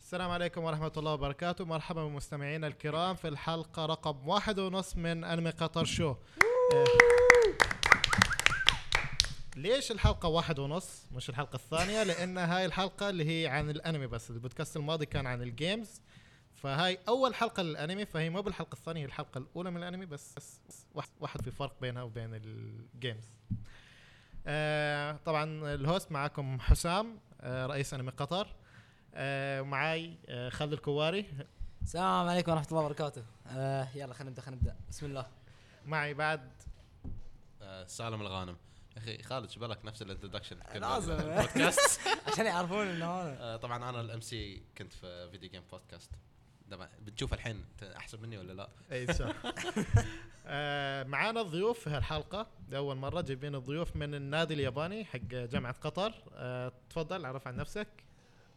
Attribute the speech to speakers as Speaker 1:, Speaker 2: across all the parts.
Speaker 1: السلام عليكم ورحمة الله وبركاته مرحبا بمستمعينا الكرام في الحلقة رقم واحد ونص من أنمي قطر شو آه، ليش الحلقة واحد ونص مش الحلقة الثانية لأن هاي الحلقة اللي هي عن الأنمي بس البودكاست الماضي كان عن الجيمز فهاي أول حلقة للأنمي فهي مو بالحلقة الثانية هي الحلقة الأولى من الأنمي بس بس واحد- واحد في فرق بينها وبين الجيمز آه، طبعا الهوست معاكم حسام آه، رئيس انمي قطر آه، ومعاي آه، خالد الكواري
Speaker 2: السلام عليكم ورحمة الله وبركاته. آه يلا خلينا نبدا خلينا نبدا بسم الله.
Speaker 1: معي بعد
Speaker 3: آه، سالم الغانم يا اخي خالد شو بالك نفس الانتدكشن
Speaker 2: لازم.
Speaker 3: البودكاست
Speaker 2: عشان يعرفون انه انا
Speaker 3: آه، طبعا انا الام سي كنت في فيديو جيم بودكاست طبعا بتشوف الحين أنت احسن مني ولا لا
Speaker 1: اي سؤال آه، معانا ضيوف في هالحلقه لاول مره جايبين الضيوف من النادي الياباني حق جامعه قطر آه، تفضل عرف عن نفسك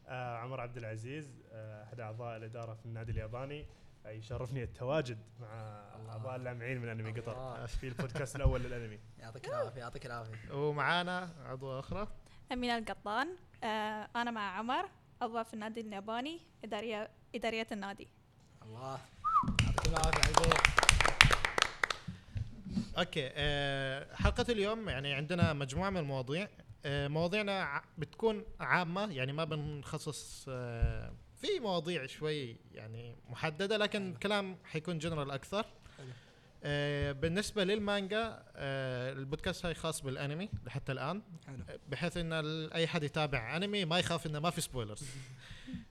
Speaker 4: آه عمر عبد العزيز آه احد اعضاء الاداره في النادي الياباني آه يشرفني التواجد مع
Speaker 2: الله.
Speaker 4: اعضاء اللامعين من انمي قطر
Speaker 2: الله.
Speaker 4: في البودكاست الاول للانمي
Speaker 2: يعطيك العافية يعطيك العافية.
Speaker 1: ومعانا عضو اخرى
Speaker 5: أمينة القطان آه، أنا مع عمر عضوة في النادي الياباني إدارية إدارية النادي
Speaker 2: الله يعطيك العافية عزيز.
Speaker 1: اوكي آه، حلقه اليوم يعني عندنا مجموعه من المواضيع آه، مواضيعنا ع- بتكون عامه يعني ما بنخصص آه، في مواضيع شوي يعني محدده لكن الكلام حيكون جنرال اكثر
Speaker 2: حلو.
Speaker 1: آه، بالنسبه للمانجا آه، البودكاست هاي خاص بالانمي لحتى الان
Speaker 2: حلو.
Speaker 1: بحيث ان ال- اي حد يتابع انمي ما يخاف انه ما في سبويلرز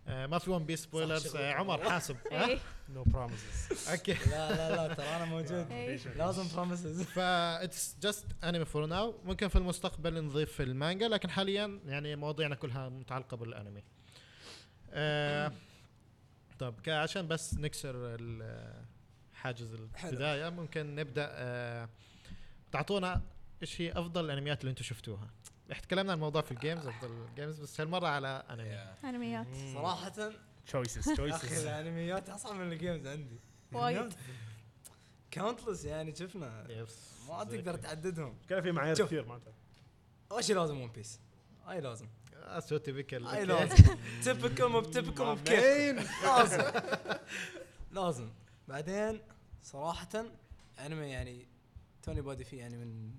Speaker 1: آه، ما في ون بيس سبويلرز
Speaker 2: شغلك
Speaker 1: آه، عمر حاسب ها؟
Speaker 5: إيه.
Speaker 4: نو بروميسز
Speaker 1: اوكي
Speaker 2: لا لا لا ترى انا موجود.
Speaker 5: إيه.
Speaker 2: لازم بروميسز.
Speaker 1: ف اتس جاست انمي فور ناو ممكن في المستقبل نضيف المانجا لكن حاليا يعني مواضيعنا كلها متعلقه بالانمي آه طب ك- عشان بس نكسر ال- حاجز البدايه ممكن نبدا آه تعطونا ايش هي افضل الانميات اللي انتم شفتوها احنا تكلمنا عن موضوع في الجيمز افضل الجيمز بس هالمره على انمي
Speaker 5: أنميات
Speaker 2: صراحة
Speaker 4: تشويسز
Speaker 2: يا اخي
Speaker 4: تشويسز
Speaker 2: الانميات اصعب من الجيمز عندي.
Speaker 5: وايد.
Speaker 2: كاونتلس يعني شفنا
Speaker 1: يس
Speaker 2: ما تقدر تعددهم.
Speaker 4: كان في معايير
Speaker 2: شوف.
Speaker 4: كثير معناته
Speaker 2: اول شيء لازم ون بيس. اي لازم
Speaker 1: اسوي تيبيكال
Speaker 2: اي
Speaker 1: أوكي.
Speaker 2: لازم تبكم وبتبكم
Speaker 4: مامين.
Speaker 2: بكيف لازم لازم بعدين صراحة انمي يعني توني بادي فيه يعني من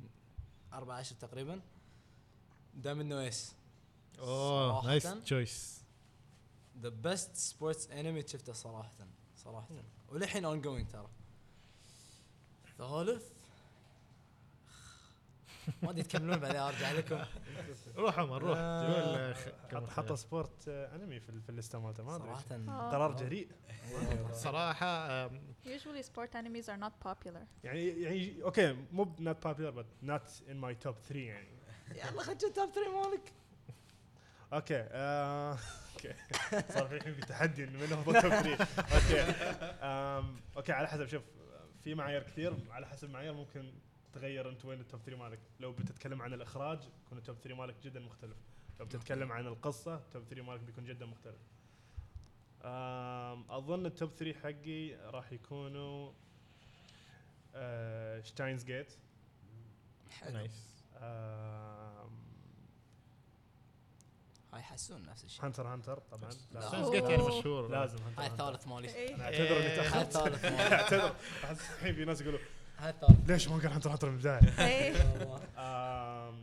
Speaker 2: أربعة عشر تقريبا دايمن نويس
Speaker 1: اوه نايس
Speaker 2: صراحةً.
Speaker 1: تشويس
Speaker 2: ذا بيست سبورتس انمي شفته صراحة صراحة وللحين اون جوينج ترى ثالث ما ادري تكملون بعدين ارجع لكم
Speaker 1: روح عمر روح
Speaker 2: آه،
Speaker 1: قول، آه، خ-
Speaker 4: حط
Speaker 1: كمل.
Speaker 4: حط سبورت آه، انمي في ال- في الليسته مالته ما ادري
Speaker 2: صراحة
Speaker 5: آه.
Speaker 4: قرار جريء
Speaker 1: صراحه آم،
Speaker 5: Usually sport enemies are not popular
Speaker 4: يعني يعني اوكي مو نوت بابيلر بس نوت ان ماي توب 3 يعني
Speaker 2: يلا خلينا نشوف توب 3 مالك
Speaker 4: اوكي آه، اوكي صار في الحين في تحدي انه من هو توب 3 اوكي آم، اوكي على حسب شوف في معايير كثير على حسب معايير ممكن تغير انت وين التوب 3 مالك لو بتتكلم عن الاخراج يكون التوب 3 مالك جدا مختلف لو بتتكلم عن القصه التوب 3 مالك بيكون جدا مختلف آم، اظن التوب 3 حقي راح يكونوا آه، شتاينز جيت
Speaker 2: حلو
Speaker 1: نايس
Speaker 2: هاي يحسون نفس الشيء
Speaker 4: هانتر هانتر طبعا
Speaker 2: لا.
Speaker 1: ساينس
Speaker 4: لازم
Speaker 5: أوه.
Speaker 1: جيت يعني مشهور
Speaker 4: لازم هانتر
Speaker 2: هاي
Speaker 4: هانتر.
Speaker 2: الثالث مالي
Speaker 5: إيه.
Speaker 4: انا اعتذر اني
Speaker 1: إيه.
Speaker 2: هاي
Speaker 4: تاخرت
Speaker 2: الثالث مالي
Speaker 4: اعتذر احس الحين في ناس يقولوا
Speaker 2: هاي الثالث
Speaker 4: ليش ما قال هانتر هانتر من البدايه؟
Speaker 5: إيه.
Speaker 2: والله.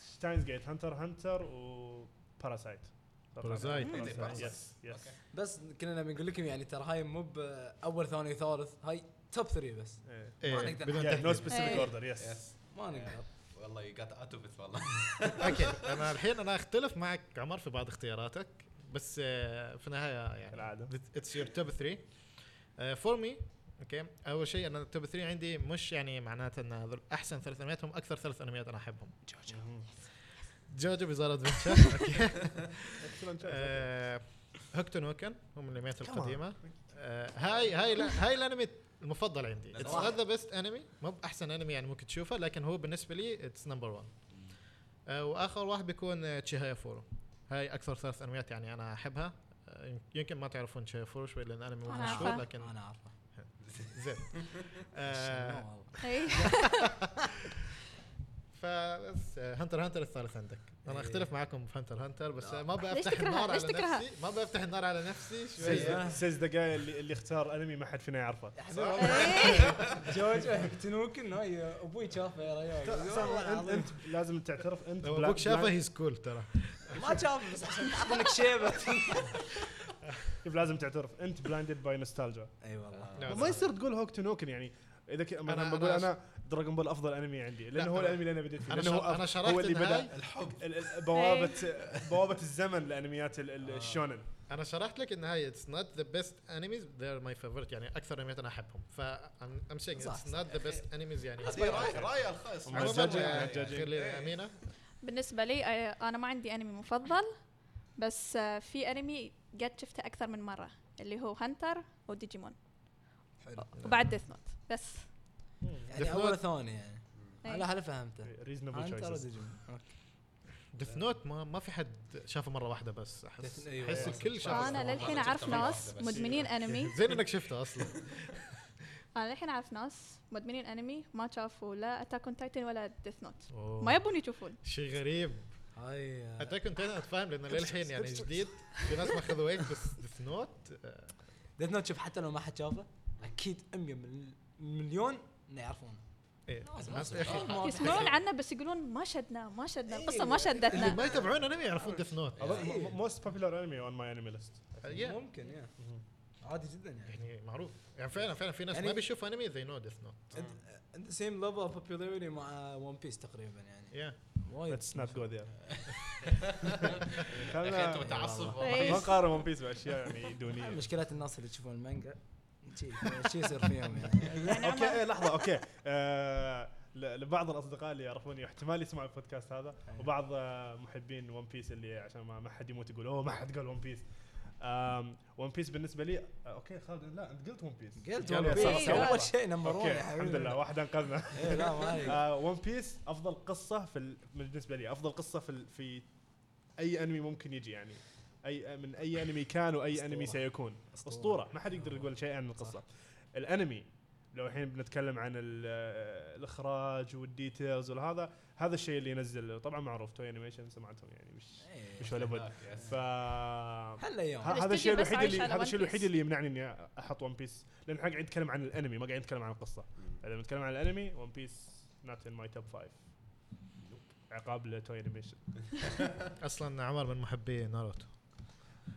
Speaker 4: ستاينز جيت هانتر هانتر وباراسايت
Speaker 1: Parasite.
Speaker 2: Parasite.
Speaker 4: يس يس
Speaker 2: بس كنا بنقول لكم يعني ترى هاي مو باول ثاني ثالث هاي توب 3 بس
Speaker 1: آه،
Speaker 2: ما نقدر
Speaker 1: بدون
Speaker 2: نحدد.
Speaker 1: تحديد.
Speaker 4: نو سبيسيفيك
Speaker 5: إيه.
Speaker 4: اوردر يس
Speaker 3: يس
Speaker 2: ما نقدر
Speaker 3: والله يو جات اتوبت والله
Speaker 1: اوكي انا الحين انا اختلف معك عمر في بعض اختياراتك بس آه، في النهايه يعني
Speaker 4: كالعاده
Speaker 1: اتس يور توب 3 فور مي اوكي اول شيء انا التوب 3 عندي مش يعني معناته ان هذول احسن ثلاث انميات هم اكثر ثلاث انميات انا احبهم
Speaker 4: Mm-hmm.
Speaker 1: جوجو بيزار ادفنشر اوكي
Speaker 4: Uh,
Speaker 1: آه، هوكتو نوكن هم الانميات
Speaker 2: Come on.
Speaker 1: القديمه آه، هاي هاي لا- هاي الانمي المفضل عندي
Speaker 3: بس
Speaker 1: اتس
Speaker 3: واحد.
Speaker 1: ذا بيست انمي مو باحسن انمي يعني ممكن تشوفه لكن هو بالنسبه لي اتس نمبر 1 واخر آه، واحد بيكون آه، تشيهايا فورو هاي اكثر ثلاث انميات يعني انا احبها آه، يمكن ما تعرفون تشيهايا فورو شوي لان انمي مو
Speaker 5: أنا
Speaker 1: مشهور
Speaker 5: عارفة.
Speaker 1: لكن
Speaker 2: انا عارفه
Speaker 1: زين آه،
Speaker 2: شنو والله.
Speaker 5: إيه.
Speaker 1: فبس هنتر هنتر الثالث عندك انا
Speaker 2: إيه.
Speaker 1: اختلف معاكم في هنتر هنتر بس
Speaker 3: لا.
Speaker 1: ما
Speaker 5: ليش
Speaker 1: بفتح
Speaker 5: تكرهها؟
Speaker 1: النار
Speaker 5: ليش
Speaker 1: على
Speaker 5: تكرهها؟
Speaker 1: نفسي ما بفتح النار على نفسي شويه
Speaker 2: سيزن.
Speaker 4: سيز ذا جاي اللي اللي اختار انمي ما حد فينا يعرفه
Speaker 2: إيه. جوج يقتنوك انه يا ابوي شافه يا ريال والله
Speaker 4: انت
Speaker 2: العظيم.
Speaker 4: انت لازم تعترف انت
Speaker 1: لو
Speaker 4: بلا-
Speaker 1: ابوك شافه
Speaker 4: بلا-
Speaker 1: هيز كول ترى
Speaker 2: ما شافه بس عشان تعطينك شيبه
Speaker 4: شوف لازم تعترف انت بلاندد باي نوستالجيا
Speaker 2: اي والله
Speaker 1: لا،
Speaker 4: ما يصير تقول هوك تو نوكن يعني اذا ك...
Speaker 1: أنا-
Speaker 4: انا
Speaker 1: أنا
Speaker 4: بقول
Speaker 1: أش-
Speaker 4: انا دراجون بول افضل انمي عندي لانه
Speaker 1: لا،
Speaker 4: هو
Speaker 1: أنا-
Speaker 4: الانمي اللي انا بديت فيه
Speaker 1: انا
Speaker 4: لانه هو
Speaker 1: شر- أنا
Speaker 4: أف-
Speaker 1: شاركت
Speaker 4: هو اللي
Speaker 1: النهاية. إيه.
Speaker 4: بدا
Speaker 3: الحب
Speaker 4: ال- ال- بوابه بوابه الزمن لانميات ال-
Speaker 1: آه.
Speaker 4: ال- الشونن
Speaker 1: انا شرحت لك ان هاي اتس نوت ذا بيست انميز ذي ار ماي فيفورت يعني اكثر انميات انا احبهم ف ام سينج
Speaker 2: صح،
Speaker 1: اتس نوت ذا بيست انميز يعني
Speaker 3: هذه راي راي الخاص يعني
Speaker 4: عموماً،
Speaker 1: عموماً،
Speaker 4: جاجي-
Speaker 1: آه،
Speaker 4: جاجي.
Speaker 1: خلي امينه
Speaker 5: بالنسبة لي آه، أنا ما عندي أنمي مفضل بس آه، في أنمي قد شفته أكثر من مرة اللي هو هانتر وديجيمون
Speaker 2: حلو.
Speaker 5: وبعد ديث نوت بس
Speaker 1: إيه.
Speaker 2: يعني اول ثاني يعني
Speaker 5: إيه.
Speaker 2: هلا هلا فهمته
Speaker 4: ريزنبل
Speaker 2: انت
Speaker 4: تشويسز
Speaker 2: رجل
Speaker 1: ديث نوت ما, ما في حد شافه مره واحده بس احس
Speaker 2: Death- أيوة،
Speaker 1: احس
Speaker 2: أيوة.
Speaker 1: الكل شافه
Speaker 5: أنا
Speaker 1: مرة
Speaker 5: للحين
Speaker 1: واحدة.
Speaker 5: أعرف
Speaker 3: شفته مرة
Speaker 5: ناس
Speaker 3: واحدة بس.
Speaker 5: مدمنين أنمي
Speaker 1: زين انك شفته اصلا
Speaker 5: أنا للحين أعرف ناس مدمنين أنمي ما شافوا لا أتاك أون تايتن ولا ديث نوت
Speaker 1: أوه.
Speaker 5: ما يبون يشوفون
Speaker 1: شيء غريب
Speaker 2: هاي
Speaker 1: اتاك اون تايتن اتفاهم لانه للحين يعني جديد في ناس ما اخذوا وقت بس آه، ديث نوت
Speaker 2: ديث نوت شوف حتى لو ما حد شافه اكيد 100 من مليون انه يعرفونه
Speaker 1: إيه. يا اخي
Speaker 2: ما في
Speaker 5: يسمعون
Speaker 2: حد.
Speaker 5: عنه بس يقولون ما شدنا ما شدنا القصة
Speaker 2: إيه.
Speaker 5: ما
Speaker 1: اللي
Speaker 5: شدتنا
Speaker 1: ما يتابعون انمي يعرفون ديث نوت
Speaker 2: إيه.
Speaker 4: موست بوبيلر انمي اون ماي انمي ليست
Speaker 1: Yeah.
Speaker 2: ممكن يا عادي جدا يعني
Speaker 1: يعني معروف يعني فعلا فعلا في ناس
Speaker 2: يعني-
Speaker 1: ما بيشوفوا انمي ذي نو ديث نوت
Speaker 2: انت سيم ليفل اوف بوبيلاريتي مع ون بيس تقريبا يعني
Speaker 1: يا طيب.
Speaker 2: وايد
Speaker 4: ليتس نوت جو ذير
Speaker 3: يا اخي انت
Speaker 4: خلنا
Speaker 3: متعصب والله.
Speaker 1: طيب.
Speaker 5: إيه.
Speaker 4: ما نقارن ون بيس باشياء يعني
Speaker 2: آه،
Speaker 4: دونيه
Speaker 2: مشكلات الناس اللي يشوفون المانجا شي شي يصير فيهم يعني
Speaker 4: اوكي إيه، لحظه اوكي آه، ل- لبعض الاصدقاء اللي يعرفوني احتمال يسمعوا البودكاست هذا
Speaker 2: أيوة.
Speaker 4: وبعض آه، محبين ون بيس اللي عشان ما ما حد يموت يقول اوه ما حد قال ون بيس ون بيس بالنسبه لي آه، اوكي خالد لا انت قلت ون بيس
Speaker 2: قلت
Speaker 4: قال
Speaker 2: ون
Speaker 4: يا
Speaker 2: بيس
Speaker 4: صاحبي.
Speaker 2: اول شيء نمبر 1
Speaker 4: اوكي
Speaker 2: يا حبيبي
Speaker 4: الحمد لله آه، واحد انقذنا
Speaker 2: إيه، لا ما عليك.
Speaker 4: ون بيس افضل قصه في ال... بالنسبه لي افضل قصه في ال... في اي انمي ممكن يجي يعني اي من اي انمي كان واي
Speaker 2: أسطورة.
Speaker 4: انمي سيكون
Speaker 2: أسطورة.
Speaker 4: اسطوره ما حد يقدر يقول شيء عن القصه الانمي لو الحين بنتكلم عن ال... آه، الاخراج والديتيلز وهذا هذا الشيء اللي ينزل طبعا معروف توي انيميشن سمعتهم يعني مش
Speaker 2: إيه.
Speaker 4: مش ولا بد ف
Speaker 2: هلا يوم
Speaker 4: ه- هذا الشيء
Speaker 5: الاستوديو بس
Speaker 4: الوحيد
Speaker 5: عايش
Speaker 4: اللي
Speaker 5: على
Speaker 4: هذا
Speaker 5: One
Speaker 4: الشيء
Speaker 5: Piece.
Speaker 4: الوحيد اللي يمنعني اني احط ون بيس لان احنا قاعدين نتكلم عن الانمي ما قاعدين نتكلم عن القصه لما نتكلم عن الانمي ون بيس نوت ان ماي توب فايف عقاب لتوي انيميشن
Speaker 1: اصلا عمر من محبي ناروتو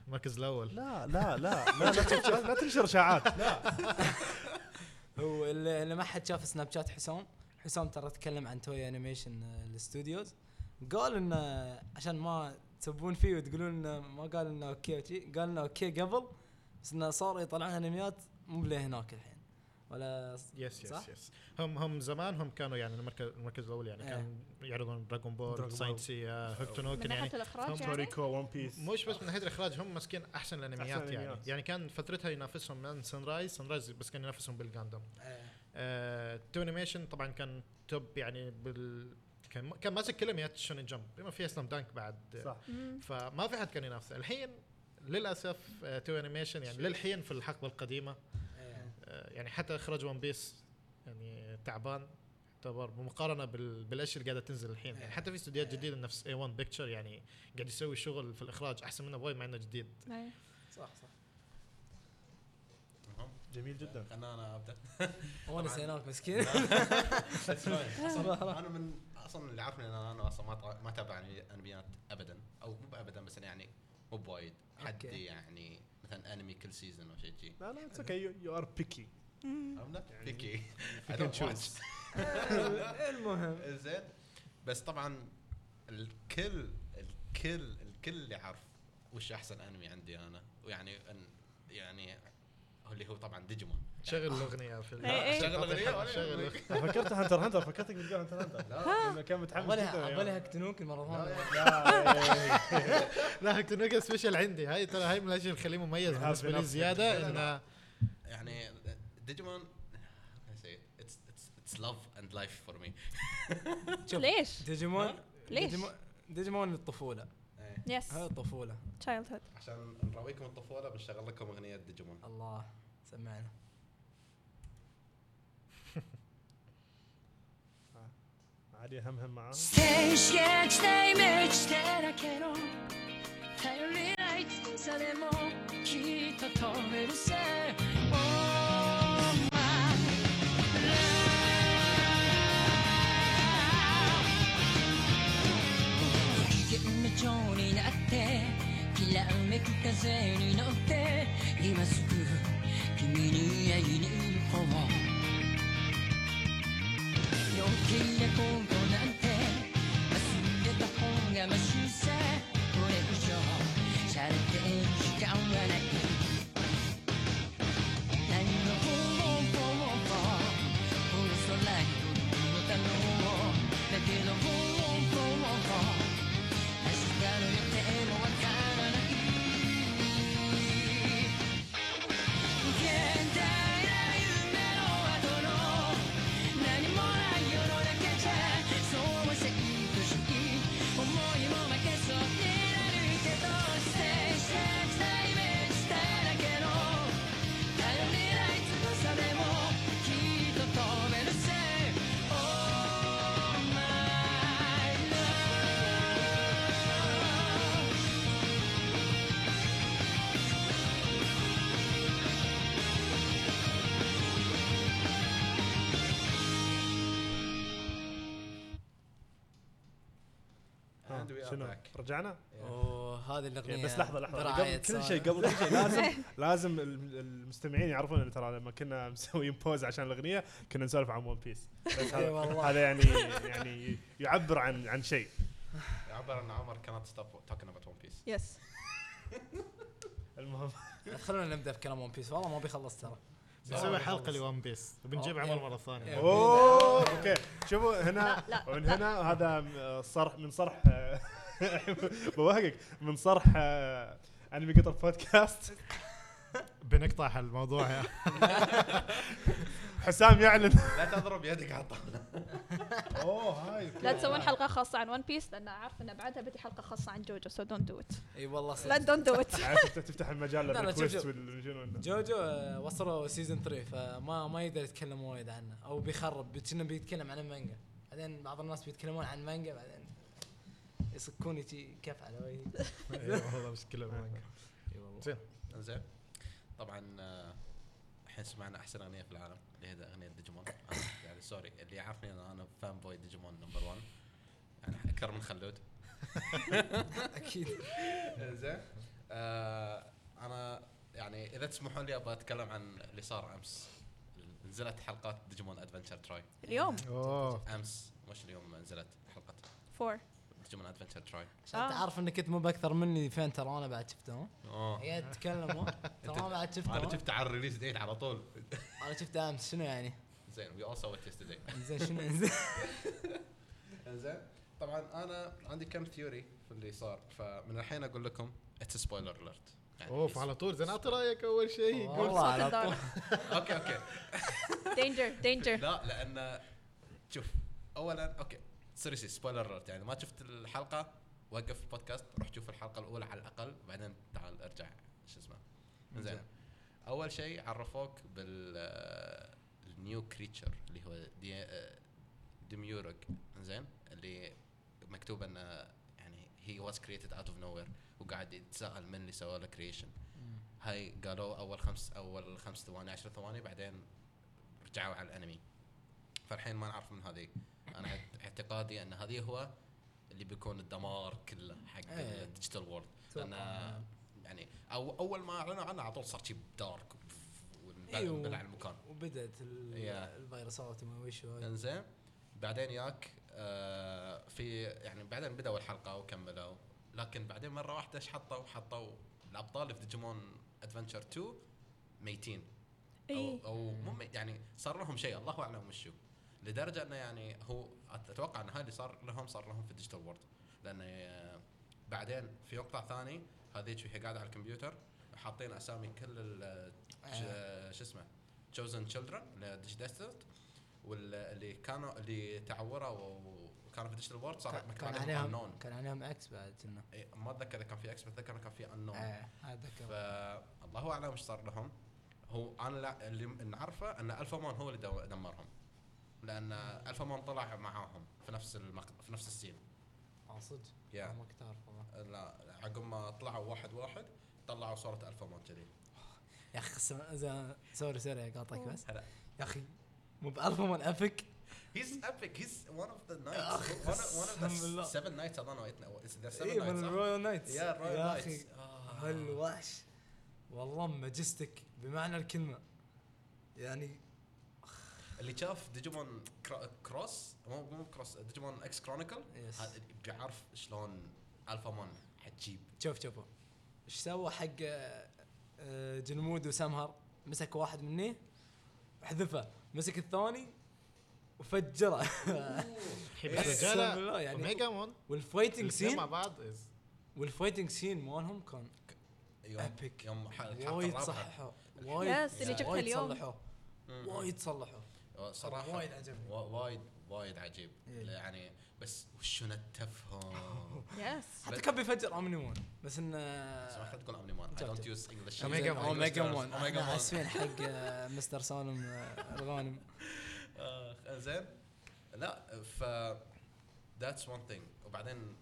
Speaker 1: المركز الاول
Speaker 4: لا لا لا لا تنشر- لا تنشر اشاعات
Speaker 2: هو اللي اللي ما حد شاف سناب شات حسام حسام ترى تكلم عن توي انيميشن الاستوديوز قال انه عشان ما تسبون فيه وتقولون إنه ما قال انه اوكي وشي قال انه اوكي قبل بس انه صاروا يطلعون انميات مو بلا هناك الحين ولا
Speaker 1: يس يس
Speaker 2: صح؟
Speaker 1: يس هم هم زمان هم كانوا يعني المركز المركز الاول يعني
Speaker 2: إيه.
Speaker 1: كانوا يعرضون دراجون
Speaker 4: Dragon
Speaker 1: بول
Speaker 4: Ball.
Speaker 1: ساينسيا هوكتو
Speaker 5: من
Speaker 1: نوكن يعني
Speaker 5: ناحية الإخراج يعني
Speaker 4: توريكو ون بيس
Speaker 1: مش بس من ناحيه الاخراج هم ماسكين احسن الانميات
Speaker 4: أحسن
Speaker 1: يعني
Speaker 4: الأنميات.
Speaker 1: يعني كان فترتها ينافسهم من سن رايز سن رايز بس كان ينافسهم بالجاندم
Speaker 2: إيه.
Speaker 1: آه، تونيميشن طبعا كان توب يعني بال كان كان ماسك كل انميات شونين جمب بما فيها سلام دانك بعد
Speaker 4: صح
Speaker 5: مم.
Speaker 1: فما في حد كان ينافسه الحين للاسف آه، تو انيميشن يعني للحين في الحقبه القديمه
Speaker 2: إيه.
Speaker 1: آه، يعني حتى اخراج ون بيس يعني تعبان يعتبر بمقارنه بال- بالاشياء اللي قاعده تنزل الحين يعني حتى في استديوهات جديده نفس اي 1 بيكتشر يعني قاعد يسوي شغل في الاخراج احسن منه بوايد مع انه جديد
Speaker 5: أي.
Speaker 2: صح صح
Speaker 3: تمام.
Speaker 4: جميل جدا
Speaker 3: خلنا انا ابدا
Speaker 2: ونس هناك مسكين
Speaker 3: اسمعني، أصلاً انا من اصلا اللي عارفني ان انا اصلا ما أتع- ما اتابع انميات ابدا او مو ابدا بس أنا يعني مو بوايد حد
Speaker 2: أوكي.
Speaker 3: يعني مثلا انمي كل سيزون او شيء جي
Speaker 4: لا لا اتس اوكي يو ار بيكي
Speaker 3: I'm not
Speaker 4: يعني
Speaker 3: picky. I
Speaker 1: can
Speaker 3: don't
Speaker 1: choose.
Speaker 3: watch.
Speaker 2: المهم
Speaker 3: زين بس طبعا الكل الكل الكل يعرف وش احسن انمي عندي انا ويعني أن- يعني هو اللي هو طبعا ديجيمون
Speaker 1: شغل الاغنيه في ال-
Speaker 5: إيه، إيه.
Speaker 3: شغل أغنية ولا
Speaker 1: شغل
Speaker 3: أغنية؟
Speaker 1: الأغنية.
Speaker 4: فكرت هانتر هانتر فكرتك بتقول هانتر هانتر لا كان متحمس يعني.
Speaker 2: عبالي
Speaker 4: جدا يا-
Speaker 2: عبالي هكتنوك المره الثانيه
Speaker 4: لا، إيه.
Speaker 1: لا هكتنوجا سبيشل عندي هاي ترى هاي من الاشياء اللي تخليه مميز
Speaker 4: هذا
Speaker 1: بالنسبه لي
Speaker 4: بنفسك.
Speaker 1: زياده انه
Speaker 3: يعني ديجيمون اتس اتس اتس لاف اند لايف فور مي
Speaker 2: شوف.
Speaker 5: ليش؟
Speaker 2: ديجيمون
Speaker 5: ليش؟
Speaker 2: ديجيمون- ديجيمون الطفوله
Speaker 5: يس
Speaker 2: هاي الطفوله
Speaker 5: تشايلدهود
Speaker 3: إيه، عشان نراويكم الطفوله بنشغل لكم اغنيه ديجيمون
Speaker 2: الله سمعنا
Speaker 4: ها علي هم هم معاه
Speaker 6: ステージへ来てイメージしてだけど頼りない強さでもきっと飛べるせ Oh my love 無限夢中になってきらめく風に乗って今すぐ君に会いに行こう余計なことなんて忘れた方がマシさこれ以上しゃれてる時間はない何の方法もこの空に届くのだろうだけど方法明日の予定もわからない「現代な夢の後の何もない世の中」じゃそうはせいとし思いも負けそうになるけどステージで対面しただけの頼りない翼でもきっと飛べるせ Oh my love
Speaker 4: ها،
Speaker 3: And we are
Speaker 4: شنو
Speaker 3: back. إيه.
Speaker 4: رجعنا؟
Speaker 2: وهذه
Speaker 4: اوكي
Speaker 2: الاغنيه
Speaker 4: إيه، بس لحظه لحظه
Speaker 2: برعاية
Speaker 4: قبل كل
Speaker 2: سارة.
Speaker 4: شيء قبل كل شيء لازم لازم ال- المستمعين يعرفون إن ترى لما كنا مسويين بوز عشان الاغنيه كنا نسولف عن ون بيس بس
Speaker 2: إي
Speaker 4: هذا
Speaker 2: إيه، والله.
Speaker 4: هذا يعني يعني يعبر عن عن شيء
Speaker 3: عبر ان عمر كانت ستوب توكن اباوت ون بيس
Speaker 5: يس
Speaker 4: المهم
Speaker 2: خلونا نبدا بكلام ون بيس والله ما بيخلص ترى
Speaker 1: نسوي حلقه لون بيس وبنجيب
Speaker 2: أوه.
Speaker 1: عمر مره ثانيه
Speaker 2: إيه.
Speaker 4: اوه اوكي شوفوا هنا
Speaker 5: لا، لا،
Speaker 4: ومن هنا هذا م- صرح من صرح بوهقك من صرح آه، انمي قطر بودكاست
Speaker 1: بنقطع الموضوع يا
Speaker 4: حسام يعلن
Speaker 3: لا تضرب يدك على الطاوله
Speaker 4: اوه هاي
Speaker 5: لا تسوون حلقه خاصه عن ون بيس لان اعرف ان بعدها بدي حلقه خاصه عن جوجو سو دونت دو ات
Speaker 2: اي والله صدق.
Speaker 5: لا دونت دو ات
Speaker 4: عارف تفت- تفتح المجال
Speaker 2: لا، لا، شوف،
Speaker 4: للريكوست
Speaker 2: شوف.
Speaker 4: والجنون
Speaker 2: جوجو آه، وصلوا سيزون 3 فما ما يقدر يتكلم وايد عنه او بيخرب كنا بيتكلم عن المانجا بعدين بعض الناس بيتكلمون عن المانجا بعدين يسكوني تي كف على وجهي
Speaker 1: والله مشكله
Speaker 2: اي والله
Speaker 1: زين
Speaker 3: زين طبعا آه، الحين سمعنا احسن اغنيه في العالم اللي هي اغنيه ديجيمون أنا يعني سوري اللي يعرفني انا انا فان بوي ديجيمون نمبر 1 يعني اكثر من خلود
Speaker 2: اكيد
Speaker 5: آه.
Speaker 3: زين آه، انا يعني اذا تسمحون لي ابغى اتكلم عن اللي صار امس نزلت حلقات ديجيمون ادفنتشر تراي
Speaker 5: اليوم
Speaker 1: اوه
Speaker 3: امس مش اليوم نزلت حلقه
Speaker 5: فور
Speaker 3: ديجيمون ادفنتشر تراي
Speaker 2: عشان
Speaker 5: آه.
Speaker 2: انت عارف انك كنت مو باكثر مني فين ترى انا بعد شفتهم
Speaker 3: اوه
Speaker 2: هي تتكلم ترى انا بعد
Speaker 3: انا
Speaker 2: شفتهم
Speaker 3: آه، شفته على الريليز ديت على طول
Speaker 2: انا شفته امس شنو يعني؟
Speaker 3: زين وي اول سو ات يسترداي
Speaker 2: زين شنو زين
Speaker 3: زين طبعا انا عندي كم ثيوري في اللي صار فمن الحين اقول لكم اتس سبويلر اليرت
Speaker 1: اوف على طول زين اعطي رايك اول شيء قول
Speaker 2: والله
Speaker 5: صوت
Speaker 2: على
Speaker 5: الدار.
Speaker 2: طول
Speaker 3: اوكي اوكي
Speaker 5: دينجر دينجر
Speaker 3: لا لان شوف اولا اوكي سيريسي سبويلر اليرت يعني ما شفت الحلقه وقف البودكاست روح شوف الحلقه الاولى على الاقل بعدين تعال ارجع شو اسمه زين اول شيء عرفوك بال النيو كريتشر اللي هو دي ديميورج زين اللي مكتوب انه يعني هي واز كريتد اوت اوف نو وير وقاعد يتساءل من اللي سوى له كريشن هاي قالوا اول خمس اول خمس ثواني عشر ثواني بعدين رجعوا على الانمي فالحين ما نعرف من هذه انا اعت- اعتقادي ان هذه هو اللي بيكون الدمار كله حق
Speaker 2: إيه.
Speaker 3: الديجيتال وورلد
Speaker 2: أتوقع.
Speaker 3: لان يعني او اول ما اعلنوا عنه على طول صار شي دارك
Speaker 2: أيوه.
Speaker 3: والبلع المكان
Speaker 2: وبدات ال-
Speaker 3: Yeah.
Speaker 2: الفيروسات وما ويش هو.
Speaker 3: انزين بعدين ياك آه في يعني بعدين بدأوا الحلقة وكملوا لكن بعدين مرة واحدة ايش حطوا؟ حطوا الأبطال في ديجيمون ادفنتشر 2 ميتين او
Speaker 2: إيه.
Speaker 5: اي
Speaker 3: او مو مي- يعني صار لهم شيء الله اعلم وشو لدرجه انه يعني هو أت- اتوقع ان هذا اللي صار لهم صار لهم في الديجيتال وورد لانه آه، بعدين في مقطع ثاني هذيك وهي قاعده على الكمبيوتر حاطين اسامي كل ال-
Speaker 2: آه.
Speaker 3: ج- شو اسمه تشوزن تشيلدرن ديسترت واللي كانوا اللي تعوروا وكانوا في الديجيتال وورد صار
Speaker 2: كان-
Speaker 3: مكتوب
Speaker 2: كان
Speaker 3: عليهم
Speaker 2: عليهم
Speaker 3: انون
Speaker 2: كان عليهم اكس بعد كنا
Speaker 3: ما اتذكر اذا كان في اكس بتذكر إنه كان في انون
Speaker 2: ايه اتذكر
Speaker 3: فالله اعلم ايش صار لهم هو انا لا اللي نعرفه ان الفا مان هو اللي دو- دمرهم لان الفامون طلع معاهم في نفس المقطع في نفس السين
Speaker 2: اه صدق
Speaker 3: يا
Speaker 2: ما كنت اعرف والله
Speaker 3: لا عقب ما طلعوا واحد واحد طلعوا صوره الفامون كذي
Speaker 2: يا اخي سم- ز- سوري سوري اقاطعك بس
Speaker 3: هلا.
Speaker 2: يا اخي مو بألفا من افك
Speaker 3: He's epic. He's one of the
Speaker 2: أخ،
Speaker 3: knights. one, of, one of the
Speaker 2: قسم بالله.
Speaker 3: seven knights. I don't know. It, it's the seven
Speaker 2: اي
Speaker 3: knights.
Speaker 2: إيه، من
Speaker 3: صح؟
Speaker 2: الرويال نايتس
Speaker 3: يا
Speaker 2: يا
Speaker 3: الرويال
Speaker 2: اخي
Speaker 3: نايتس. آه.
Speaker 2: هالوحش والله ماجستيك بمعنى الكلمه يعني
Speaker 3: اللي شاف ديجيمون كرا- كروس مو مو كروس ديجيمون اكس كرونيكل
Speaker 2: Yes.
Speaker 3: هذا اللي بيعرف شلون الفا مون حتجيب
Speaker 2: شوف شوف ايش سوى حق آه، آه، جنمود وسمهر مسك واحد مني حذفه مسك الثاني وفجره
Speaker 1: حب
Speaker 2: أقسم
Speaker 1: الرجاله
Speaker 2: بالله يعني
Speaker 1: إيه، وميجا مون
Speaker 2: والفايتنج
Speaker 1: الاثنين
Speaker 2: سين
Speaker 1: مع بعض is-
Speaker 2: والفايتنج سين مالهم كان
Speaker 3: يوم
Speaker 2: Epic.
Speaker 3: يوم ح- الحلقه
Speaker 2: أيوة. وايد
Speaker 3: الرابعه
Speaker 2: صححوه وايد
Speaker 5: Yes, اللي جبته
Speaker 2: وايد
Speaker 5: اليوم.
Speaker 2: صلحوه
Speaker 3: مم.
Speaker 2: وايد صلحوه
Speaker 3: صراحه
Speaker 2: وايد عجبني.
Speaker 3: وا- وايد وايد عجيب
Speaker 2: إيه.
Speaker 3: يعني بس وشو تفهم
Speaker 5: يس
Speaker 2: حتى كان بيفجر امنيمون بس انه
Speaker 3: سمحت تقول امني مان اي
Speaker 2: جاب-
Speaker 3: دونت
Speaker 2: جاب.
Speaker 3: يوز انجلش
Speaker 1: أوميجا مان.
Speaker 2: اوميجا مون
Speaker 3: اوميجا
Speaker 2: احنا
Speaker 3: مان
Speaker 2: اسفين حق آه، مستر سالم آه، الغانم
Speaker 3: آه، زين لا ف ذاتس وان ثينج وبعدين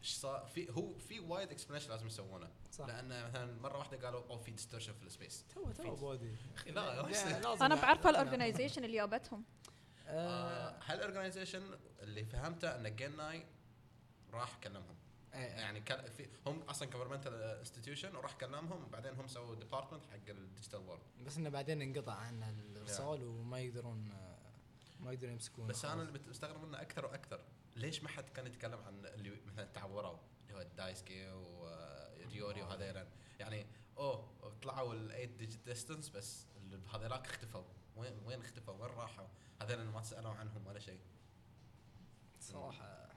Speaker 3: ايش صار في هو في وايد اكسبلانيشن لازم يسوونه
Speaker 2: صح
Speaker 3: لان مثلا مره واحده قالوا او في ديستورشن في السبيس
Speaker 2: تو تو بودي
Speaker 3: لا
Speaker 2: لا،
Speaker 3: وش-
Speaker 2: لازم
Speaker 5: انا
Speaker 2: لا-
Speaker 5: بعرف
Speaker 2: لازم
Speaker 5: الاورجنايزيشن اللي جابتهم
Speaker 2: آه،
Speaker 3: آه، هالاورجنايزيشن اللي فهمته ان جناي راح كلمهم
Speaker 2: إيه.
Speaker 3: يعني كان في هم اصلا جفرمنتال انستتيوشن وراح كلمهم وبعدين هم سووا ديبارتمنت حق الديجيتال وورد
Speaker 2: بس انه بعدين انقطع عن الارسال وما يقدرون آه، ما يقدرون يمسكون
Speaker 3: بس انا اللي بت- مستغرب منه اكثر واكثر ليش ما حد كان يتكلم عن اللي مثلا تعوروا اللي هو دايسكي وريوري وهذيلا يعني اوه طلعوا الايت ديجيت ديستنس بس اللي هذيلاك اختفوا وين وين اختفوا وين راحوا هذيلا ما تسالوا عنهم ولا شيء
Speaker 2: صراحه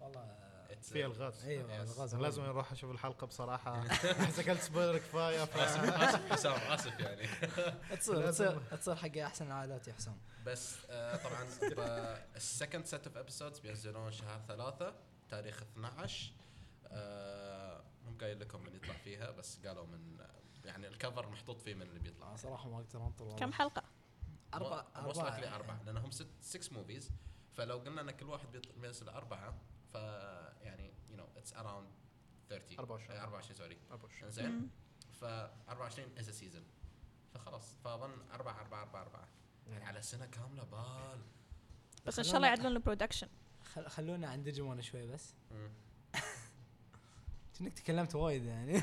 Speaker 2: والله آه،
Speaker 3: It's-
Speaker 1: في الغاز
Speaker 2: ايوه
Speaker 3: Yes.
Speaker 2: الغاز
Speaker 1: لازم
Speaker 2: هو.
Speaker 1: اروح اشوف الحلقه بصراحه احس قلت سبويلر كفايه
Speaker 3: اسف
Speaker 1: ف-
Speaker 3: اسف حسام اسف يعني
Speaker 2: تصير
Speaker 1: لازم.
Speaker 2: تصير تصير حق احسن العائلات يا حسام
Speaker 3: بس آه، طبعا السكند سيت اوف ابيسودز بينزلون شهر ثلاثة تاريخ 12 آه، مو قايل لكم من يطلع فيها بس قالوا من يعني الكفر محطوط فيه من اللي بيطلع
Speaker 2: آه، صراحه ما اقدر انطر والله.
Speaker 5: كم حلقه؟
Speaker 2: اربع
Speaker 3: وصلت لي
Speaker 2: اربع
Speaker 3: اربع لانهم ست 6 موفيز فلو قلنا ان كل واحد بيط- بينزل اربعه ف يعني يو نو اتس اراوند 30
Speaker 1: 24.
Speaker 3: آه، 24 سوري
Speaker 1: أبو شو.
Speaker 3: زين ف 24 از سيزون فخلاص فاظن 4 4 4 4 يعني على سنه كامله بال
Speaker 5: بس ان شاء الله يعدلون البرودكشن
Speaker 2: خل- خلونا عن ديجيمون شوي بس
Speaker 3: مم.
Speaker 2: كأنك تكلمت وايد يعني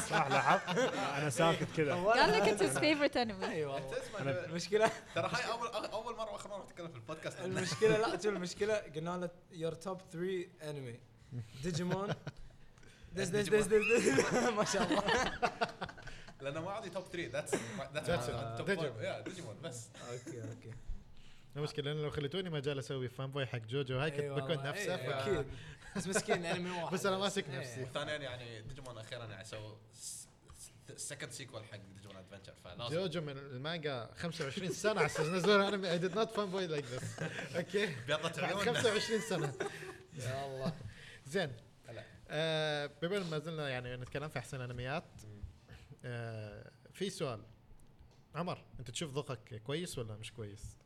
Speaker 4: صح لاحظت انا ساكت كذا
Speaker 5: قال لك اتس هيز فيفرت انمي
Speaker 2: اي والله
Speaker 3: تسمع
Speaker 4: أنا-
Speaker 3: ترى-
Speaker 2: المشكلة
Speaker 3: ترى هاي اول اول مره واخر مره اتكلم في البودكاست عنها.
Speaker 2: المشكلة لا شو المشكلة قلنا له يور توب 3 انمي ديجيمون دز دز دز دز ما شاء الله
Speaker 3: لانه ما عندي توب 3 ذاتس
Speaker 1: That's
Speaker 3: ذاتس
Speaker 1: it. Digimon.
Speaker 3: ديجيمون بس
Speaker 2: اوكي اوكي
Speaker 1: المشكله انه لو خليتوني مجال اسوي فان بوي حق جوجو هاي كنت
Speaker 2: إي أيوة والله،
Speaker 1: بكون
Speaker 2: إي
Speaker 1: نفسه
Speaker 2: إي
Speaker 1: ف-
Speaker 2: اكيد بس مسكين انمي واحد إيه.
Speaker 1: بس أنا ماسك
Speaker 2: إي.
Speaker 1: نفسي.
Speaker 3: وثانيا يعني ديجيمون اخيرا يعني سووا سكند سيكول حق ديجيمون ادفنتشر فلازم
Speaker 1: جوجو من المانجا 25 سنه عشان ينزلون انمي اي ديد نوت فان بوي لايك ذس اوكي بعد
Speaker 3: بيضت عيوننا
Speaker 1: 25 سنه
Speaker 2: يا الله
Speaker 1: زين
Speaker 3: هلا.
Speaker 1: آه، بما إن ما زلنا يعني نتكلم في احسن انميات آه، في سؤال عمر انت تشوف ذوقك كويس ولا مش كويس؟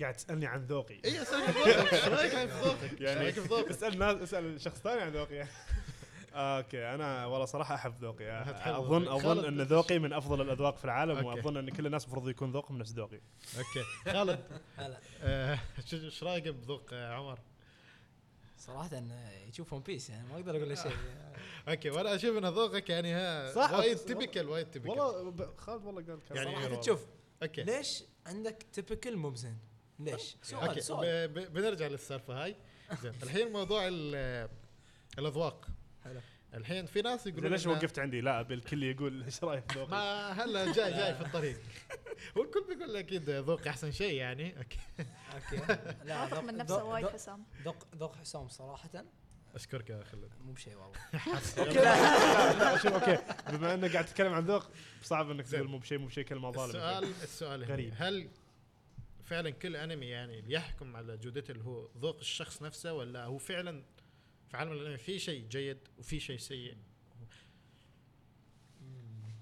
Speaker 4: قاعد تسالني عن ذوقي
Speaker 1: اي اسالك في ذوقك ايش رايك في ذوقك؟ ايش
Speaker 4: يعني
Speaker 1: رايك إيه. في ذوقك؟
Speaker 4: اسال ناس اسال شخص ثاني عن ذوقي آه، اوكي انا والله صراحه احب ذوقي
Speaker 1: هتحب
Speaker 4: اظن
Speaker 1: ذوقك.
Speaker 4: اظن
Speaker 1: خالد.
Speaker 4: ان ذوقي من افضل الاذواق في العالم
Speaker 1: أوكي.
Speaker 4: واظن ان كل الناس المفروض يكون ذوقهم نفس ذوقي
Speaker 1: اوكي خالد
Speaker 2: هلا
Speaker 1: آه، شو- ايش رايك بذوق آه، عمر؟
Speaker 2: صراحة انه يشوف ون بيس يعني ما اقدر اقول له شيء
Speaker 1: اوكي وانا اشوف ان ذوقك يعني ها
Speaker 4: صح.
Speaker 1: وايد تبكل وايد تبكل
Speaker 4: والله ب- خالد والله قال كلام
Speaker 1: يعني
Speaker 2: صراحة
Speaker 1: يورو.
Speaker 2: تشوف
Speaker 1: اوكي
Speaker 2: ليش عندك تيبكال مو بزين؟ ليش؟
Speaker 1: اوكي
Speaker 2: سؤال سؤال
Speaker 1: ب- ب- بنرجع للسالفه هاي زين الحين موضوع ال- الاذواق
Speaker 2: حلو.
Speaker 1: الحين في ناس
Speaker 4: يقول
Speaker 1: يقولون
Speaker 4: ليش
Speaker 1: إن-
Speaker 4: وقفت عندي لا أبي الكل يقول ايش رايك في ذوقي
Speaker 1: ما هلا جاي جاي في الطريق هو الكل بيقول اكيد ذوقي احسن شيء يعني اوكي
Speaker 2: اوكي لا
Speaker 5: واثق
Speaker 2: ذوق-
Speaker 5: من
Speaker 2: ذوق-
Speaker 5: نفسه وايد
Speaker 2: ذوق-
Speaker 5: حسام
Speaker 2: ذوق ذوق حسام صراحة
Speaker 1: اشكرك يا خالد
Speaker 2: مو بشيء والله
Speaker 4: اوكي لا، لا، شوف اوكي بما انك قاعد تتكلم عن ذوق صعب انك
Speaker 1: زين.
Speaker 4: تقول مو بشيء مو بشيء كلمه ظالمه
Speaker 1: السؤال السؤال غريب
Speaker 4: غريب.
Speaker 1: هل فعلا كل انمي يعني اللي يحكم على جودته اللي هو ذوق الشخص نفسه ولا هو فعلا في عالم الانمي في شيء جيد وفي شيء سيء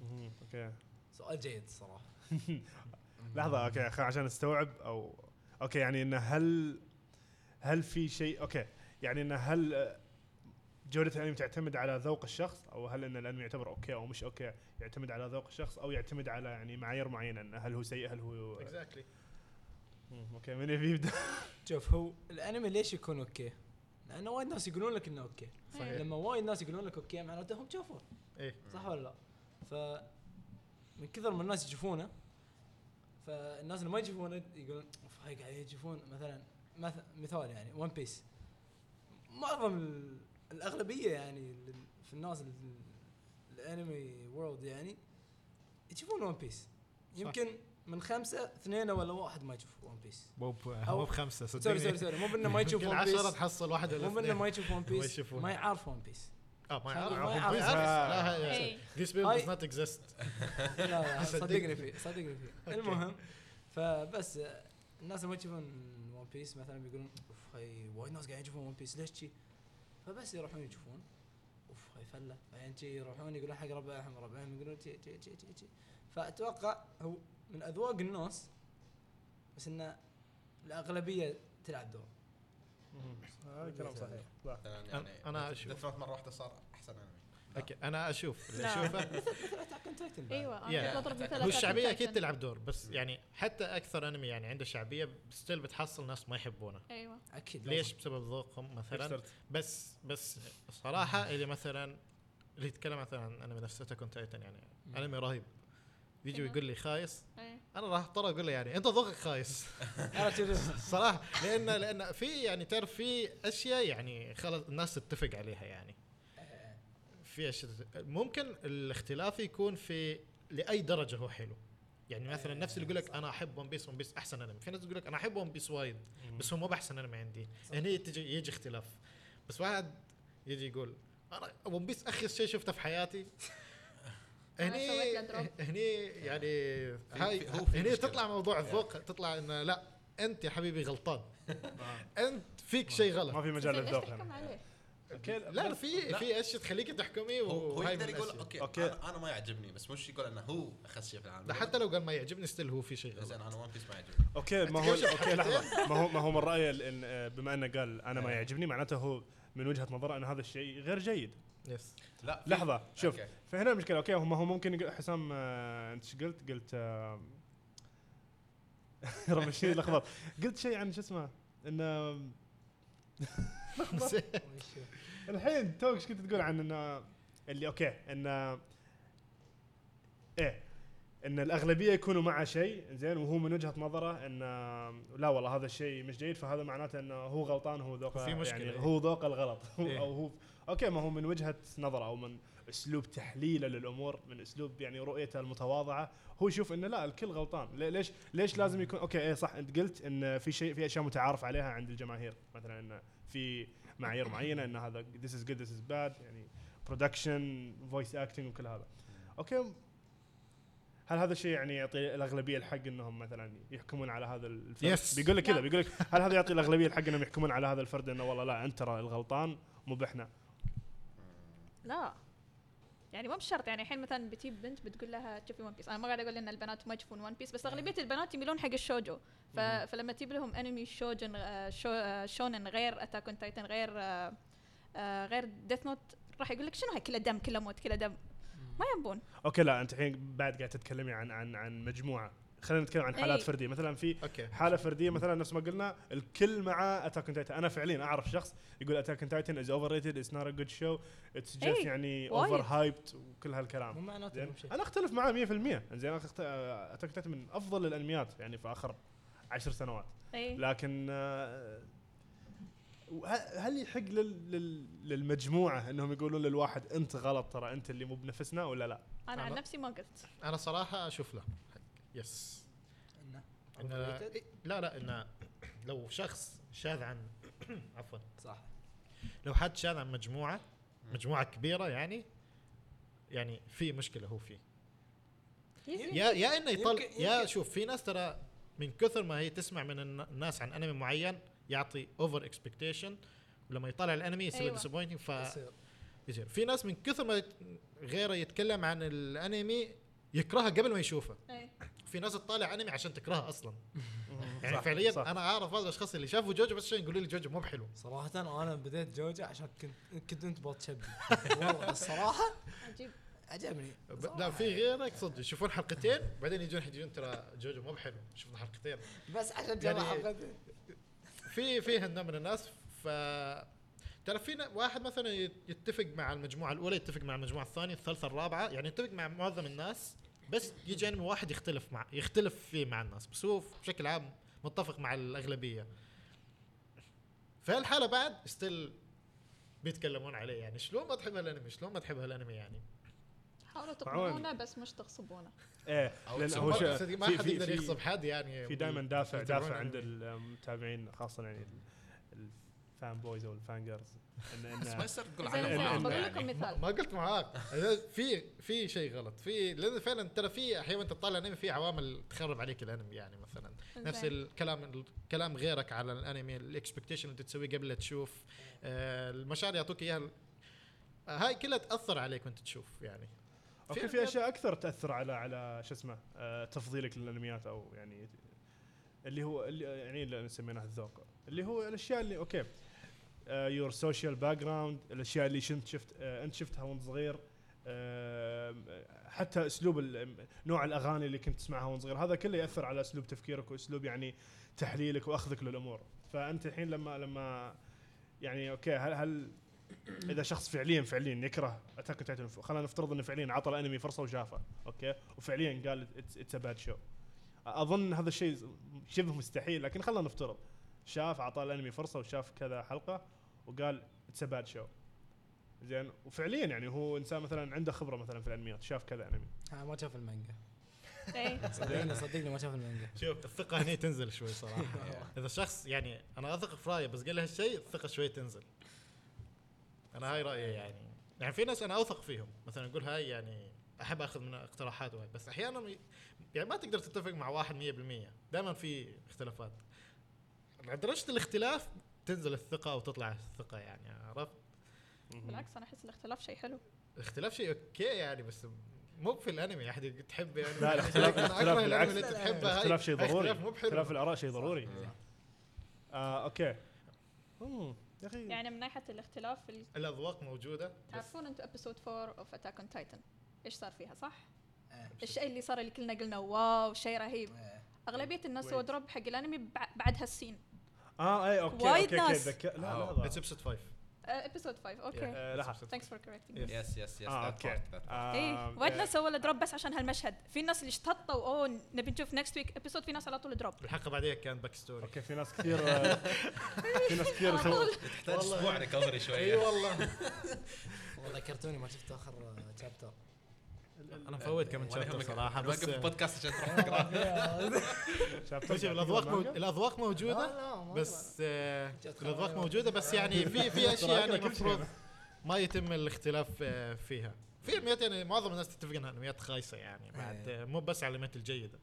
Speaker 4: مهم. اوكي
Speaker 2: سؤال جيد صراحة
Speaker 4: لحظه اوكي خ- عشان استوعب او اوكي يعني انه هل هل في شيء اوكي يعني انه هل آه، جودة الانمي تعتمد على ذوق الشخص او هل ان الانمي يعتبر اوكي او مش اوكي يعتمد على ذوق الشخص او يعتمد على يعني معايير معينه انه هل هو سيء هل هو
Speaker 1: اكزاكتلي
Speaker 4: مم، اوكي من يبي يبدا
Speaker 2: شوف هو الانمي ليش يكون اوكي؟ لانه وايد ناس يقولون لك انه اوكي
Speaker 1: صحيح.
Speaker 5: إيه.
Speaker 2: لما وايد ناس يقولون لك اوكي معناته هم شافوه
Speaker 1: ايه
Speaker 2: صح ولا لا؟ ف من كثر ما الناس يشوفونه فالناس اللي ما يشوفونه يقولون اوف هاي قاعد يشوفون مثلا مث- مثال يعني ون بيس معظم ال- الاغلبيه يعني ال- في الناس ال- الانمي وورلد يعني يشوفون ون بيس يمكن من خمسه اثنين ولا واحد ما يشوف ون بيس
Speaker 1: مو ب-
Speaker 2: أو-
Speaker 1: مو بخمسه صدقني
Speaker 2: سوري سوري سوري مو بانه ما يشوف
Speaker 1: يمكن
Speaker 2: ون
Speaker 1: عشرة
Speaker 2: بيس
Speaker 1: تحصل واحد ولا
Speaker 2: مو بانه
Speaker 1: اثنين
Speaker 2: ما يشوف ون
Speaker 1: ما
Speaker 2: بيس
Speaker 1: يشوفونه.
Speaker 2: ما يعرف ون بيس
Speaker 1: اه ما
Speaker 2: ما
Speaker 1: يعرف ما
Speaker 2: يعرف. آه.
Speaker 1: يعرف لا هي
Speaker 5: إيه.
Speaker 1: This
Speaker 2: هاي-
Speaker 1: film does not exist
Speaker 2: لا لا صدقني
Speaker 1: صدقني.
Speaker 2: فيه صدقني فيه المهم فبس آه، الناس اللي ما يشوفون ون بيس مثلا بيقولون اوف هاي وايد ناس قاعدين يشوفون ون بيس ليش شي؟ فبس يروحون يشوفون اوف هاي فله بعدين شي يروحون يقولون حق ربعهم ربعهم يقولون شي شي شي شي شي فاتوقع هو من اذواق الناس بس انه الاغلبيه تلعب دور
Speaker 4: هذا آه، كلام صحيح صح.
Speaker 3: يعني
Speaker 1: أنا أشوف.
Speaker 3: Death Note مره واحده صار يعني. احسن انمي
Speaker 1: اوكي انا اشوف اللي
Speaker 5: لا.
Speaker 1: اشوفه
Speaker 2: كنت تايتن بعد.
Speaker 5: ايوه
Speaker 1: Yeah.
Speaker 5: انا كنت بضرب مثال
Speaker 1: هو
Speaker 5: Attack on
Speaker 1: الشعبيه
Speaker 5: Titan.
Speaker 1: اكيد تلعب دور بس يعني حتى اكثر انمي يعني عنده شعبيه ستيل بتحصل ناس ما يحبونه
Speaker 5: ايوه
Speaker 2: اكيد
Speaker 1: ليش بسبب ذوقهم مثلا
Speaker 4: Kickstarter.
Speaker 1: بس بس صراحه اللي مثلا اللي يتكلم مثلا عن انمي نفسه تكون تايتن يعني
Speaker 2: مم.
Speaker 1: انمي رهيب يجي
Speaker 5: إيه.
Speaker 1: ويقول لي خايس
Speaker 5: إيه.
Speaker 1: انا راح اضطر اقول له يعني انت ذوقك خايس
Speaker 2: عرفت شو-
Speaker 1: صراحه لان لان في يعني تعرف في اشياء يعني خلاص الناس تتفق عليها يعني في اشياء تت- ممكن الاختلاف يكون في لاي درجه هو حلو يعني مثلا نفس اللي يقول لك انا احب ون بيس ون بيس احسن انمي في ناس تقول لك انا احب ون بيس وايد بس هو مو باحسن انمي عندي هني تجي يجي اختلاف بس واحد يجي يقول انا ون بيس اخيس شيء شفته في حياتي
Speaker 5: أنا
Speaker 1: هني
Speaker 5: سويت له drop.
Speaker 1: هني يعني هاي
Speaker 3: هو في
Speaker 1: هني
Speaker 3: مشكلة.
Speaker 1: تطلع موضوع الذوق تطلع انه لا انت يا حبيبي غلطان آه. انت فيك شيء غلط
Speaker 4: ما في مجال
Speaker 5: زين، ليش
Speaker 4: للذوق
Speaker 5: تحكم
Speaker 4: هنا.
Speaker 5: عليه؟
Speaker 4: اوكي
Speaker 1: لا في
Speaker 3: لا.
Speaker 1: في اشياء تخليك تحكمي
Speaker 3: هو هو
Speaker 1: وهاي
Speaker 3: يقدر
Speaker 1: من
Speaker 3: يقول
Speaker 1: الأشياء.
Speaker 3: اوكي,
Speaker 4: أوكي.
Speaker 3: أنا, انا ما يعجبني بس مش يقول انه هو اخس شيء في العالم
Speaker 1: لا حتى لو قال ما يعجبني ستيل هو في شيء
Speaker 3: زين
Speaker 1: غلط
Speaker 3: انا ون بيس ما يعجبني
Speaker 4: اوكي ما هو اوكي لحظه ما هو ما هو من رايي ال- إن، آه، بما انه قال انا ما يعجبني معناته هو من وجهه نظره ان هذا الشيء غير جيد
Speaker 1: يس
Speaker 3: لا في-
Speaker 4: لحظه شوف
Speaker 3: أوكي.
Speaker 4: فهنا المشكله اوكي هو ما هو ممكن يقول- حسام آه، انت ايش قلت؟ قلت آه، رب الشيء لخبط قلت شيء عن شو اسمه انه
Speaker 2: شو-
Speaker 4: الحين توك ايش كنت تقول عن انه اللي اوكي انه ايه ان الاغلبيه يكونوا مع شيء زين وهو من وجهه نظره ان لا والله هذا الشيء مش جيد فهذا معناته انه هو غلطان هو ذوقه
Speaker 1: وفي مشكلة،
Speaker 4: يعني
Speaker 1: إيه.
Speaker 4: هو ذوقه الغلط هو
Speaker 1: إيه.
Speaker 4: او هو اوكي ما هو من وجهه نظره او من اسلوب تحليله للامور من اسلوب يعني رؤيته المتواضعه هو يشوف انه لا الكل غلطان لي- ليش ليش لازم يكون اوكي ايه صح انت قلت ان في شيء في اشياء متعارف عليها عند الجماهير مثلا انه في معايير معينه ان هذا ذيس از جود ذيس از باد يعني برودكشن فويس اكتنج وكل هذا اوكي هل هذا الشيء يعني يعطي الاغلبيه الحق انهم مثلا يحكمون على هذا الفرد؟
Speaker 1: Yes.
Speaker 4: بيقول لك كذا
Speaker 5: لا.
Speaker 4: بيقول لك هل هذا يعطي الاغلبيه الحق انهم يحكمون على هذا الفرد انه والله لا انت ترى الغلطان مو بإحنا
Speaker 5: لا يعني مو بشرط يعني الحين مثلا بتجيب بنت بتقول لها تشوفي ون بيس انا ما قاعد اقول ان البنات ما يشوفون ون بيس بس اغلبيه البنات يميلون حق الشوجو ف... فلما تجيب لهم انمي شوجن آه، شو... آه، شونن غير اتاك اون تايتن غير آه، آه، غير ديث نوت راح يقول لك شنو هاي كله دم كله موت كله دم ما ينبون
Speaker 4: اوكي لا انت الحين بعد قاعد تتكلمي عن عن عن مجموعه خلينا نتكلم عن حالات
Speaker 5: إي.
Speaker 4: فرديه مثلا في
Speaker 1: اوكي
Speaker 4: حاله فرديه مثلا نفس ما قلنا الكل مع اتاك اون تايتن انا فعليا اعرف شخص يقول اتاك اون تايتن از اوفر ريتد اتس نوت ا جود شو اتس جاست
Speaker 5: إي،
Speaker 4: يعني
Speaker 5: وايد.
Speaker 4: اوفر هايبت وكل
Speaker 2: مو
Speaker 4: هالكلام
Speaker 2: معناته
Speaker 4: زين
Speaker 2: مو شيء
Speaker 4: انا اختلف معاه 100% زين انا أخت- اتاك اون تايتن من افضل الانميات يعني في اخر عشر سنوات
Speaker 5: اي
Speaker 4: لكن آه، وه- هل يحق لل- لل- للمجموعه انهم يقولون للواحد انت غلط ترى انت اللي مو بنفسنا ولا لا؟
Speaker 5: انا عن
Speaker 1: أنا-
Speaker 5: نفسي ما قلت
Speaker 1: انا صراحه اشوف له حق يس
Speaker 2: إنه
Speaker 1: إن
Speaker 2: overrated.
Speaker 1: إيه، لا لا انه لو شخص شاذ عن عفوا
Speaker 2: صح
Speaker 1: لو حد شاذ عن مجموعه مجموعه كبيره يعني يعني في مشكله هو فيه يا يا انه يطل
Speaker 2: إيه، يمكن-
Speaker 1: يا
Speaker 2: يمكن.
Speaker 1: شوف في ناس ترى من كثر ما هي تسمع من الن- الناس عن انمي معين يعطي اوفر اكسبكتيشن ولما يطلع الانمي يصير
Speaker 5: أيوة.
Speaker 1: ديسابوينتنج ف
Speaker 2: يصير
Speaker 1: يصير في ناس من كثر ما يت- غيره يتكلم عن الانمي يكرهه قبل ما يشوفه
Speaker 5: إيه.
Speaker 1: في ناس تطالع انمي عشان تكرهه اصلا يعني فعليا انا اعرف بعض الاشخاص اللي شافوا جوجو بس عشان يقولوا لي جوجو مو بحلو
Speaker 2: صراحة انا بديت جوجة عشان كنت كنت انت بتشبي والله الصراحة
Speaker 5: عجيب
Speaker 2: عجبني
Speaker 1: ب- لا في غيرك صدق يشوفون حلقتين بعدين يجون يجون ترى جوجو مو بحلو شفنا حلقتين
Speaker 2: بس عشان جمع
Speaker 1: يعني-
Speaker 2: حلقتين
Speaker 1: في في هالنوع من الناس ف ترى في ن- واحد مثلا يت- يتفق مع المجموعه الاولى يتفق مع المجموعه الثانيه الثالثه الرابعه يعني يتفق مع معظم الناس بس يجي انمي واحد يختلف مع يختلف فيه مع الناس بس هو بشكل عام متفق مع الاغلبيه في هالحاله بعد ستيل بيتكلمون عليه يعني شلون ما تحب هالانمي شلون ما تحب هالانمي يعني
Speaker 5: حاولوا تقنعونا بس مش تغصبونه
Speaker 4: ايه
Speaker 3: أو
Speaker 4: لأن
Speaker 3: تصير
Speaker 4: هو
Speaker 3: مرة
Speaker 4: شيء-
Speaker 1: صدق ما
Speaker 4: في-
Speaker 1: حد
Speaker 4: في-
Speaker 1: يقدر
Speaker 4: في-
Speaker 1: يغصب حد يعني
Speaker 4: في دائما دافع
Speaker 1: يعتبرون
Speaker 4: دافع عند
Speaker 1: أنمي.
Speaker 4: المتابعين خاصه يعني ال- الفان بويز او الفان جيرلز إن- إن-
Speaker 3: بس ما يصير تقول
Speaker 5: زين
Speaker 4: على
Speaker 5: زين
Speaker 4: الأقل
Speaker 5: بقول
Speaker 3: عنه
Speaker 5: لكم مثال
Speaker 1: ما قلت معاك في في شيء غلط في لان فعلا ترى في احيانا تطلع انمي في عوامل تخرب عليك الانمي يعني مثلا نفس
Speaker 5: زين.
Speaker 1: الكلام الكلام غيرك على الانمي الاكسبكتيشن اللي تسويه قبل لا تشوف آه، المشاعر اللي يعطوك اياها آه، هاي كلها تاثر عليك وانت تشوف يعني
Speaker 4: اوكي في اشياء اكثر تاثر على على شو اسمه آه، تفضيلك للانميات او يعني اللي هو اللي يعني اللي سميناه الذوق اللي هو الاشياء اللي آه، اوكي يور سوشيال باك جراوند الاشياء اللي شنت شفت آه، انت شفتها وانت صغير آم، حتى اسلوب ال- نوع الاغاني اللي كنت تسمعها وانت صغير هذا كله ياثر على اسلوب تفكيرك واسلوب يعني تحليلك واخذك للامور فانت الحين لما لما يعني اوكي هل هل اذا شخص فعليا فعليا يكره اتاك اون تايتن خلينا نفترض انه فعليا عطى الانمي فرصه وشافه اوكي وفعليا قال اتس ا باد شو اظن هذا الشيء شبه مستحيل لكن خلينا نفترض شاف عطى الانمي فرصه وشاف كذا حلقه وقال اتس ا باد شو زين وفعليا يعني هو انسان مثلا عنده خبره مثلا في الانميات شاف كذا انمي
Speaker 2: آه، ما شاف المانجا
Speaker 5: إيه.
Speaker 2: صدقني صدقني ما شاف المانجا
Speaker 1: شوف الثقه هني تنزل شوي صراحه اذا شخص يعني انا اثق في رايه بس قال لي هالشيء الثقه شوي تنزل انا هاي رايي يعني يعني في ناس انا اوثق فيهم مثلا اقول هاي يعني احب اخذ من اقتراحات وهاي بس احيانا ي- يعني ما تقدر تتفق مع واحد 100% دائما في اختلافات مع درجه الاختلاف تنزل الثقه او تطلع الثقه يعني عرفت
Speaker 5: بالعكس انا احس الاختلاف شيء حلو
Speaker 1: الاختلاف شيء اوكي يعني بس مو في الانمي احد يقول تحب يعني
Speaker 4: لا، الاختلاف-
Speaker 1: أنا
Speaker 4: الاختلاف
Speaker 1: أكره الأنمي
Speaker 4: بالعكس.
Speaker 1: اللي انت تحبه هاي-
Speaker 4: الاختلاف شيء
Speaker 1: هاي
Speaker 4: ضروري
Speaker 1: اختلاف مو بحلو
Speaker 4: اختلاف الاراء شيء ضروري
Speaker 3: صح.
Speaker 4: آه اوكي مم، يا اخي
Speaker 5: يعني من ناحيه الاختلاف ال-
Speaker 1: الاذواق موجوده
Speaker 5: تعرفون انتم ابيسود 4 اوف اتاك اون تايتن ايش صار فيها صح؟
Speaker 2: آه.
Speaker 5: الشيء اللي صار اللي كلنا قلنا واو شيء رهيب
Speaker 2: آه.
Speaker 5: اغلبيه الناس
Speaker 4: Wait.
Speaker 5: سووا دروب حق الانمي بع- بعد هالسين
Speaker 4: اه اي اوكي
Speaker 5: وايد
Speaker 4: اوكي اوكي
Speaker 5: ناس.
Speaker 4: ذكي لا
Speaker 3: آه.
Speaker 1: اتس
Speaker 4: لحظه
Speaker 1: ابسود 5
Speaker 5: ابيسود 5 اوكي
Speaker 4: آه، لحظه
Speaker 5: ثانكس فور كوركتنج
Speaker 1: Yeah. Um,
Speaker 3: يس يس يس
Speaker 1: آه،
Speaker 4: اه اوكي
Speaker 5: اي
Speaker 4: آه،
Speaker 5: إيه، وايد ناس سووا له دروب بس عشان هالمشهد في ناس اللي اشتطوا اوه نبي نشوف نكست ويك ابيسود في ناس على طول دروب
Speaker 1: الحلقه بعديها كان باك ستوري
Speaker 4: اوكي في ناس كثير آه، في ناس كثير
Speaker 5: على
Speaker 4: سووا
Speaker 5: طول
Speaker 3: تحتاج
Speaker 1: والله.
Speaker 3: اسبوع ريكفري
Speaker 1: اي
Speaker 4: أيوة.
Speaker 3: شويه
Speaker 1: والله
Speaker 2: والله كرتوني ما شفت اخر تشابتر
Speaker 1: انا مفوت كم
Speaker 3: ولا
Speaker 1: شابتر
Speaker 3: يهمك،
Speaker 1: صراحه بس
Speaker 3: نوقف
Speaker 1: شوف
Speaker 3: البودكاست عشان تروح تقرا
Speaker 4: شابتر قاعد
Speaker 1: الاذواق
Speaker 4: يقرأ
Speaker 1: مو-
Speaker 4: مانجا؟
Speaker 1: الاذواق موجوده بس آه، الاذواق موجوده بس يعني في في اشياء يعني المفروض ما يتم الاختلاف آه، فيها في انميات يعني معظم الناس تتفق انها انميات خايسه يعني بعد آه، مو بس على الانميات الجيده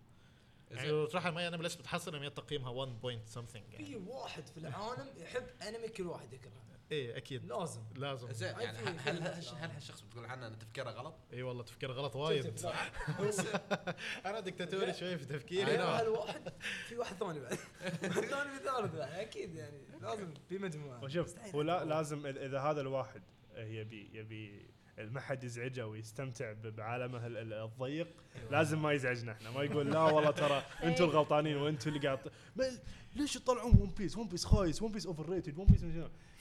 Speaker 3: إيه.
Speaker 1: يعني لو تروح على المية انا ليش بتحصل انميات تقييمها 1 بوينت سمثينج
Speaker 2: في
Speaker 1: يعني
Speaker 2: واحد في العالم يحب انمي كل واحد يكرهه
Speaker 1: ايه اكيد
Speaker 2: لازم
Speaker 1: لازم
Speaker 3: زين
Speaker 2: ما
Speaker 3: يعني
Speaker 2: في-
Speaker 3: هل هل هل هالشخص بتقول عنه ان تفكيره غلط؟
Speaker 1: اي والله تفكير غلط وايد انا دكتاتوري شوي في تفكيري
Speaker 2: ايوه
Speaker 1: لا.
Speaker 2: هالواحد في واحد ثاني بعد في ثاني في ثالث بعد اكيد يعني لازم في مجموعه
Speaker 4: وشوف هو لا لازم إذا- اذا هذا الواحد يبي يبي ما حد يزعجه ويستمتع ب- بعالمه ال- ال- الضيق لازم ما يزعجنا احنا ما يقول لا والله ترى انتم الغلطانين وانتم اللي قاعد ما- ليش تطلعون ون بيس ون بيس خايس ون بيس اوفر ريتد ون بيس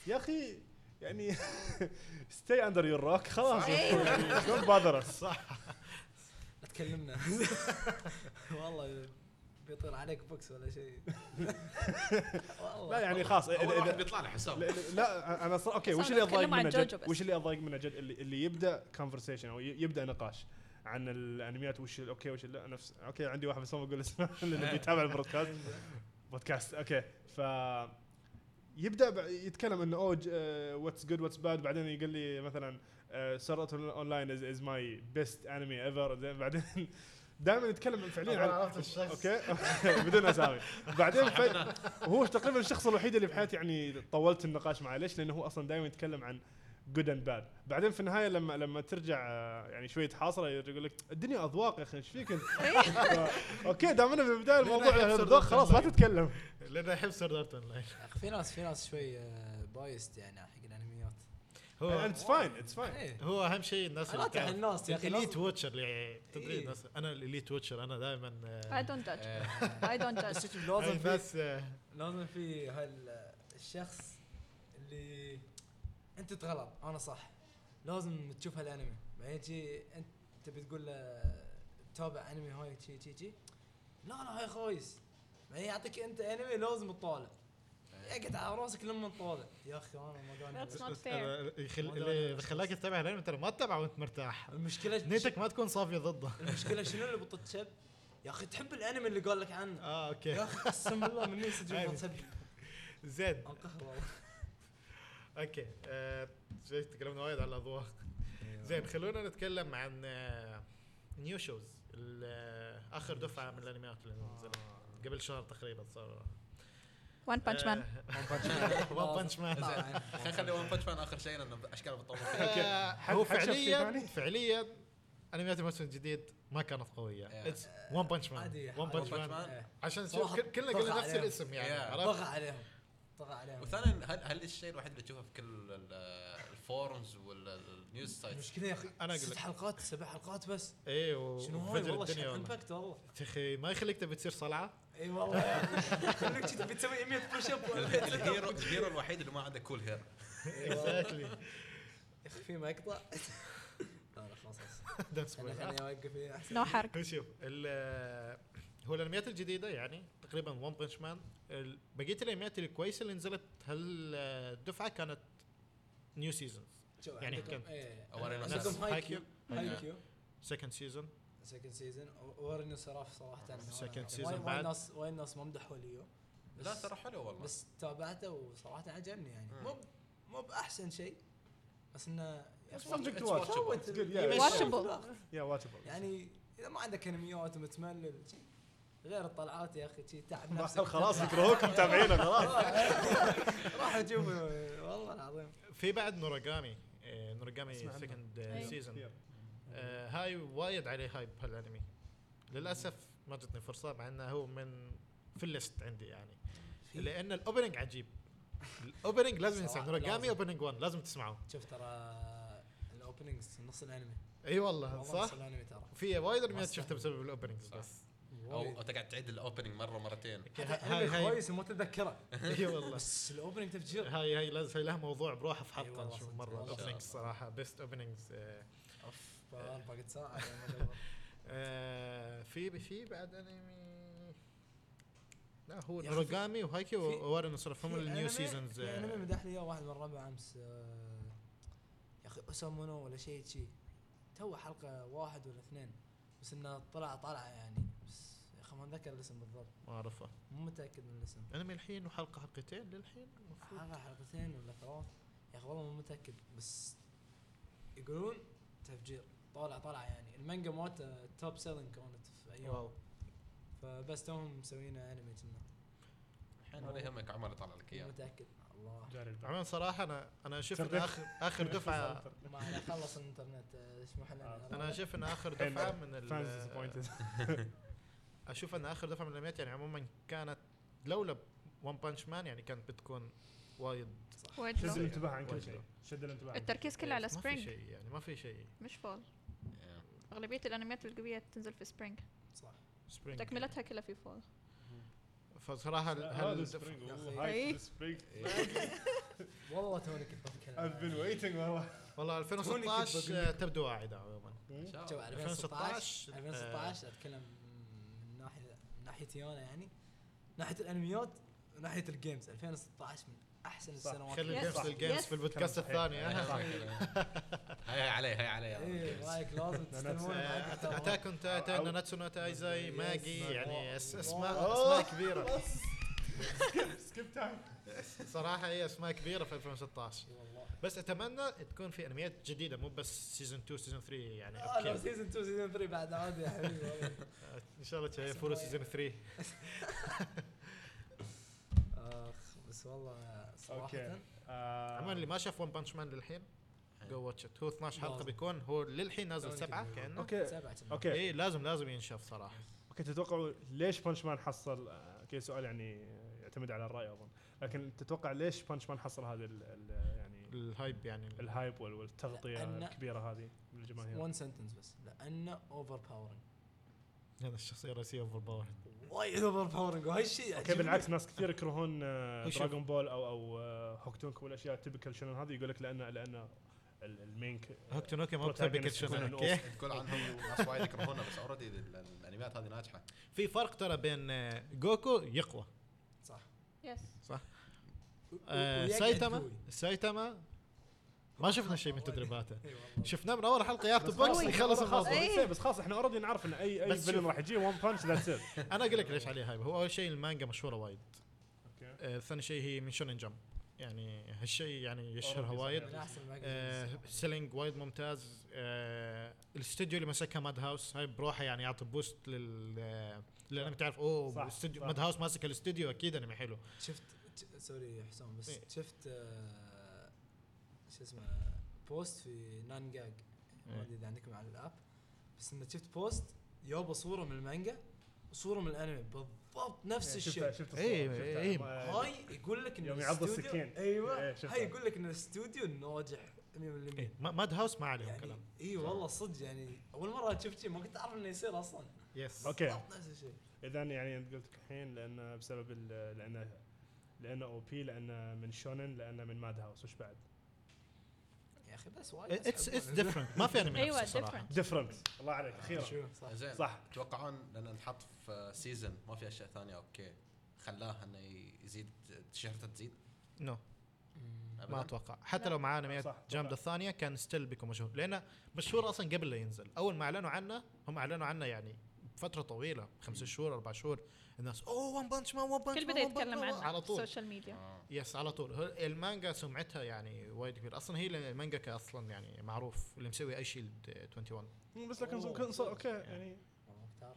Speaker 4: يا اخي يعني ستي اندر يور روك خلاص
Speaker 5: إيه.
Speaker 4: دونت باذر صح
Speaker 2: لا تكلمنا والله بيطير عليك بوكس ولا شيء والله
Speaker 4: لا يعني خلاص إذا-
Speaker 3: اول
Speaker 4: إذا-
Speaker 3: واحد بيطلع له حساب
Speaker 4: لا- لا- لا انا صار اوكي
Speaker 5: بس
Speaker 4: وش
Speaker 5: أنا
Speaker 4: اللي
Speaker 5: بتكلم
Speaker 4: اضايق
Speaker 5: عن
Speaker 4: منه
Speaker 5: جوجو
Speaker 4: جد
Speaker 5: بس.
Speaker 4: وش اللي اضايق منه جد اللي, اللي يبدا كونفرسيشن او ي- يبدا نقاش عن الانميات وش ال- اوكي وش لا نفس اوكي عندي واحد بس ما بقول اسمه اللي بيتابع البودكاست بودكاست اوكي ف يبدا ب- يتكلم "Oh، انه اوه واتس جود واتس باد بعدين يقول لي "Uh، مثلا سرت اونلاين از ماي بيست انمي ايفر بعدين دائما يتكلم فعليا
Speaker 1: أنا
Speaker 4: عن
Speaker 1: عرفت الشخص
Speaker 4: اوكي بدون اسامي بعدين ف... هو تقريبا الشخص الوحيد اللي بحياتي يعني طولت النقاش معاه ليش؟ لانه هو اصلا دائما يتكلم عن جود اند باد بعدين في النهايه لما لما ترجع آه، يعني شويه حاصره يقول لك الدنيا اذواق يا اخي ايش فيك انت؟ ف- اوكي دام انا في البدايه الموضوع
Speaker 1: لأن أحب
Speaker 4: اذواق خلاص ما
Speaker 1: سرداب.
Speaker 4: تتكلم
Speaker 1: لانه يحب سورد ارت اون لاين
Speaker 2: اخي في ناس في ناس شوي بايست يعني حق الانميات
Speaker 1: هو
Speaker 4: اتس فاين اتس فاين
Speaker 2: إيه.
Speaker 1: هو اهم شيء الناس
Speaker 2: لا تحل الناس يا اخي
Speaker 1: الاليت
Speaker 2: الناس-
Speaker 1: ووتشر اللي يعني، تدري
Speaker 2: إيه.
Speaker 1: الناس انا الاليت ووتشر انا دائما
Speaker 5: اي دونت جادج اي دونت
Speaker 2: آه، بس
Speaker 5: جادج
Speaker 2: شوف لازم في
Speaker 1: بس آه،
Speaker 2: لازم في هال- الشخص اللي انت تغلط انا صح لازم تشوف هالانمي بعدين شي انت تبي تقول له تابع انمي هاي شي شي شي لا لا هاي خايس بعدين يعطيك انت انمي لازم تطالع اقعد على راسك لما تطالع يا اخي انا ما قاعد
Speaker 5: That's not
Speaker 1: بس-
Speaker 5: fair.
Speaker 1: آه، يخل-
Speaker 2: ما
Speaker 1: اللي
Speaker 2: دام-
Speaker 1: خلاك تتابع الانمي ترى ما تتابعه وانت مرتاح
Speaker 2: المشكله
Speaker 1: نيتك ما تكون صافيه ضده
Speaker 2: المشكله شنو اللي بتتشب يا اخي تحب الانمي اللي قال لك عنه
Speaker 1: اه
Speaker 2: يا
Speaker 1: اوكي
Speaker 2: اخي قسم بالله مني صدق
Speaker 1: أيوه.
Speaker 2: بتتشب
Speaker 1: زين
Speaker 2: انقهر والله
Speaker 1: اوكي آه، شوي تكلمنا وايد على الاذواق
Speaker 2: آه.
Speaker 1: زين خلونا نتكلم عن آه، نيو شوز اخر دفعه آه، من الانميات اللي نزلت قبل شهر تقريبا صار آه،
Speaker 5: وان بانش مان
Speaker 1: ون بانش مان
Speaker 2: طبعاً.
Speaker 3: خلينا نخلي ون بانش مان اخر شيء لان اشكاله بتطول
Speaker 1: آه،
Speaker 4: حد-
Speaker 1: هو
Speaker 4: حد شاف شيء
Speaker 1: فعليا
Speaker 4: ثاني؟
Speaker 1: فعليا انميات الموسم الجديد ما كانت قويه
Speaker 3: Yeah.
Speaker 1: اتس
Speaker 2: آه،
Speaker 1: ون بانش
Speaker 2: عادي،
Speaker 1: مان ون
Speaker 2: عادي.
Speaker 1: بانش
Speaker 3: One Punch
Speaker 1: مان
Speaker 3: Man.
Speaker 2: إيه.
Speaker 1: عشان
Speaker 2: صراحة
Speaker 1: شوف كل- كلنا
Speaker 2: طغى
Speaker 1: قلنا نفس
Speaker 2: عليهم.
Speaker 1: الاسم يعني
Speaker 3: Yeah.
Speaker 1: عرفت
Speaker 2: طغى عليهم طغى عليهم
Speaker 3: وثانيا هل هل الشيء الوحيد اللي تشوفه في كل ال- الفورمز والنيوز سايتس
Speaker 2: يعني المشكلة يا اخي
Speaker 1: أنا
Speaker 2: انا
Speaker 1: أقول
Speaker 2: ست
Speaker 1: لك.
Speaker 2: حلقات سبع حلقات بس
Speaker 1: اي
Speaker 2: شنو هاي
Speaker 1: وفجر
Speaker 2: والله شحن
Speaker 1: إيه، الدنيا والله.
Speaker 2: امباكت والله
Speaker 1: يا اخي ما يخليك تبي تصير صلعه
Speaker 2: اي والله يا أخي. خليك كذا بتسوي 100 بوش اب
Speaker 3: الهيرو الهيرو الوحيد اللي ما عنده كول هير
Speaker 1: اكزاكتلي
Speaker 2: يا اخي في مقطع لا لا خلاص خلاص.
Speaker 1: دنس
Speaker 2: انا خليني اوقف هنا احسن
Speaker 5: نو حرق
Speaker 1: شوف ال- هو الانميات الجديده يعني تقريبا ون بنش مان بقيه الانميات الكويسه اللي نزلت هالدفعه كانت نيو سيزونز
Speaker 2: شوف
Speaker 1: يعني
Speaker 2: عندكم-
Speaker 1: كم؟
Speaker 2: إيه.
Speaker 3: أورينا
Speaker 2: عندكم هاي كيو هاي
Speaker 1: هايكيو
Speaker 2: كيو
Speaker 1: سكند سيزون
Speaker 2: سكند سيزون ورني صراف صراحه أنا-
Speaker 1: Second
Speaker 2: وايد-
Speaker 1: season
Speaker 2: وايد
Speaker 1: بعد.
Speaker 2: ناس وايد ناس ممدحوا ليو
Speaker 3: لا ترى حلو والله
Speaker 2: بس تابعته وصراحه عجبني يعني
Speaker 3: مم.
Speaker 2: مو ب- مو باحسن شيء بس انه
Speaker 4: Subject to
Speaker 3: watch.
Speaker 2: شوت
Speaker 4: It's good, yeah.
Speaker 2: ال-
Speaker 5: Watchable.
Speaker 4: يا واتشبل
Speaker 2: يعني اذا ما عندك انميات ومتملل شي، غير الطلعات يا اخي شي تعب نفسك
Speaker 4: خلاص يكرهوك متابعينه خلاص
Speaker 2: راح اشوف والله العظيم
Speaker 1: في بعد نوراغامي آه، نوراغامي
Speaker 4: اسمع عنه.
Speaker 1: سكند
Speaker 5: أي.
Speaker 4: أيوه.
Speaker 1: سيزون آه، هاي وايد عليه هايب هالانمي للاسف ما جتني فرصه مع انه هو من في الليست عندي يعني لان الاوبننج عجيب الاوبننج لازم ينسمع
Speaker 2: صراحة
Speaker 1: نوراغامي
Speaker 2: لازم.
Speaker 1: اوبننج 1 لازم تسمعه
Speaker 2: شوف ترى الاوبننجز نص الانمي
Speaker 1: اي
Speaker 2: والله
Speaker 1: والله
Speaker 2: نص
Speaker 1: صح
Speaker 2: الانمي ترى
Speaker 1: في وايد انميات
Speaker 2: مصلحة.
Speaker 1: شفتها بسبب الاوبننجز
Speaker 3: صح.
Speaker 1: بس
Speaker 3: او أو تقعد تعيد الاوبننج مره مرتين
Speaker 1: هاي
Speaker 2: هاي
Speaker 1: هاي
Speaker 2: كويس وما تتذكره
Speaker 1: اي والله
Speaker 2: بس الاوبننج تفجير
Speaker 1: هاي هاي لازم هاي لها موضوع بروحه في
Speaker 2: أي
Speaker 1: حلقه
Speaker 2: والله
Speaker 1: نشوف
Speaker 2: صدق.
Speaker 1: مره
Speaker 2: والله.
Speaker 1: الاوبننجز الصراحه بيست اوبننجز
Speaker 2: اوف بقى- باقت ساعه على ما أدور.
Speaker 1: آه، في في بعد انمي لا هو
Speaker 2: يا أخي في-
Speaker 1: نوراغامي وهايكي
Speaker 2: في-
Speaker 1: وورن صرف هم
Speaker 2: في
Speaker 1: النيو
Speaker 2: أنمي-
Speaker 1: سيزونز آه،
Speaker 2: في انمي مدح لي اياه واحد من الربع امس آه، يا اخي اسامونو ولا شيء شي تو حلقه واحد ولا اثنين بس انه طلع طلعه يعني بس يا اخي ما اتذكر الاسم بالضبط
Speaker 1: ما اعرفه
Speaker 2: مو متاكد من الاسم
Speaker 1: انمي الحين وحلقه حلقتين للحين المفروض
Speaker 2: حلقه حلقتين ولا ثلاث يا اخي والله مو متاكد بس يقولون تفجير طالع طالع يعني المانجا مالته توب سيلينج كانت في ايام
Speaker 1: واو
Speaker 2: فبس توهم مسويين انمي كنا
Speaker 3: الحين ولا يهمك عمر يطلع لك
Speaker 2: مو
Speaker 3: اياه
Speaker 2: متاكد الله
Speaker 1: عموما صراحه انا انا اشوف إن
Speaker 4: تردد.
Speaker 1: اخر اخر دفعه
Speaker 2: ما عليه خلص الانترنت آه، ايش مو
Speaker 4: آه.
Speaker 2: حلنا
Speaker 1: انا اشوف ان اخر
Speaker 4: حلو.
Speaker 1: دفعه من ال-
Speaker 4: فانز ديسابوينتد
Speaker 1: اشوف ان اخر دفعه من الانميات يعني عموما كانت لولا ون بانش مان يعني كانت بتكون وايد
Speaker 5: وايد
Speaker 4: شد
Speaker 5: لو.
Speaker 4: الانتباه عن كل شيء شد الانتباه عن كل شيء.
Speaker 5: التركيز كله على
Speaker 1: ما في
Speaker 5: سبرينج
Speaker 1: شيء يعني ما في شيء
Speaker 5: مش فول اغلبيه الانميات القويه تنزل في سبرينج
Speaker 2: صح
Speaker 1: سبرينج
Speaker 5: تكملتها كلها في فول
Speaker 1: فصراحه ال-
Speaker 4: هذا
Speaker 1: هالدف-
Speaker 4: سبرينج
Speaker 2: يا أخي.
Speaker 5: إيه.
Speaker 4: هاي سبرينج
Speaker 2: والله توني كنت بتكلم
Speaker 4: I've been waiting والله
Speaker 1: والله
Speaker 2: توني
Speaker 1: 2016
Speaker 2: كنت
Speaker 1: آه، تبدو واعده عموما
Speaker 2: شوف
Speaker 1: 2016
Speaker 2: 2016 2016 اتكلم من ناحيه من ناحيتي انا يعني ناحيه الانميات وناحيه الجيمز 2016 من احسن
Speaker 4: صح.
Speaker 2: السنوات
Speaker 1: خلي
Speaker 5: Yes.
Speaker 1: الجيمز للجيمز
Speaker 5: Yes.
Speaker 1: في البودكاست
Speaker 4: كلام صحيح.
Speaker 1: الثاني
Speaker 2: إيه.
Speaker 1: آه.
Speaker 3: هاي عليه هاي عليه
Speaker 1: إيه،
Speaker 2: ايه رايك لازم تستلمون معاك
Speaker 1: آه، اتاك اون تايتن ناتسو نو تايزاي
Speaker 2: Yes.
Speaker 1: ماجي يعني
Speaker 2: Wow.
Speaker 1: أس- اسماء
Speaker 4: Wow.
Speaker 1: اسماء كبيره
Speaker 4: سكيب تايم
Speaker 1: صراحه هي اسماء كبيره في 2016
Speaker 2: والله
Speaker 1: بس اتمنى تكون في انميات جديده مو بس سيزون 2 سيزون 3 يعني
Speaker 2: آه، لو
Speaker 1: اوكي
Speaker 2: سيزون 2 سيزون 3 بعد عادي يا حبيبي والله.
Speaker 1: آه، ان شاء الله تشوف فور سيزون 3
Speaker 2: اخ بس والله صراحه
Speaker 4: أوكي. Uh,
Speaker 2: آه.
Speaker 1: عموما اللي ما شاف ون بانش مان للحين جو واتش ات هو 12 حلقه
Speaker 2: لازم.
Speaker 1: بيكون هو للحين نازل
Speaker 2: لازم
Speaker 1: سبعه
Speaker 2: كده.
Speaker 1: كانه
Speaker 4: اوكي
Speaker 2: سبعة سبعة.
Speaker 4: اوكي
Speaker 1: اي لازم لازم ينشاف صراحه
Speaker 4: اوكي تتوقعوا ليش بانش مان حصل آه، اوكي سؤال يعني يعتمد على الراي اظن لكن تتوقع ليش بانش مان حصل هذا ال- ال- يعني
Speaker 1: الهايب يعني
Speaker 4: الهايب وال- والتغطيه
Speaker 2: لأن-
Speaker 4: الكبيره هذه من الجماهير
Speaker 2: ون سنتنس بس لانه اوفر باورنج
Speaker 1: هذا الشخصيه الرئيسيه اوفر باور
Speaker 2: وايد اوفر باورنج وهاي الشيء
Speaker 4: اوكي
Speaker 2: يعجبني.
Speaker 4: بالعكس ناس كثير يكرهون آه،
Speaker 1: وش-
Speaker 4: دراغون بول او او آه، هوكتونكو والاشياء التبكال شنن هذه يقول لك لانه لانه ال- المين ك-
Speaker 1: هوكتونوكي ما
Speaker 4: protagonist
Speaker 1: بتبي كل
Speaker 4: يكون
Speaker 1: شيء
Speaker 4: من
Speaker 1: اوكي
Speaker 3: تقول عنهم ناس وايد يكرهونا بس اوريدي الانميات هذه ناجحه
Speaker 1: في فرق ترى بين آه، جوكو يقوى
Speaker 2: صح
Speaker 5: يس
Speaker 2: و- و-
Speaker 1: آه،
Speaker 2: ويقعد
Speaker 1: سايتاما
Speaker 2: قوي.
Speaker 1: سايتاما ما شفنا شيء من تدريباته
Speaker 2: إي إيه، والله.
Speaker 1: شفناه من اول حلقه ياخذ بوكس يخلص
Speaker 4: خلاص
Speaker 1: الموضوع
Speaker 5: إيه.
Speaker 4: إيه، بس خلاص احنا اوريدي نعرف ان اي اي
Speaker 1: بس شوف.
Speaker 4: فيلم راح يجي ون بانش ذاتس ات
Speaker 1: انا اقول لك ليش عليه هايب هو اول شيء المانجا مشهوره وايد
Speaker 4: اوكي
Speaker 1: آه، ثاني شيء هي من شونن جمب يعني هالشيء يعني يشهرها
Speaker 4: أوروبي
Speaker 1: وايد
Speaker 4: صحيح.
Speaker 2: من احسن
Speaker 1: آه
Speaker 2: الماجازين.
Speaker 1: سيلينج وايد ممتاز آه الاستوديو اللي مسكها ماد هاوس هاي بروحه يعني يعطي بوست لل آه، لانك تعرف اوه
Speaker 4: صح،
Speaker 1: استوديو
Speaker 4: صح.
Speaker 1: ماد هاوس ماسك الاستوديو اكيد انمي حلو
Speaker 2: شفت ش- سوري يا حسام بس
Speaker 1: إيه.
Speaker 2: شفت آه، شو اسمه بوست في نان جاج ما
Speaker 1: إيه.
Speaker 2: ادري اذا عندكم على الاب بس انه شفت بوست يابا صوره من المانجا وصوره من الانمي بالضبط نفس الشيء
Speaker 4: شفت
Speaker 1: إيه،
Speaker 4: الصورة، شفتها.
Speaker 1: إيه.
Speaker 4: ما-
Speaker 2: هاي يقول لك ان
Speaker 4: يوم يعض
Speaker 2: الاستوديو-
Speaker 4: السكين. إيه،
Speaker 2: ايوه
Speaker 4: شفتها.
Speaker 2: هاي يقول لك ان الاستوديو ناجح 100%
Speaker 1: إيه، ما- ماد هاوس ما عليهم
Speaker 2: يعني
Speaker 1: كلام
Speaker 2: اي والله صدق يعني اول مره شفت شيء ما كنت اعرف انه يصير اصلا
Speaker 1: يس
Speaker 4: اوكي
Speaker 2: بالضبط نفس الشيء
Speaker 4: اذا يعني انت قلت الحين لانه بسبب ال- لانه لانه او بي لانه من شونن لانه من ماد هاوس وش بعد؟
Speaker 2: يا اخي بس وايد
Speaker 1: اتس
Speaker 2: أسحب
Speaker 1: اتس
Speaker 2: على-
Speaker 1: ديفرنت ما في انمي
Speaker 5: ايوه
Speaker 1: نفسه صراحه
Speaker 5: ديفرنت
Speaker 4: ديفرنت الله عليك اخيرا
Speaker 2: شو صح
Speaker 3: زين
Speaker 4: صح.
Speaker 3: تتوقعون لان نحط في سيزون ما في اشياء ثانيه اوكي خلاه انه يزيد شهرته تزيد
Speaker 1: نو
Speaker 3: أبداً؟
Speaker 1: ما اتوقع حتى لو معاه انميات
Speaker 4: صح، صح.
Speaker 1: جامده ثانيه كان ستيل بيكون مشهور لانه مشهور اصلا قبل لا ينزل اول ما اعلنوا عنه هم اعلنوا عنه يعني فترة طويلة خمسة شهور أربع شهور الناس اوه ون بانش مان ون بانش
Speaker 5: كل بدا يتكلم عنه
Speaker 1: على طول
Speaker 5: السوشيال ميديا
Speaker 3: آه.
Speaker 1: يس على طول هو المانجا سمعتها يعني وايد كبير اصلا هي المانجا اصلا يعني معروف اللي مسوي اي شيلد 21
Speaker 4: مم، بس لكن
Speaker 2: أوه.
Speaker 4: كان صار- اوكي يعني
Speaker 2: والله مختار.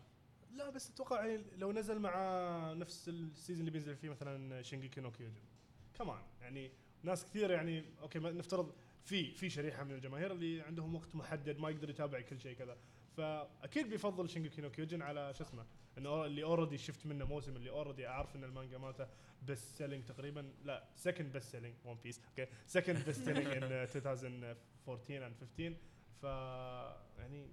Speaker 4: لا بس اتوقع يعني لو نزل مع نفس السيزون اللي بينزل فيه مثلا شينجيكي نو كيوجو كمان يعني ناس كثير يعني اوكي ما- نفترض في في شريحه من الجماهير اللي عندهم وقت محدد ما يقدر يتابع كل شيء كذا فاكيد بيفضل شينجيكي نو كيوجن على شو اسمه انه أور- اللي اوريدي شفت منه موسم اللي اوريدي اعرف ان المانجا مالته بيست سيلينج تقريبا لا سكند بيست سيلينج ون بيس اوكي سكند بيست سيلينج ان 2014 اند 15 ف يعني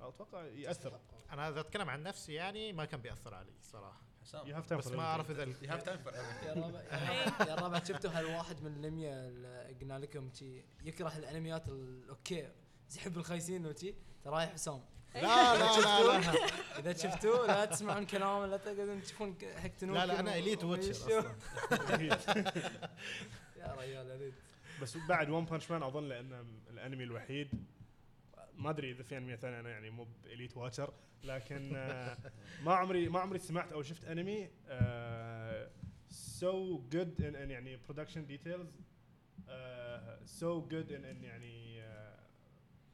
Speaker 4: اتوقع ياثر
Speaker 1: انا اذا اتكلم عن نفسي يعني ما كان بياثر علي صراحة
Speaker 4: يو
Speaker 3: حسام
Speaker 4: هاف
Speaker 1: بس ما اعرف اذا ال-
Speaker 3: يو هاف تايم فور
Speaker 2: يا ربع يا ربع- يا ربع شفتوا هالواحد من الانميا اللي قلنا لكم شي يكره الانميات ال- اوكي بس يحب الخايسين وشي ترى يا حسام
Speaker 5: إيه.
Speaker 1: لا لا لا لا
Speaker 2: اذا شفتوه لا تسمعون كلامه لا تقعدون تشوفون ك- حق تنوكي
Speaker 1: لا لا انا اليت ويتشر اصلا
Speaker 2: يا ريال اليت
Speaker 4: بس بعد ون بانش مان اظن لانه الانمي الوحيد ما ادري اذا في انمي ثاني انا يعني مو باليت واتشر لكن آه، ما عمري ما عمري سمعت او شفت آه، انمي سو جود ان ان يعني آه، برودكشن ديتيلز سو جود ان ان يعني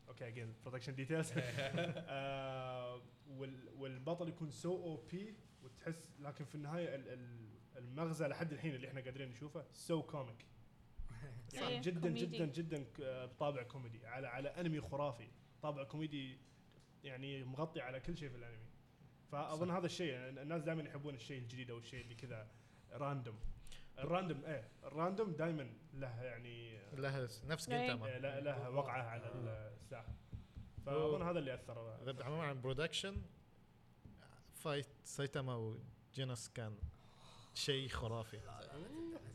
Speaker 4: اوكي اجين برودكشن ديتيلز آه، والبطل يكون سو او بي وتحس لكن في النهايه ال- ال- المغزى لحد الحين اللي احنا قادرين نشوفه سو كوميك يعني
Speaker 5: إيه،
Speaker 4: جدا
Speaker 5: كوميدي.
Speaker 4: جدا جدا ك- آه، بطابع كوميدي على على انمي خرافي طابع كوميدي يعني مغطي على كل شيء في الانمي فاظن هذا الشيء يعني الناس دائما يحبون الشيء الجديد او الشيء اللي كذا راندوم الراندوم ايه الراندوم دائما له يعني آه،
Speaker 1: لها نفس
Speaker 2: نعم.
Speaker 5: إيه.
Speaker 1: جنتاما
Speaker 4: آه، له له وقعه على ال- الساحه فاظن هذا اللي اثر
Speaker 1: اذا بتعمم عن برودكشن فايت سايتاما وجينس كان شيء خرافي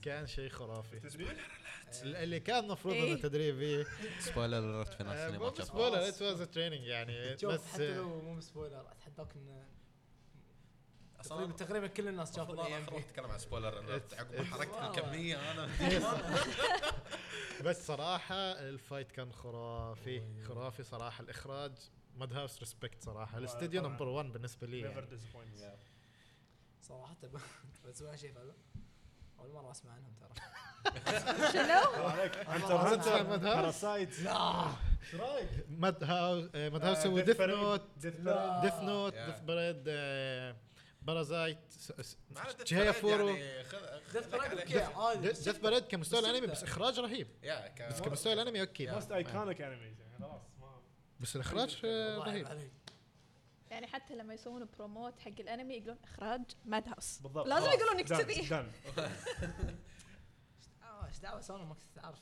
Speaker 1: كان شيء خرافي اللي كان المفروض
Speaker 5: إيه.
Speaker 1: انه تدريب فيه
Speaker 3: سبويلر الرت في ناس اللي ما
Speaker 1: بس
Speaker 3: شافوها
Speaker 1: سبويلر ات واز تريننج يعني
Speaker 2: شوف
Speaker 1: بس
Speaker 2: حتى لو مو سبويلر اتحداك ان تقريبا
Speaker 3: اصلا
Speaker 2: تقريبا كل الناس شافوا
Speaker 3: المفروض أنا آخر
Speaker 2: الأيام
Speaker 3: واحد اتكلم عن سبويلر الرت
Speaker 1: It's-
Speaker 3: عقب ما
Speaker 1: it's-
Speaker 3: حركت يعني
Speaker 2: والله.
Speaker 3: الكميه انا
Speaker 1: بس صراحة الفايت كان خرافي
Speaker 2: أوه.
Speaker 1: خرافي صراحة الإخراج ماد هاوس ريسبكت صراحة
Speaker 4: طبعاً،
Speaker 1: الاستديو
Speaker 4: طبعاً.
Speaker 1: نمبر 1 بالنسبة لي
Speaker 4: نيفر
Speaker 1: يعني.
Speaker 4: ديسابوينتس
Speaker 2: صراحه ب- بسمع شيء فعلا اول مره اسمع عنهم ترى
Speaker 5: شنو؟
Speaker 4: هنتر
Speaker 2: أنا
Speaker 1: أسمع
Speaker 4: هنتر
Speaker 1: ماد هاوس
Speaker 4: باراسايت
Speaker 2: لا
Speaker 4: ايش رايك؟ Uh, آه،
Speaker 1: ماد هاوس آه، ماد هاوس وديث نوت
Speaker 4: ديث
Speaker 1: ديث نوت
Speaker 3: Yeah.
Speaker 1: ديث بريد بارازايت
Speaker 3: مع إن Death
Speaker 1: جاي
Speaker 3: Parade
Speaker 1: فورو.
Speaker 3: يعني خذ خذ لك عليه.
Speaker 2: اوكي عادي
Speaker 1: ديث باريد كمستوى
Speaker 2: بس
Speaker 1: الانمي
Speaker 2: شفته.
Speaker 1: بس اخراج رهيب
Speaker 3: يا كان
Speaker 1: بس كمستوى الانمي اوكي
Speaker 4: موست ايكونيك انميز يعني خلاص ما
Speaker 1: بس الاخراج آه،
Speaker 2: الله
Speaker 1: رهيب
Speaker 2: عليك.
Speaker 5: يعني حتى لما يسوون بروموت حق الانمي يقولون اخراج ماد هاوس
Speaker 4: بالضبط
Speaker 5: لازم
Speaker 4: خلاص.
Speaker 5: يقولون
Speaker 4: done،
Speaker 5: كذي
Speaker 4: done.
Speaker 2: آه، ايش دعوه سونو ما كنت تعرف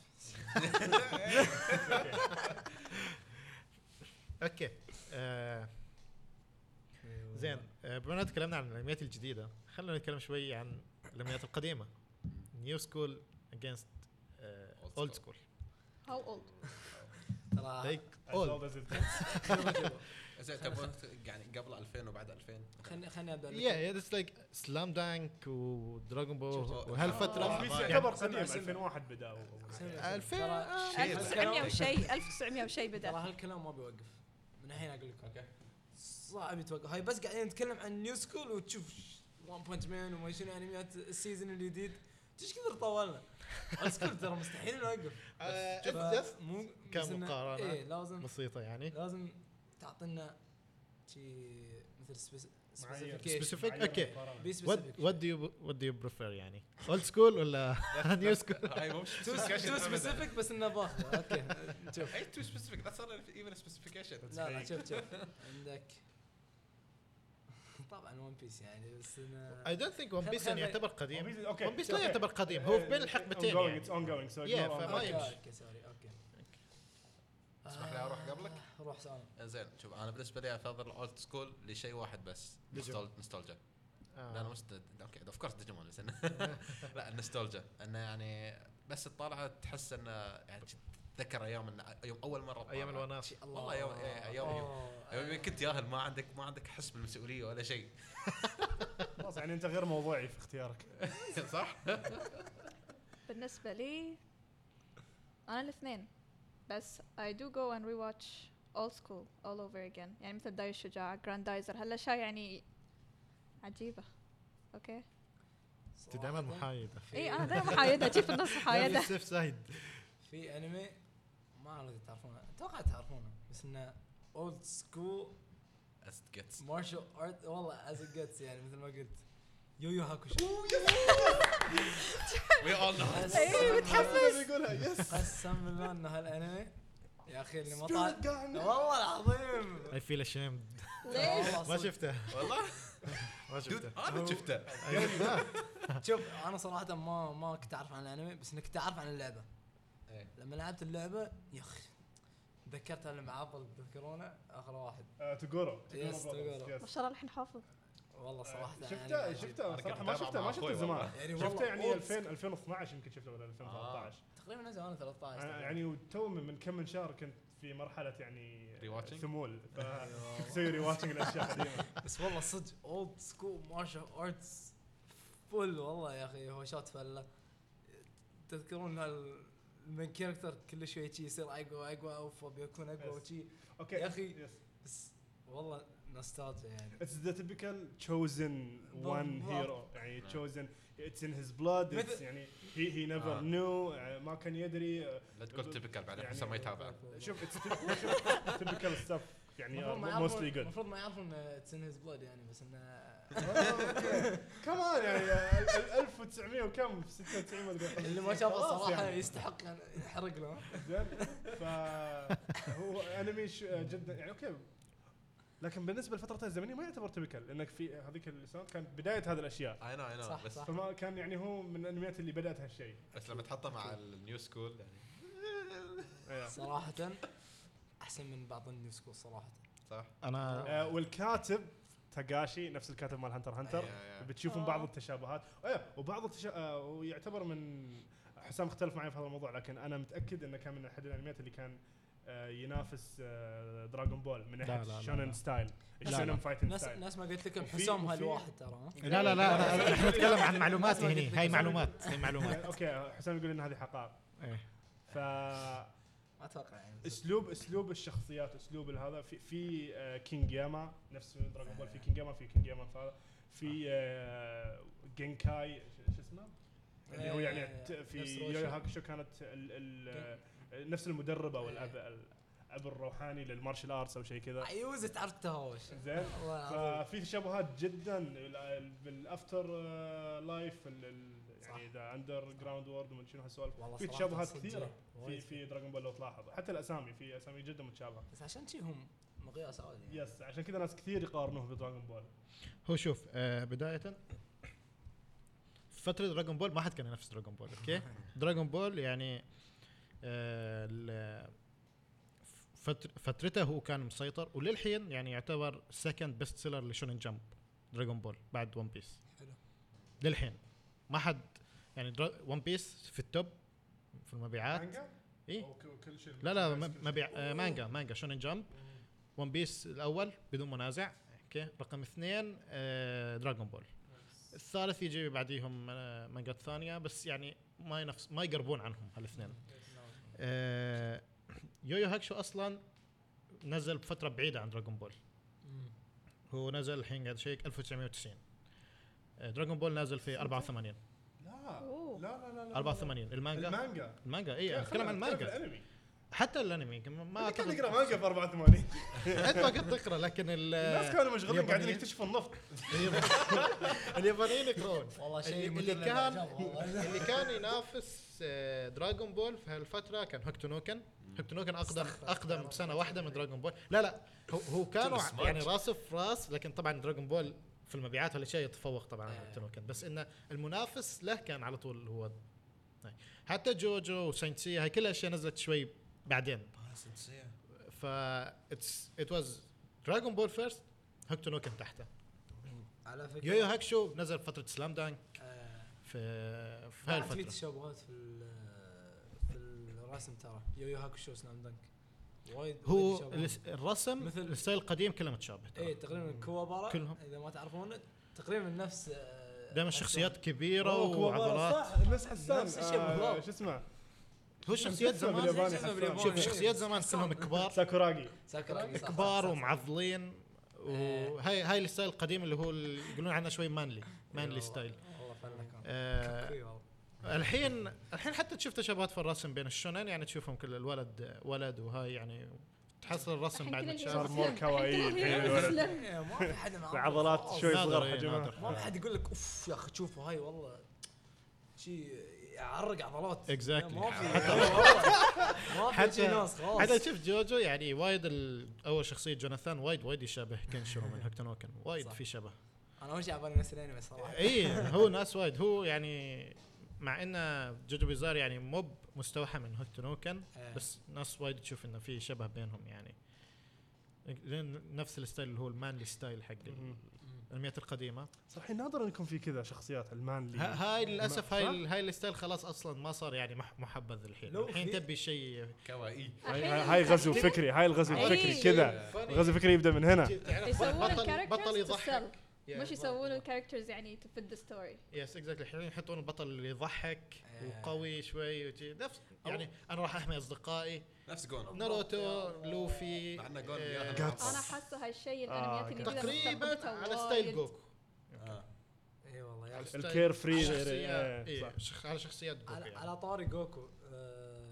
Speaker 1: اوكي آه، زين آه، بما اننا تكلمنا عن الانميات الجديده خلينا نتكلم شوي عن الانميات القديمه نيو سكول اجينست
Speaker 3: Old
Speaker 1: اولد
Speaker 3: school.
Speaker 1: سكول
Speaker 5: هاو اولد
Speaker 2: ترى
Speaker 1: لايك
Speaker 4: As old
Speaker 1: اولد
Speaker 4: as it gets.
Speaker 3: زين تبون يعني قبل 2000 وبعد 2000
Speaker 2: خلني خلني ابدا
Speaker 1: يا يا ذس لايك سلام دانك ودراجون بول
Speaker 3: شفت-
Speaker 1: وهالفتره
Speaker 3: آه.
Speaker 4: بيس
Speaker 1: يعني-
Speaker 4: يعتبر
Speaker 2: سنة-
Speaker 4: قديم
Speaker 2: سنة.
Speaker 4: 2001 بدا هو.
Speaker 1: ألفين- آه،
Speaker 2: ترى-
Speaker 5: 1900 وشيء 1900 وشيء
Speaker 2: ترى
Speaker 5: بدا
Speaker 2: هالكلام ما بيوقف من الحين اقول لكم اوكي صعب يتوقف هاي بس قاعدين نتكلم عن نيو سكول وتشوف وان بانش مان وما شنو انميات السيزون الجديد ايش كثر طولنا اولد سكول ترى مستحيل نوقف
Speaker 1: آه،
Speaker 2: ف-
Speaker 1: it's just
Speaker 2: مو بس إنه-
Speaker 1: كمقارنه
Speaker 2: ايه لازم
Speaker 1: بسيطه يعني
Speaker 2: لازم تعطينا شي مثل
Speaker 4: معايير.
Speaker 2: سبيسيفيكيشن
Speaker 1: سبيسيفيك اوكي
Speaker 4: مقارنة.
Speaker 2: بي
Speaker 1: وات
Speaker 2: سبيسيفيك
Speaker 1: وات دو يو وات دو يو بريفير يعني اولد سكول ولا نيو سكول
Speaker 3: هاي مو
Speaker 2: تو سبيسيفيك بس انه باخذه اوكي شوف
Speaker 3: اي تو سبيسيفيك ذاتس نوت ايفن سبيسيفيكيشن
Speaker 2: لا لا شوف شوف عندك طبعا ون بيس يعني بس
Speaker 1: اي
Speaker 2: انه
Speaker 1: دونت ثينك ون
Speaker 2: خل-
Speaker 1: بيس
Speaker 2: خل-
Speaker 1: يعني يعتبر قديم
Speaker 4: One Piece- اوكي
Speaker 1: ون بيس لا
Speaker 4: أوكي.
Speaker 1: يعتبر قديم هو بين الحقبتين
Speaker 4: ongoing,
Speaker 1: يعني
Speaker 4: it's ongoing so
Speaker 1: Yeah،
Speaker 4: ignore
Speaker 1: فما
Speaker 4: all-
Speaker 2: اوكي
Speaker 1: يمشي.
Speaker 2: اوكي سوري اوكي
Speaker 3: اسمح لي اروح قبلك
Speaker 2: آه، روح سالم
Speaker 3: زين شوف انا بالنسبه لي افضل اولد سكول لشيء واحد بس
Speaker 1: ديجيمون.
Speaker 3: نوستالجا
Speaker 1: آه.
Speaker 3: لا انا مش اوكي اوف كورس ديجيمون بس إنه- لا النوستالجا انه يعني بس تطالعها تحس انه يعني تتذكر ايام إنه- يوم اول مره تطالعها.
Speaker 1: ايام الوناس
Speaker 2: شي-
Speaker 3: والله يوم- إيه، يوم-
Speaker 2: آه،
Speaker 3: يوم كنت ياهل ما عندك ما عندك حس بالمسؤوليه ولا شيء
Speaker 4: خلاص يعني انت غير موضوعي في اختيارك
Speaker 3: صح؟
Speaker 5: بالنسبه لي انا الاثنين بس I do go and rewatch old school all over again يعني مثل بداية الشجاعة جراندايزر هالاشياء يعني عجيبة اوكي
Speaker 1: انت دائما
Speaker 2: صراحة
Speaker 1: محايده
Speaker 2: في-
Speaker 5: اي انا دائما محايدة شي في النص محايدة
Speaker 1: سيف زايد
Speaker 2: في انمي ما اعرف اذا تعرفونه اتوقع تعرفونه بس انه اولد سكول
Speaker 3: As it gets.
Speaker 2: مارشال ارت والله از جيتس يعني مثل ما قلت يو يو هاكوشو
Speaker 3: We all know.
Speaker 5: اي متحمس
Speaker 4: يقولها يس
Speaker 2: قسم بالله ان هالانمي يا اخي اللي ما طال والله العظيم
Speaker 1: اي فيل اشيمد
Speaker 5: ليش؟
Speaker 1: ما
Speaker 2: والله صدق.
Speaker 1: شفته
Speaker 3: والله
Speaker 1: ما
Speaker 3: دود
Speaker 1: شفته أيوة.
Speaker 3: انا شفته
Speaker 2: شوف انا صراحه ما ما كنت اعرف عن الانمي بس انك تعرف عن اللعبه
Speaker 3: إيه.
Speaker 2: لما لعبت اللعبه يا اخي تذكرت المعضل تذكرونه اخر واحد
Speaker 4: آه، تقولوا
Speaker 2: Yes, Toguro.
Speaker 5: ما شاء الله الحين حافظ
Speaker 2: والله صراحه
Speaker 4: شفته
Speaker 2: يعني
Speaker 4: شفته
Speaker 3: أنا
Speaker 4: صراحه
Speaker 3: كنت
Speaker 4: ما
Speaker 3: أتابع مع
Speaker 4: شفته ما شفته
Speaker 3: أخوي
Speaker 4: زمان
Speaker 3: والله.
Speaker 2: يعني والله
Speaker 4: شفته يعني
Speaker 2: old
Speaker 4: 2000 2012 يمكن شفته ولا 2013
Speaker 2: تقريبا نزل انا 13
Speaker 4: أنا
Speaker 2: تقريباً.
Speaker 4: يعني تو من من كم من شهر كنت في مرحله يعني
Speaker 3: Rewatching؟
Speaker 4: ثمول ف-
Speaker 2: أيوة.
Speaker 4: اسوي ري واتشنج الاشياء القديمه
Speaker 2: بس والله صدق اولد سكول مارشال ارتس فل والله يا اخي هو شات فله تذكرون هال المين كاركتر كل شوي شي يصير اقوى اقوى اوفى بيكون اقوى
Speaker 4: Yes.
Speaker 2: وشي
Speaker 4: اوكي
Speaker 2: يا أخي.
Speaker 4: يس
Speaker 2: بس والله نوستالجيا يعني
Speaker 4: اتس ذا تيبيكال تشوزن وان
Speaker 2: بالضبط.
Speaker 4: هيرو يعني تشوزن اتس ان هيز بلاد
Speaker 2: مثل-
Speaker 4: يعني هي هي نيفر
Speaker 2: Ah.
Speaker 3: آه.
Speaker 4: نو uh, ما كان يدري آه،
Speaker 3: لا تقول تبكر بعد
Speaker 4: يعني-
Speaker 3: حسن ما يتابع
Speaker 2: آه.
Speaker 4: شوف اتس تيبيكال ستاف يعني
Speaker 2: المفروض ما
Speaker 4: موستلي
Speaker 2: يعرفون
Speaker 4: جود
Speaker 2: المفروض ما يعرفون اتس ان هيز بلاد يعني بس انه
Speaker 4: Oh, كمان يعني آه، ال- ال- 1900 وكم في 96 ما ادري
Speaker 2: اللي ما شافه
Speaker 4: خلاص
Speaker 2: الصراحه
Speaker 4: يعني.
Speaker 2: يستحق أن يحرق له
Speaker 4: زين فهو انمي ش- جدا يعني اوكي لكن بالنسبه لفترته الزمنيه ما يعتبر تبكل لانك في هذيك السنوات كانت بدايه هذه الاشياء
Speaker 3: اي نو اي نو
Speaker 2: صح،
Speaker 3: بس
Speaker 2: صح.
Speaker 4: فما كان يعني هو من الانميات اللي بدات هالشيء
Speaker 3: بس لما تحطه مع النيو سكول يعني
Speaker 1: إيه.
Speaker 4: أيوه.
Speaker 2: صراحه احسن من بعض النيو سكول صراحه
Speaker 3: صح؟
Speaker 1: انا
Speaker 4: آه، والكاتب تاغاشي نفس الكاتب مال هانتر هانتر
Speaker 1: إيه.
Speaker 3: يا- يا.
Speaker 4: بتشوفون
Speaker 5: آه.
Speaker 4: بعض التشابهات أيه وبعض التشا... آه، ويعتبر من حسام اختلف معي في هذا الموضوع لكن انا متاكد انه كان من احد الانميات اللي كان آه، ينافس دراغون بول من
Speaker 1: لا، لا،
Speaker 4: ناحيه
Speaker 1: لا،
Speaker 4: الشونن
Speaker 1: لا.
Speaker 4: ستايل
Speaker 1: لا.
Speaker 4: الشونن فايتنج
Speaker 2: ناس
Speaker 4: ستايل
Speaker 2: ناس ما قلت لكم
Speaker 4: وفي-
Speaker 2: حسام
Speaker 4: وفي-
Speaker 2: هالواحد ترى ها؟
Speaker 1: لا لا لا أنا- احنا نتكلم عن معلومات
Speaker 2: ما قلت
Speaker 1: هني
Speaker 2: لك
Speaker 1: هاي
Speaker 2: بس-
Speaker 1: معلومات هاي معلومات
Speaker 4: اوكي حسام يقول ان هذه حقائق
Speaker 1: إيه.
Speaker 4: فاسلوب
Speaker 2: ما اتوقع يعني
Speaker 4: اسلوب الشخصيات اسلوب هذا في في آه، كينج ياما نفس من دراغون بول في كينج ياما في كينج ياما في هذا في آه، جينكاي ش- شو اسمه؟
Speaker 2: إيه،
Speaker 4: اللي هو
Speaker 2: آه،
Speaker 4: آه، يعني ت- في يويو هاكشو كانت ال ال نفس المدربه او الأب- ال- العبر روحاني للمارشال ارتس او شيء كذا
Speaker 2: يوز تعرف تهاوش
Speaker 4: زين
Speaker 2: والله العظيم.
Speaker 4: ففي تشابهات جدا بال- بالافتر آه، لايف ال- ال-
Speaker 2: صح.
Speaker 4: يعني ذا اندر جراوند وورد ومن شنو هالسوالف
Speaker 2: والله
Speaker 4: في
Speaker 2: صراحة
Speaker 4: تشابهات
Speaker 2: صدق
Speaker 4: كثيره في
Speaker 2: وايد.
Speaker 4: في دراجون بول لو تلاحظ حتى الاسامي في اسامي جدا متشابهه
Speaker 2: بس عشان شي هم مقياس عالي يعني.
Speaker 4: يس عشان كذا ناس كثير يقارنوه بدراجون بول
Speaker 1: هو شوف آه بدايه فترة دراجون بول ما حد كان ينافس دراجون بول اوكي دراجون بول يعني آه ال- فتر فترته هو كان مسيطر وللحين يعني يعتبر سكند بيست سيلر لشونن جمب دراجون بول بعد ون بيس
Speaker 2: حلو
Speaker 1: للحين ما حد يعني ون بيس في التوب في المبيعات ايه
Speaker 4: كل شيء
Speaker 1: لا لا م- مبيع آه، مانجا مانجا شونن جمب ون بيس الاول بدون منازع اوكي رقم اثنين آه دراغون بول الثالث يجي بعديهم آه، مانجات ثانيه بس يعني ما ينفس ما يقربون عنهم هالاثنين آه يويو هاكشو اصلا نزل بفتره بعيده عن دراغون بول
Speaker 2: مم.
Speaker 1: هو نزل الحين قاعد شيك 1990 آه، دراغون بول نازل في 84
Speaker 4: لا
Speaker 5: أوه.
Speaker 4: لا لا لا
Speaker 1: 84 المانجا
Speaker 4: المانجا
Speaker 1: المانجا اي اتكلم عن المانجا
Speaker 4: الانمي
Speaker 1: حتى الانمي ما
Speaker 4: ما كان
Speaker 1: أعتقد-
Speaker 4: يقرا مانجا في 84
Speaker 1: انت ما كنت تقرا لكن ال-
Speaker 4: الناس كانوا مشغولين قاعدين
Speaker 1: اليابانيين-
Speaker 4: يكتشفوا النفط
Speaker 1: اليابانيين- اليابانيين يقرون
Speaker 2: والله شيء
Speaker 1: اللي كان-
Speaker 2: مثير للإعجاب والله.
Speaker 1: اللي كان ينافس آه، دراغون بول في هالفتره كان هوكتو نوكن هوكتو نوكن اقدم
Speaker 2: استغفر
Speaker 1: اقدم
Speaker 2: الله.
Speaker 1: بسنه واحده من دراغون بول لا لا هو, هو كانوا
Speaker 3: Too much.
Speaker 1: يعني راس في راس لكن طبعا دراغون بول في المبيعات ولا شيء يتفوق طبعا على
Speaker 2: آه.
Speaker 1: هوكتو نوكن بس انه المنافس له كان على طول هو هاي. حتى جوجو وساينسيا هاي كلها اشياء نزلت شوي بعدين
Speaker 2: آه،
Speaker 1: ف اتس ات واز دراغون بول فيرست هوكتو نوكن تحته
Speaker 2: على فكره
Speaker 1: يويو هاكشو نزل فتره سلام دانك
Speaker 2: آه،
Speaker 1: في في هاي
Speaker 2: بعد في
Speaker 1: الفتره
Speaker 2: تشابهات في ال- في الرسم ترى يويو هاكوشو سلام دنك وايد وايد
Speaker 1: هو
Speaker 2: تشابهات.
Speaker 1: الس- الرسم
Speaker 2: مثل-
Speaker 1: الستايل القديم كله متشابه ترى.
Speaker 2: ايه تقريبا كوابارا
Speaker 1: كلهم.
Speaker 2: اذا ما تعرفونه تقريبا نفس آه،
Speaker 1: دائما
Speaker 2: أرسام.
Speaker 1: شخصيات كبيره
Speaker 4: أوه، كوابارا،
Speaker 1: وعضلات
Speaker 4: صح الناس حسان
Speaker 2: نفس الشيء
Speaker 4: آه،
Speaker 2: بالضبط.
Speaker 4: شو اسمه
Speaker 1: هو شخصيات
Speaker 4: اسمه
Speaker 1: زمان
Speaker 4: بالياباني
Speaker 2: شو اسمه
Speaker 4: حسان.
Speaker 2: بالياباني؟
Speaker 1: شوف
Speaker 2: إيه.
Speaker 1: شخصيات زمان كلهم كبار
Speaker 4: ساكوراجي
Speaker 2: ساكورا صح، صح،
Speaker 1: كبار
Speaker 2: صح، صح.
Speaker 1: ومعضلين وهاي هاي الستايل القديم اللي هو ال- يقولون عنه شوي مانلي مانلي
Speaker 2: والله-
Speaker 1: ستايل
Speaker 2: والله فنك والله.
Speaker 1: آه،
Speaker 2: كوكوي والله.
Speaker 1: الحين الحين حتى تشوف تشابهات في الرسم بين الشونين يعني تشوفهم كل الولد ولد وهاي يعني تحصل الرسم
Speaker 5: الحين
Speaker 1: بعد
Speaker 5: كل
Speaker 1: ما
Speaker 5: اللي
Speaker 1: تشابه
Speaker 4: صار مور
Speaker 5: يسلم.
Speaker 4: كوايي
Speaker 5: الحين كل
Speaker 4: الحين
Speaker 5: اللي
Speaker 4: الولد.
Speaker 5: يسلم.
Speaker 2: إيه، ما في حد معاه
Speaker 4: عضلات
Speaker 2: خلاص.
Speaker 4: شوي
Speaker 1: نادر،
Speaker 4: صغار
Speaker 1: إيه،
Speaker 4: يا جماعه
Speaker 1: نادر.
Speaker 2: ما في حد يقول لك اوف يا اخي شوفوا هاي والله شي يعرق عضلات
Speaker 1: Exactly.
Speaker 2: ما في والله، ما في
Speaker 1: حتى-
Speaker 2: شي ناس خلاص
Speaker 1: حتى شفت جوجو يعني وايد ال- اول شخصيه جوناثان وايد وايد يشابه كنشرو من هكتنوكن وايد
Speaker 2: صح.
Speaker 1: في شبه
Speaker 2: انا اول شيء على بالي نفس الانمي صراحه
Speaker 1: اي هو ناس وايد هو يعني مع انه جوجو بيزار يعني مو مستوحى من هكتنوكن
Speaker 2: إيه.
Speaker 1: بس ناس وايد تشوف انه في شبه بينهم يعني لأن نفس الستايل اللي هو المانلي ستايل حق ال- الانميات القديمه
Speaker 4: صحيح نادر انكم في كذا شخصيات
Speaker 1: ه-
Speaker 4: المان
Speaker 1: هاي للاسف هاي
Speaker 4: صح؟
Speaker 1: ال- هاي الستايل خلاص اصلا ما صار يعني مح- محبذ الحين
Speaker 2: لو
Speaker 1: الحين
Speaker 2: في-
Speaker 1: تبي شيء
Speaker 3: كوائي
Speaker 4: هاي غزو فكري هاي الغزو
Speaker 5: أي.
Speaker 4: الفكري كذا الغزو الفكري يبدا من هنا
Speaker 1: تعرف
Speaker 5: يسوون
Speaker 1: بطل بطل
Speaker 5: الكاركترز
Speaker 1: يضحك
Speaker 2: إيه،
Speaker 1: Yeah.
Speaker 5: مش يسوون الكاركترز يعني to fit the story
Speaker 1: يس اكزاكتلي الحين يحطون البطل اللي يضحك
Speaker 2: آه.
Speaker 1: وقوي شوي وشي نفس يعني انا راح احمي اصدقائي
Speaker 3: نفس جون
Speaker 1: ناروتو لوفي
Speaker 3: مع إنه قال
Speaker 1: آه،
Speaker 3: يا
Speaker 4: جاتس.
Speaker 5: انا حاسه هالشيء
Speaker 4: آه،
Speaker 5: الانميات اللي كذا
Speaker 1: تقريبا
Speaker 5: مستقبلتها
Speaker 1: على
Speaker 5: وايد.
Speaker 1: ستايل جوكو
Speaker 2: اي إيه، والله يا
Speaker 1: على
Speaker 2: أخي.
Speaker 1: ستايل-
Speaker 4: الكير فري
Speaker 1: على
Speaker 4: غير-
Speaker 1: شخصية-
Speaker 4: آه،
Speaker 1: إيه،
Speaker 4: صح.
Speaker 1: شخ- على شخصية جوكو
Speaker 2: على,
Speaker 1: يعني.
Speaker 2: على طاري جوكو آه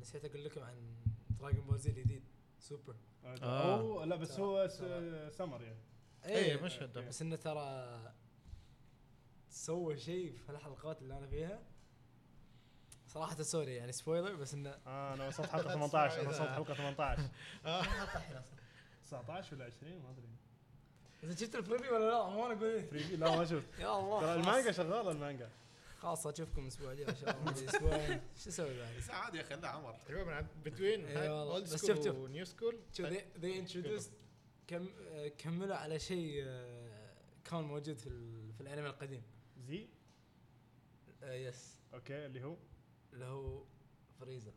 Speaker 2: نسيت اقول لكم عن دراجون بول زي الجديد سوبر
Speaker 1: آه.
Speaker 4: هو لا بس هو س- سمر يعني
Speaker 1: اي مش
Speaker 4: إيه.
Speaker 1: هدا
Speaker 2: بس انه ترى سوى شيء في الحلقات اللي انا فيها صراحة سوري يعني سبويلر بس انه
Speaker 4: آه انا وصلت حلقه 18 انا وصلت حلقه 18
Speaker 1: آه.
Speaker 2: حاطه
Speaker 4: 19 ولا 20 ما ادري
Speaker 2: اذا شفت البريفي ولا لا ما انا اقول إيه.
Speaker 4: فري- لا ما شفت
Speaker 2: يا الله
Speaker 4: ترى
Speaker 2: خلاص.
Speaker 4: المانجا شغاله المانجا
Speaker 2: خلاص اشوفكم الاسبوع الجاي ان شاء الله اسبوعين شو اسوي بعد؟
Speaker 3: بس عادي يا اخي إيه، لا عمر
Speaker 1: تقريبا بتوين
Speaker 2: إيه والله.
Speaker 1: اولد
Speaker 2: بس
Speaker 1: سكول
Speaker 2: شوف- شوف.
Speaker 1: ونيو سكول
Speaker 2: شو ذي
Speaker 4: طيب،
Speaker 2: انتروديوس كم آه، كملوا على شيء آه، كان موجود في ال- في الانمي القديم
Speaker 4: زي
Speaker 2: آه، يس
Speaker 4: اوكي اللي هو
Speaker 2: اللي هو فريزر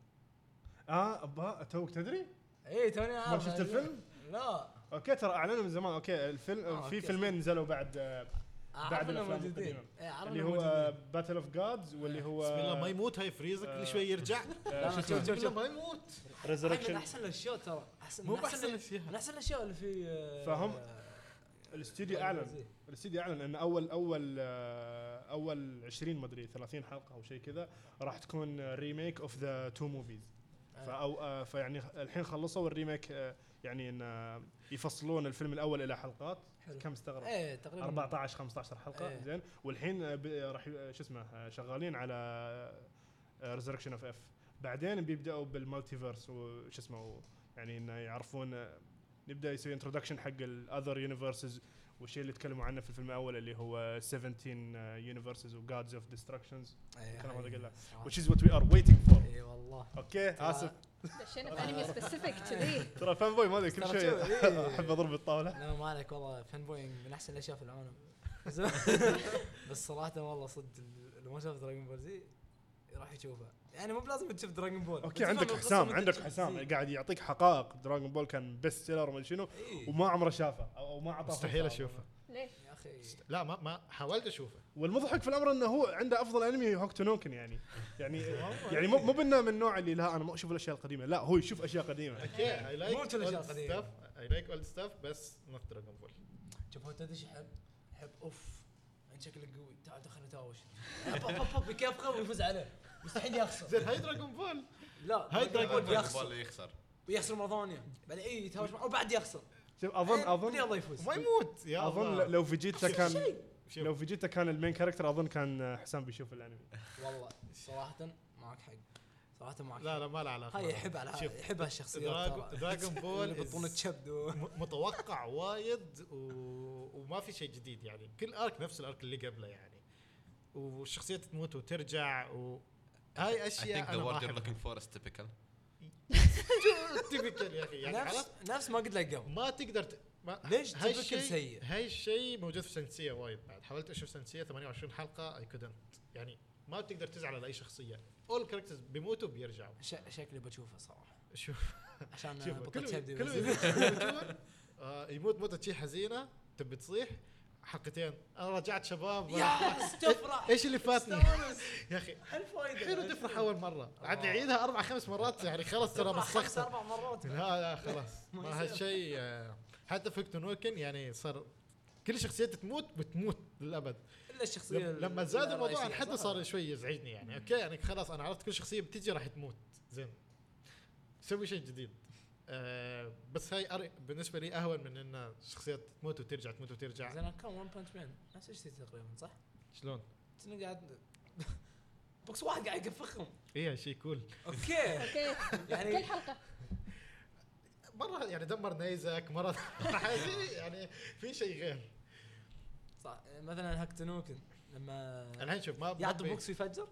Speaker 4: اه ابا توك تدري؟
Speaker 2: اي إيه، توني
Speaker 4: ما
Speaker 2: عارف
Speaker 4: شفت الفيلم؟
Speaker 2: لا
Speaker 4: اوكي ترى اعلنوا من زمان اوكي الفيلم
Speaker 2: آه،
Speaker 4: في
Speaker 2: أوكي.
Speaker 4: فيلمين نزلوا بعد آه،
Speaker 2: اعرف انهم
Speaker 4: الأفلام
Speaker 2: موجودين
Speaker 4: القديمة.
Speaker 2: اي اعرف
Speaker 4: اللي
Speaker 2: انهم
Speaker 4: هو
Speaker 2: موجودين
Speaker 4: باتل اوف جادز واللي هو آه،
Speaker 1: بسم الله ما يموت هاي فريزك كل شوي يرجع
Speaker 2: لا، لا، شوف شوف
Speaker 1: بسم الله
Speaker 2: شوف
Speaker 1: ما يموت
Speaker 2: أحد من
Speaker 4: ريزركشن
Speaker 2: احسن الاشياء ترى احسن
Speaker 1: مو
Speaker 2: من
Speaker 1: بأحسن الأشياء.
Speaker 2: من احسن الاشياء اللي في آه،
Speaker 4: فهم
Speaker 2: آه،
Speaker 4: الاستوديو اعلن الاستوديو اعلن ان اول اول آه، اول 20 ما ادري 30 حلقه او شيء كذا راح تكون ريميك اوف ذا تو موفيز فأو آه، فيعني الحين خلصوا الريميك آه، يعني ان آه، يفصلون الفيلم الاول الى حلقات
Speaker 2: حلو.
Speaker 4: كم استغرق
Speaker 2: ايه تقريبا
Speaker 4: 14 15 حلقه
Speaker 2: إيه.
Speaker 4: زين والحين آه، ب- راح ي- شو اسمه آه، شغالين على آه، ريزركشن اوف اف بعدين بيبداوا بالمالتيفيرس وش اسمه و- يعني انه يعرفون آه، نبدا يسوي انتروداكشن حق الاذر يونيفرسز والشيء اللي تكلموا عنه في الفيلم الاول اللي هو آه، 17 يونيفرسز وجادز اوف ديستركشنز
Speaker 2: إيه،
Speaker 4: الكلام هذا قله
Speaker 2: آه.
Speaker 4: which is what we are waiting for
Speaker 2: اي إيه، والله
Speaker 4: اوكي اسف
Speaker 5: دشينا في انمي سبيسيفيك كذي
Speaker 4: ترى فان بوي ما ادري كل
Speaker 2: ترى
Speaker 4: شيء
Speaker 2: شوف، إيه.
Speaker 4: احب اضرب الطاوله
Speaker 2: لا ما عليك والله فان بوينج من احسن الاشياء في العالم بس صراحه والله صدق ال- اللي ما شاف دراجون بول زي راح يشوفه يعني مو بلازم تشوف دراجون بول
Speaker 4: اوكي عندك حسام عندك
Speaker 2: إيه.
Speaker 4: حسام قاعد يعطيك حقائق دراغون بول كان بيست سيلر وما شنو وما عمره شافه او أو ما اعطاه
Speaker 1: مستحيل
Speaker 4: فرصة.
Speaker 1: اشوفه
Speaker 5: ليش؟
Speaker 2: إيه، يا اخي
Speaker 1: لا ما ما حاولت اشوفه
Speaker 4: والمضحك في الامر انه هو عنده افضل انمي هوك نونكن يعني يعني يعني مو مو بانه من النوع اللي لا انا ما اشوف الاشياء القديمه لا هو يشوف اشياء قديمه
Speaker 1: اوكي اي لايك
Speaker 2: مو كل الأشياء القديمة.
Speaker 1: اي لايك اولد ستاف بس نوت دراجون بول
Speaker 2: شوف هو تدري ايش يحب؟ يحب اوف انت شكلك قوي تعال دخلنا نتهاوش أب- أب- أب- بكفخه ويفوز عليه مستحيل يخسر
Speaker 1: زين هاي دراجون بول
Speaker 2: لا
Speaker 1: هاي
Speaker 2: دراجون بول
Speaker 1: دراجون
Speaker 2: يخسر
Speaker 3: اللي يخسر
Speaker 2: ويخسر مره ثانيه بعدين اي يتهاوش معه وبعد يخسر
Speaker 4: شوف اظن
Speaker 2: إيه، بعدين
Speaker 4: اظن
Speaker 2: يلا يفوز
Speaker 1: وما يموت يا
Speaker 4: اظن
Speaker 1: الله
Speaker 4: لو فيجيتا كان
Speaker 2: شيء
Speaker 1: شوف.
Speaker 4: لو فيجيتا كان المين كاركتر اظن كان حسام بيشوف الانمي
Speaker 2: والله صراحه معك حق صراحه معك
Speaker 1: لا لا ما له علاقه
Speaker 2: هاي يحب على
Speaker 1: شوف،
Speaker 2: يحب هالشخصيات
Speaker 1: دراغ-
Speaker 2: ترى.
Speaker 1: دراغون بول
Speaker 2: اللي بطونة
Speaker 1: is-
Speaker 2: شبد و-
Speaker 1: م- متوقع وايد و... وما في شيء جديد يعني كل ارك نفس الارك اللي قبله يعني والشخصيه تموت وترجع و هاي
Speaker 3: I think
Speaker 1: اشياء
Speaker 3: the
Speaker 1: انا ما
Speaker 3: word you're
Speaker 1: احبها
Speaker 3: looking for is typical
Speaker 1: typical يا اخي يعني
Speaker 2: نفس
Speaker 1: عرفت
Speaker 2: نفس ما قلت لك قبل
Speaker 1: ما تقدر ت... ما...
Speaker 2: ليش
Speaker 1: هاي
Speaker 2: typical
Speaker 1: الشيء-
Speaker 2: سيء؟
Speaker 1: هاي الشيء موجود في سنسية وايد بعد حاولت اشوف سنسية 28 حلقة اي couldn't يعني ما بتقدر تزعل على اي شخصية اول كاركترز بيموتوا بيرجعوا
Speaker 2: ش- شكلي بشوفه صراحه
Speaker 1: شوف
Speaker 2: عشان
Speaker 1: شوف
Speaker 2: بطل
Speaker 1: كلهم
Speaker 2: شبدي
Speaker 1: كلهم
Speaker 2: بس.
Speaker 1: يموتون آه، يموت موتة شي حزينة تبي تصيح حلقتين انا رجعت شباب
Speaker 2: يا تفرح
Speaker 1: ايش اللي فاتني
Speaker 2: استانس.
Speaker 1: يا اخي
Speaker 2: الفائده
Speaker 1: حلو تفرح اول مرة عاد
Speaker 2: آه.
Speaker 1: يعيدها اربع خمس مرات يعني خلاص ترى
Speaker 2: تفرح خمس
Speaker 1: مسخت
Speaker 2: اربع مرات
Speaker 1: لا لا خلاص
Speaker 2: ما
Speaker 1: ما
Speaker 2: يصير.
Speaker 1: هالشيء آه، حتى في كتونوكن يعني صار كل شخصية تموت بتموت للابد
Speaker 2: الا الشخصيه
Speaker 1: لم- لما زاد الموضوع عن حتى
Speaker 2: الرئيسية،
Speaker 1: صار
Speaker 2: صح؟
Speaker 1: شوي يزعجني يعني اوكي يعني خلاص انا عرفت كل شخصية بتجي راح تموت زين سوي شيء جديد آه بس هاي أر- بالنسبة لي اهون من ان شخصيات تموت وترجع تموت وترجع
Speaker 2: زين كان ون بانش مان نفس الشيء تقريبا صح؟
Speaker 1: شلون؟
Speaker 2: كنا قاعد بوكس واحد قاعد يقفخهم
Speaker 1: ايه شيء كول
Speaker 2: اوكي
Speaker 5: اوكي كل
Speaker 2: يعني
Speaker 5: حلقه
Speaker 1: مرة يعني دمر نيزك مرة يعني في شيء غير
Speaker 2: صح مثلا هاك تنوكن لما
Speaker 1: الحين شوف ما ما
Speaker 2: يعطي
Speaker 1: بي-
Speaker 2: بوكس ويفجر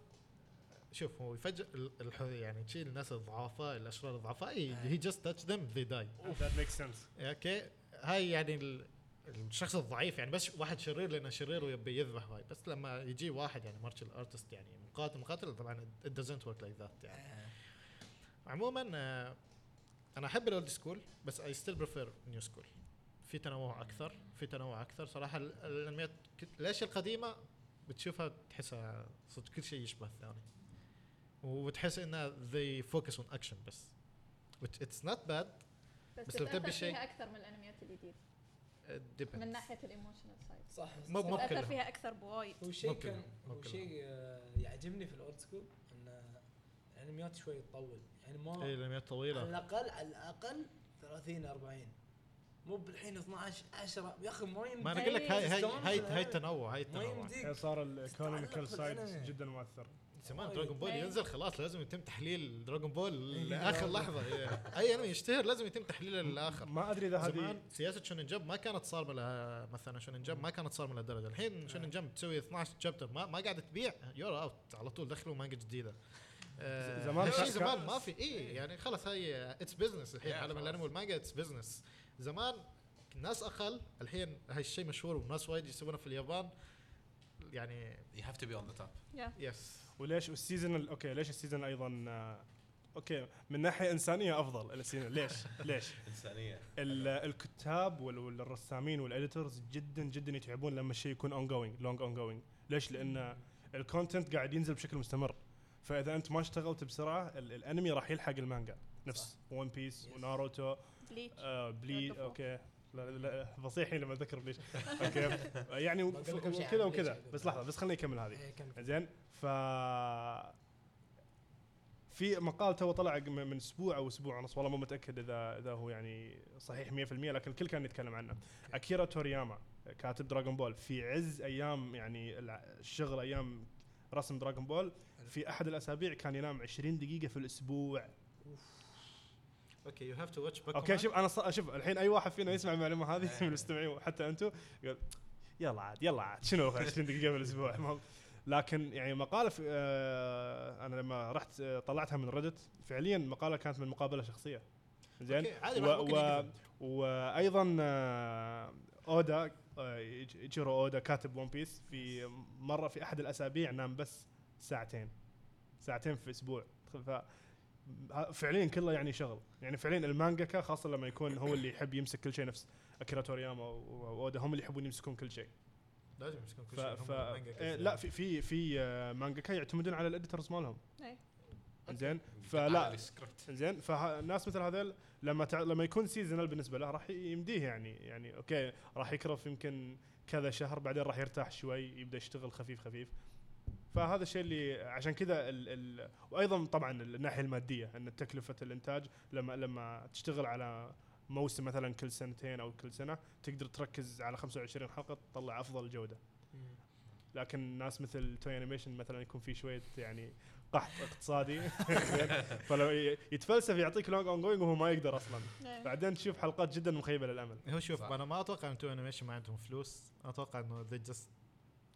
Speaker 1: شوف هو يفجر ال- الح- يعني تشيل الناس الضعفاء الاشرار الضعفاء
Speaker 2: آه.
Speaker 1: هي جاست تاتش ذم ذي داي
Speaker 4: that makes sense
Speaker 1: اوكي هاي يعني ال- الشخص الضعيف يعني بس واحد شرير لانه شرير ويبي يذبح هاي بس لما يجي واحد يعني مارشال ارتست يعني مقاتل مقاتل طبعا it doesn't work like that يعني
Speaker 2: آه.
Speaker 1: عموما آه، انا احب الاولد سكول بس اي ستيل بريفير نيو سكول في تنوع اكثر في تنوع اكثر صراحه ال- الانميات ك- الاشياء القديمه بتشوفها تحسها صدق كل شيء يشبه الثاني وبتحس انها they focus on action بس which it's not bad بس
Speaker 5: بس
Speaker 1: لو
Speaker 5: تتاثر
Speaker 1: تبي شيء-
Speaker 5: فيها اكثر من الانميات الجديده
Speaker 1: it depends
Speaker 5: من ناحيه الايموشنال سايد
Speaker 2: صح
Speaker 1: مو- مو
Speaker 5: تتاثر
Speaker 1: كلها.
Speaker 5: فيها اكثر بوايد
Speaker 2: هو شيء
Speaker 1: ممكن
Speaker 2: كان
Speaker 1: ممكن
Speaker 2: هو شيء آه، يعجبني في الاولد سكول ان الانميات شوي تطول يعني ما
Speaker 1: اي الانميات
Speaker 2: على
Speaker 1: طويله
Speaker 2: الاقل على الاقل 30 40 مو بالحين 12 10 يا اخي ما
Speaker 1: ما انا
Speaker 2: يمديك
Speaker 1: اقول لك هاي هاي
Speaker 2: تستوعب
Speaker 1: هاي
Speaker 2: هذا.
Speaker 1: هاي التنوع هاي
Speaker 2: ما
Speaker 1: التنوع
Speaker 2: يمديك
Speaker 4: صار
Speaker 2: الايكونوميكال
Speaker 4: الايكونوميكال سايد
Speaker 2: بالأنمي.
Speaker 4: جدا مؤثر
Speaker 1: زمان
Speaker 2: وايد.
Speaker 1: دراجون بول
Speaker 5: أي.
Speaker 1: ينزل خلاص لازم يتم تحليل دراجون بول
Speaker 2: إي.
Speaker 1: لاخر لحظه إيه. اي انمي يشتهر لازم يتم تحليله للاخر
Speaker 4: ما ادري اذا هذه
Speaker 1: زمان سياسه شونن جمب ما كانت صارمه لها مثلا شونن جمب ما كانت صارمه لهالدرجه
Speaker 4: إيه.
Speaker 1: الحين شونن جمب تسوي 12 شابتر ما, ما قاعده تبيع يور اوت على طول دخلوا مانجا جديده آه،
Speaker 4: زمان
Speaker 1: هالشي
Speaker 4: كان- إيه.
Speaker 1: زمان ما في اي يعني خلاص هي اتس بزنس الحين
Speaker 3: Yeah,
Speaker 1: عالم
Speaker 3: خلاص.
Speaker 1: الانمي والمانجا اتس بزنس زمان الناس اقل الحين هاي الشيء مشهور وناس وايد يسوونه في اليابان يعني
Speaker 3: you have to be on the top
Speaker 5: يا
Speaker 1: يس
Speaker 4: وليش والسيزون اوكي ليش السيزون ايضا آه، اوكي من ناحيه انسانيه افضل السيزون ليش ليش
Speaker 3: انسانيه
Speaker 4: ال- الكتاب وال- والرسامين والاديتورز جدا جدا يتعبون لما الشيء يكون اون جوينج لونج اون جوينج ليش لان الكونتنت قاعد ينزل بشكل مستمر فاذا انت ما اشتغلت بسرعه ال- الانمي راح يلحق المانجا نفس ون بيس
Speaker 2: Yes.
Speaker 4: وناروتو
Speaker 5: بليتش
Speaker 4: آه بلي
Speaker 5: Wonderful.
Speaker 4: اوكي لا لا- لا بصيح الحين لما اتذكر ليش اوكي آه، يعني
Speaker 2: بقول لكم شيء عن
Speaker 4: وكذا
Speaker 2: Bleach
Speaker 4: وكذا
Speaker 2: عقب.
Speaker 4: بس لحظه بس خليني اكمل هذه
Speaker 2: إيه، كمل.
Speaker 4: زين ف في مقال تو طلع م- من اسبوع او اسبوع ونص والله مو متاكد اذا اذا هو يعني صحيح 100% لكن الكل كان يتكلم عنه اكيرا تورياما كاتب دراغون بول في عز ايام يعني الع- الشغل ايام رسم دراغون بول في احد الاسابيع كان ينام 20 دقيقه في الاسبوع
Speaker 1: اوكي يو هاف تو واتش
Speaker 4: اوكي شوف انا ص- شوف الحين اي واحد فينا يسمع المعلومه هذه من المستمعين وحتى انتم يقول يلا عاد يلا عاد شنو 20 دقيقه في الاسبوع ما- لكن يعني مقاله في آه انا لما رحت آه طلعتها من ريدت فعليا المقاله كانت من مقابله شخصيه زين
Speaker 1: أوكي، عادي،
Speaker 4: و-
Speaker 1: الواحد ممكن
Speaker 4: و-
Speaker 1: يقرأ.
Speaker 4: وايضا آه اودا آه إيج- ايجيرو اودا كاتب ون بيس في مره في احد الاسابيع نام بس ساعتين ساعتين في اسبوع ف فعليا كله يعني شغل يعني فعليا المانجاكا خاصه لما يكون هو اللي يحب يمسك كل شيء نفس اكيرا تورياما و- واودا هم اللي يحبون يمسكون كل شيء
Speaker 1: لازم يمسكون كل
Speaker 4: ف...
Speaker 1: شيء
Speaker 4: ف...
Speaker 1: هم المانجا
Speaker 4: إيه،
Speaker 1: كذا.
Speaker 4: لا في في في آه، مانجاكا يعتمدون على الاديترز مالهم
Speaker 5: إيه.
Speaker 4: زين
Speaker 3: على
Speaker 4: فلا
Speaker 3: السكريبت
Speaker 4: زين فالناس مثل هذول لما تع... لما يكون سيزونال بالنسبه له راح يمديه يعني يعني اوكي راح يكرف يمكن كذا شهر بعدين راح يرتاح شوي يبدا يشتغل خفيف خفيف فهذا الشيء اللي عشان كذا ال... ال... وايضا طبعا الناحيه الماديه ان تكلفه الانتاج لما لما تشتغل على موسم مثلا كل سنتين او كل سنه تقدر تركز على 25 حلقه تطلع افضل جوده لكن ناس مثل توي انيميشن مثلا يكون في شويه يعني قحط اقتصادي فلو ي- يتفلسف يعطيك لونج اون جوينج وهو ما يقدر اصلا
Speaker 5: إيه.
Speaker 4: بعدين تشوف حلقات جدا مخيبه للامل
Speaker 1: هو شوف
Speaker 3: صح.
Speaker 1: انا ما اتوقع ان تو انيميشن ما عندهم فلوس اتوقع انه they just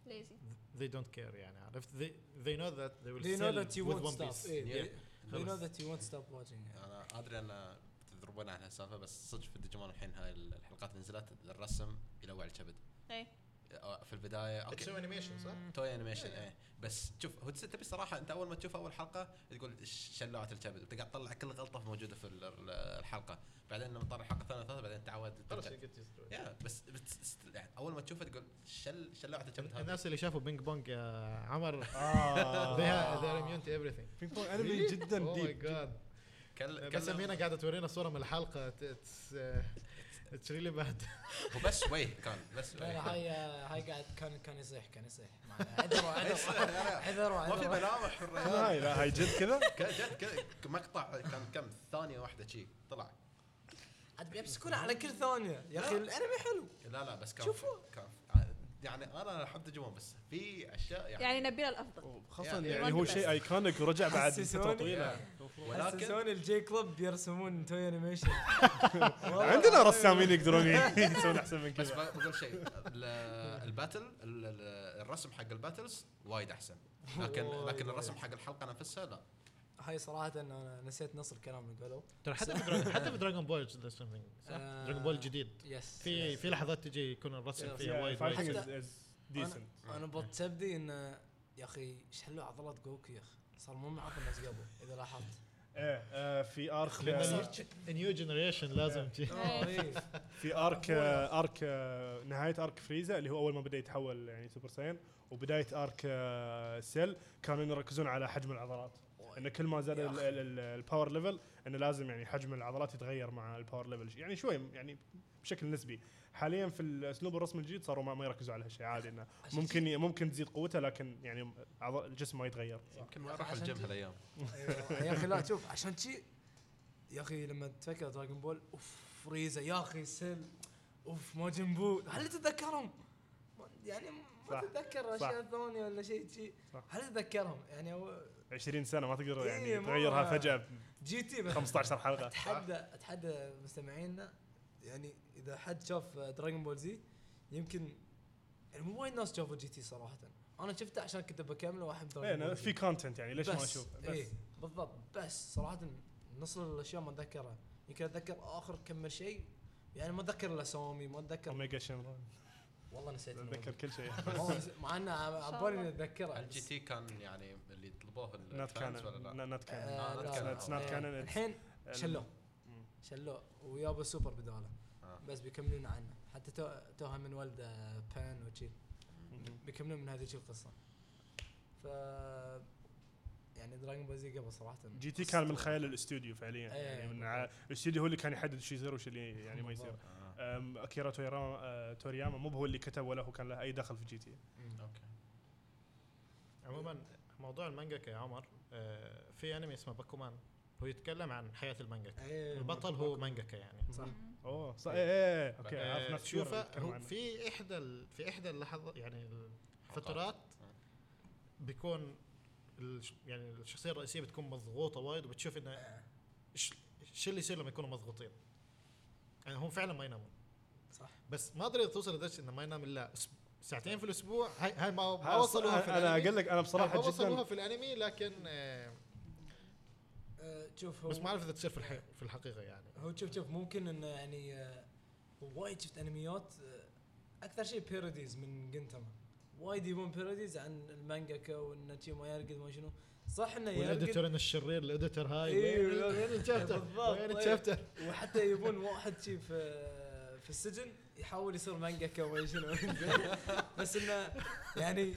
Speaker 5: ليزي
Speaker 1: they don't care يعني عرفت they they know that they will
Speaker 2: They know
Speaker 1: sell
Speaker 2: that you
Speaker 1: with
Speaker 2: won't
Speaker 1: one
Speaker 2: stop.
Speaker 1: piece
Speaker 2: إيه.
Speaker 1: Yeah.
Speaker 2: You know
Speaker 1: خلاص.
Speaker 2: that you won't stop watching.
Speaker 3: انا ادري ان تضربون عن هالسالفه بس صدق في ديجيمون الحين هاي الحلقات اللي نزلت الرسم يلوع الكبد
Speaker 5: إيه.
Speaker 3: أو في البدايه
Speaker 1: It's
Speaker 3: اوكي
Speaker 1: an animation صح؟
Speaker 3: توي انيميشن ايه بس شوف هو تس- تبي الصراحه انت اول ما تشوف اول حلقه تقول ش- شلعت الكبد وتقعد تطلع كل غلطه موجوده في ال- ال- الحلقه بعدين لما تطلع الحلقه الثانيه ثالثه بعدين تعود
Speaker 1: خلاص إيه.
Speaker 3: ترجع. يا بس بس ست- يعني اول ما تشوفه تقول شل شلعت الكبد هذه
Speaker 1: الناس اللي شافوا بينج بونج يا عمر they
Speaker 4: اه
Speaker 1: have- they're immune to everything
Speaker 4: بينج بونج انمي جدا
Speaker 1: آه. oh my
Speaker 4: ديب
Speaker 1: god
Speaker 3: كل
Speaker 1: إيه، بس امينه قاعده تورينا صوره من الحلقه اتس اتس ريلي باد
Speaker 3: هو بس ويه كان بس
Speaker 2: لا لا،
Speaker 3: ويه
Speaker 2: هاي آه، هاي قاعد كان كان يصيح كان يصيح معنا. عذروا
Speaker 3: بس ويه،
Speaker 2: عذروا عذروا
Speaker 3: لا، لا. ما في
Speaker 2: عذروا
Speaker 3: ملامح الرجال
Speaker 4: هاي لا هاي جد كذا
Speaker 3: كان جد كان مقطع كان كم ثانيه واحده شي طلع
Speaker 2: عاد بيمسكونه على كل ثانيه يا اخي
Speaker 3: لا.
Speaker 2: الانمي حلو
Speaker 3: لا لا بس كان
Speaker 2: شوفوا.
Speaker 3: كان يعني انا احب ديجيمون بس في اشياء يعني,
Speaker 5: يعني نبينا الافضل
Speaker 4: خاصه
Speaker 3: يعني
Speaker 4: يعني هو شيء ايكونيك ورجع بعد فتره
Speaker 2: حسسوني.
Speaker 4: طويله
Speaker 3: ولكن
Speaker 2: حسسوني الجي كلوب يرسمون توي انيميشن
Speaker 4: عندنا رسامين يقدرون يسوون احسن من
Speaker 3: بس
Speaker 4: كذا
Speaker 3: ب- بقول شيء ال- الباتل ال- ال- الرسم حق الباتلز وايد احسن لكن لكن الرسم حق الحلقه نفسها لا
Speaker 2: هاي صراحه انا نسيت نص الكلام اللي قالوه
Speaker 1: ترى حتى في درا- حتى في دراجون بول صح؟
Speaker 2: آه.
Speaker 1: دراجون بول جديد
Speaker 2: يس
Speaker 1: في في لحظات تجي يكون الرسم
Speaker 2: Yeah.
Speaker 1: فيها وايد
Speaker 2: fighting
Speaker 1: وايد
Speaker 2: حتى-
Speaker 4: ديسنت
Speaker 2: انا أنا بتبدي انه يا اخي شلوا عضلات جوكو يا اخي صار مو معضل ناس قبل اذا لاحظت
Speaker 4: ايه آه، في ارك
Speaker 1: لان نيو جنريشن لازم تجي
Speaker 2: إيه.
Speaker 4: في ارك آه، ارك آه، نهايه ارك فريزا اللي هو اول ما بدا يتحول يعني سوبر ساين وبدايه ارك آه، سيل كانوا يركزون على حجم العضلات انه كل ما زاد
Speaker 2: يا
Speaker 4: ال- ال- ال- الباور ليفل انه لازم يعني حجم العضلات يتغير مع الباور ليفل يعني شوي يعني بشكل نسبي حاليا في الاسلوب الرسم الجديد صاروا ما, ما يركزوا على هالشيء عادي انه
Speaker 2: عشان
Speaker 4: ممكن ممكن تزيد قوته لكن يعني عضل- الجسم ما يتغير
Speaker 3: يمكن ما اروح الجيم هالايام
Speaker 2: أيوة. يا اخي لا شوف عشان شي يا اخي لما تفكر دراجون بول اوف فريزا يا اخي سيل اوف موجن بو هل تتذكرهم؟ ما- يعني ما
Speaker 4: صح.
Speaker 2: تتذكر
Speaker 4: صح.
Speaker 2: اشياء ثانيه ولا شيء شي
Speaker 4: صح.
Speaker 2: هل تتذكرهم؟ يعني هو
Speaker 4: 20 سنه ما تقدر
Speaker 2: إيه،
Speaker 4: يعني
Speaker 2: ما-
Speaker 4: تغيرها فجاه ب
Speaker 2: جي تي بس
Speaker 4: 15 حلقه
Speaker 2: اتحدى اتحدى مستمعينا يعني اذا حد شاف دراجون بول زي يمكن يعني مو وايد ناس شافوا جي تي صراحه انا شفته عشان كنت بكمله واحب
Speaker 4: إيه،
Speaker 2: دراجون
Speaker 4: إنه
Speaker 2: بول
Speaker 4: في
Speaker 2: زي.
Speaker 4: كونتنت يعني ليش ما
Speaker 2: طيب، بس
Speaker 4: اشوف
Speaker 2: ايه بالضبط بس صراحه نص الاشياء ما اتذكرها يمكن اتذكر اخر كم شيء يعني ما اتذكر الاسامي ما اتذكر
Speaker 4: اوميجا شنرون
Speaker 2: والله نسيت
Speaker 4: اتذكر كل شيء
Speaker 2: والله نسيت- مع ان عبالي اني اتذكره
Speaker 3: الجي تي كان يعني اللي طلبوه
Speaker 4: نوت
Speaker 3: الفانز ولا لا؟
Speaker 4: كانون نوت
Speaker 2: آه،
Speaker 4: كانون
Speaker 2: لا،
Speaker 3: not
Speaker 2: لا،
Speaker 3: canon.
Speaker 2: لا.
Speaker 3: It's not
Speaker 2: إيه.
Speaker 4: canon. It's-
Speaker 2: الحين شلوه
Speaker 4: مم.
Speaker 2: شلوه ويابا سوبر بداله
Speaker 3: آه.
Speaker 2: بس بيكملون عنه حتى تو- توها من والده بان وشي بيكملون من هذه القصه ف يعني دراجون بول زي قبل صراحه
Speaker 4: جي تي كان من خيال الاستوديو فعليا
Speaker 2: إيه.
Speaker 4: يعني من ع- الاستوديو هو اللي كان يحدد شو يصير وش اللي يعني ما يصير
Speaker 3: آه.
Speaker 4: أم، اكيرا تورياما آه، تورياما مو هو اللي كتب ولا هو كان له اي دخل في جي تي
Speaker 2: مم.
Speaker 3: اوكي
Speaker 1: عموما موضوع المانجاكا يا عمر آه، في انمي اسمه باكومان هو يتكلم عن حياه المانجاكا
Speaker 2: إيه،
Speaker 1: البطل هو مانجاكا يعني
Speaker 2: صح
Speaker 4: اوه صح ايه ايه اوكي
Speaker 3: آه،
Speaker 4: عرفنا
Speaker 1: إيه. شوفه هو في احدى ال- في احدى اللحظات يعني الفترات بيكون الش- يعني الشخصيه الرئيسيه بتكون مضغوطه وايد وبتشوف
Speaker 2: آه.
Speaker 1: انه إيش- ايش اللي يصير لما يكونوا مضغوطين يعني هم فعلا ما ينامون
Speaker 2: صح.
Speaker 1: بس ما ادري إذا توصل لدرجه انه ما ينام الا أس- ساعتين في الاسبوع هاي, هاي ما, ما وصلوها في
Speaker 4: وصلوها انا
Speaker 1: الأنمي.
Speaker 4: اقول لك انا
Speaker 1: ما
Speaker 4: بصراحه
Speaker 1: وصلوها
Speaker 4: جدا
Speaker 1: في الانمي لكن آه،
Speaker 2: آه، شوف هو
Speaker 1: بس ما اعرف اذا تصير في الحي- في الحقيقه يعني
Speaker 2: هو شوف شوف ممكن انه يعني آه، وايد شفت انميات آه، اكثر شيء بيروديز من جنتاما وايد يبون بيروديز عن المانجاكا وانه شي ما يرقد ما شنو صح انه
Speaker 4: إيه،
Speaker 2: يرقد
Speaker 1: والاديتور إنه الشرير الاديتور هاي
Speaker 2: أيوة.
Speaker 1: وين وين الشابتر
Speaker 2: بالضبط.
Speaker 1: وين الشابتر
Speaker 4: إيه،
Speaker 2: وحتى يبون واحد شي في في السجن يحاول يصير مانجاكا وما شنو بس انه يعني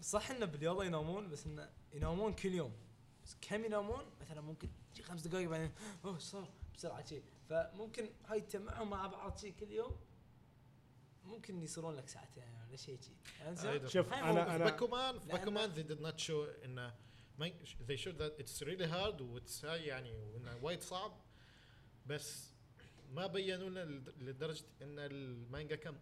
Speaker 2: صح انه باليوم ينامون بس انه ينامون كل يوم بس كم ينامون مثلا ممكن شي خمس دقائق بعدين اوه إيش صار بسرعه شي فممكن هاي تجمعهم مع بعض شي كل يوم ممكن يصيرون لك ساعتين ولا شيء شي يعني زين؟
Speaker 1: أيضاً.
Speaker 4: شوف
Speaker 2: هاي
Speaker 4: انا
Speaker 2: موقف
Speaker 1: في
Speaker 4: انا
Speaker 1: باكومان في
Speaker 2: لأن-
Speaker 1: باكومان they did not show انه ما- they showed that it's really hard وتس يعني وانه وايد صعب بس ما بينوا لنا لد- لدرجه ان المانجا كان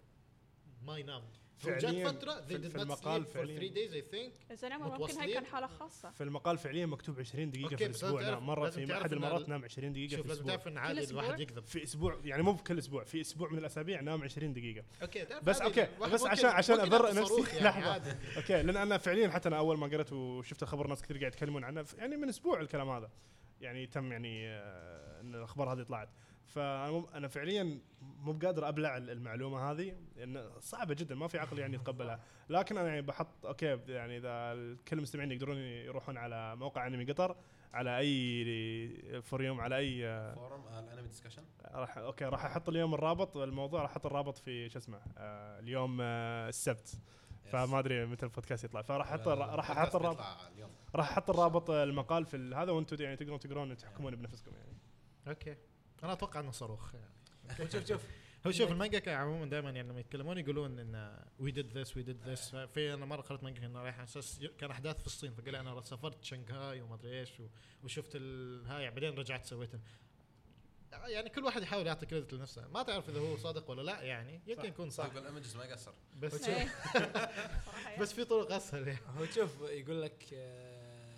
Speaker 1: ما ينام
Speaker 4: فعلياً
Speaker 1: فعليا فتره
Speaker 4: في-
Speaker 1: they did
Speaker 4: في
Speaker 1: not
Speaker 4: المقال
Speaker 1: sleep for
Speaker 4: فعلياً.
Speaker 1: three days I think
Speaker 5: زين عمر ممكن هاي كان
Speaker 1: متواصلين.
Speaker 5: حاله خاصه
Speaker 4: في المقال فعليا مكتوب 20 دقيقه
Speaker 1: أوكي،
Speaker 4: في
Speaker 1: بس
Speaker 4: الاسبوع
Speaker 1: لازم
Speaker 4: لا
Speaker 1: تعرف-
Speaker 4: مره
Speaker 1: لازم
Speaker 4: في
Speaker 1: تعرف
Speaker 4: احد
Speaker 1: إن
Speaker 4: المرات
Speaker 1: ال-
Speaker 4: نام 20 دقيقه
Speaker 1: شوف
Speaker 4: في
Speaker 1: لازم
Speaker 4: الاسبوع
Speaker 1: تعرف ان عادي
Speaker 5: أسبوع؟
Speaker 1: الواحد يكذب
Speaker 4: في اسبوع يعني مو بكل اسبوع في اسبوع من الاسابيع نام 20 دقيقه
Speaker 1: اوكي تعرف
Speaker 4: بس
Speaker 1: عادي،
Speaker 4: أوكي،
Speaker 1: الواحد
Speaker 4: بس
Speaker 1: ممكن-
Speaker 4: عشان- عشان
Speaker 1: ممكن
Speaker 4: أبرئ
Speaker 1: يعطي
Speaker 4: نفسي.
Speaker 1: صاروخ يعني
Speaker 4: لحظة.
Speaker 1: عادي.
Speaker 4: اوكي لان انا فعليا حتى انا اول ما قريت وشفت خبر ناس كثير قاعد يتكلمون عنه ف- يعني من اسبوع الكلام هذا يعني تم يعني آه، ان الاخبار هذه طلعت فانا مو- انا فعليا مو بقادر ابلع ال- المعلومه هذه لان صعبه جدا ما في عقل يعني يتقبلها لكن انا يعني بحط اوكي يعني اذا الكل المستمعين يقدرون يروحون على موقع انمي قطر على اي فوريوم على اي آه،
Speaker 3: فورم آه، الانمي ديسكشن
Speaker 4: راح اوكي راح احط اليوم الرابط الموضوع راح احط الرابط في شو اسمه آه اليوم آه السبت فما ادري متى البودكاست يطلع فراح احط راح احط الرابط
Speaker 3: آه، اليوم
Speaker 4: راح احط الرابط آه، المقال في ال- هذا وانتم يعني تقدرون تقرون تحكمون بنفسكم يعني
Speaker 1: اوكي انا اتوقع انه صاروخ يعني
Speaker 2: شوف شوف
Speaker 1: هو شوف المانجا كان عموما دائما يعني لما يتكلمون يقولون ان وي ديد ذس وي ديد ذس في انا مره قرأت مانجا انه رايح على اساس ي- كان احداث في الصين فقال انا سافرت شنغهاي وما ادري ايش و- وشفت ال- هاي بعدين رجعت سويتها يعني كل واحد يحاول يعطي كريدت لنفسه ما تعرف اذا هو صادق ولا لا يعني يمكن
Speaker 4: صح.
Speaker 1: يكون صح
Speaker 3: جوجل ايمجز ما يقصر
Speaker 1: بس
Speaker 5: إيه. صراحة يعني.
Speaker 1: Oh, بس في طرق اسهل يعني
Speaker 2: هو شوف يقول لك آه،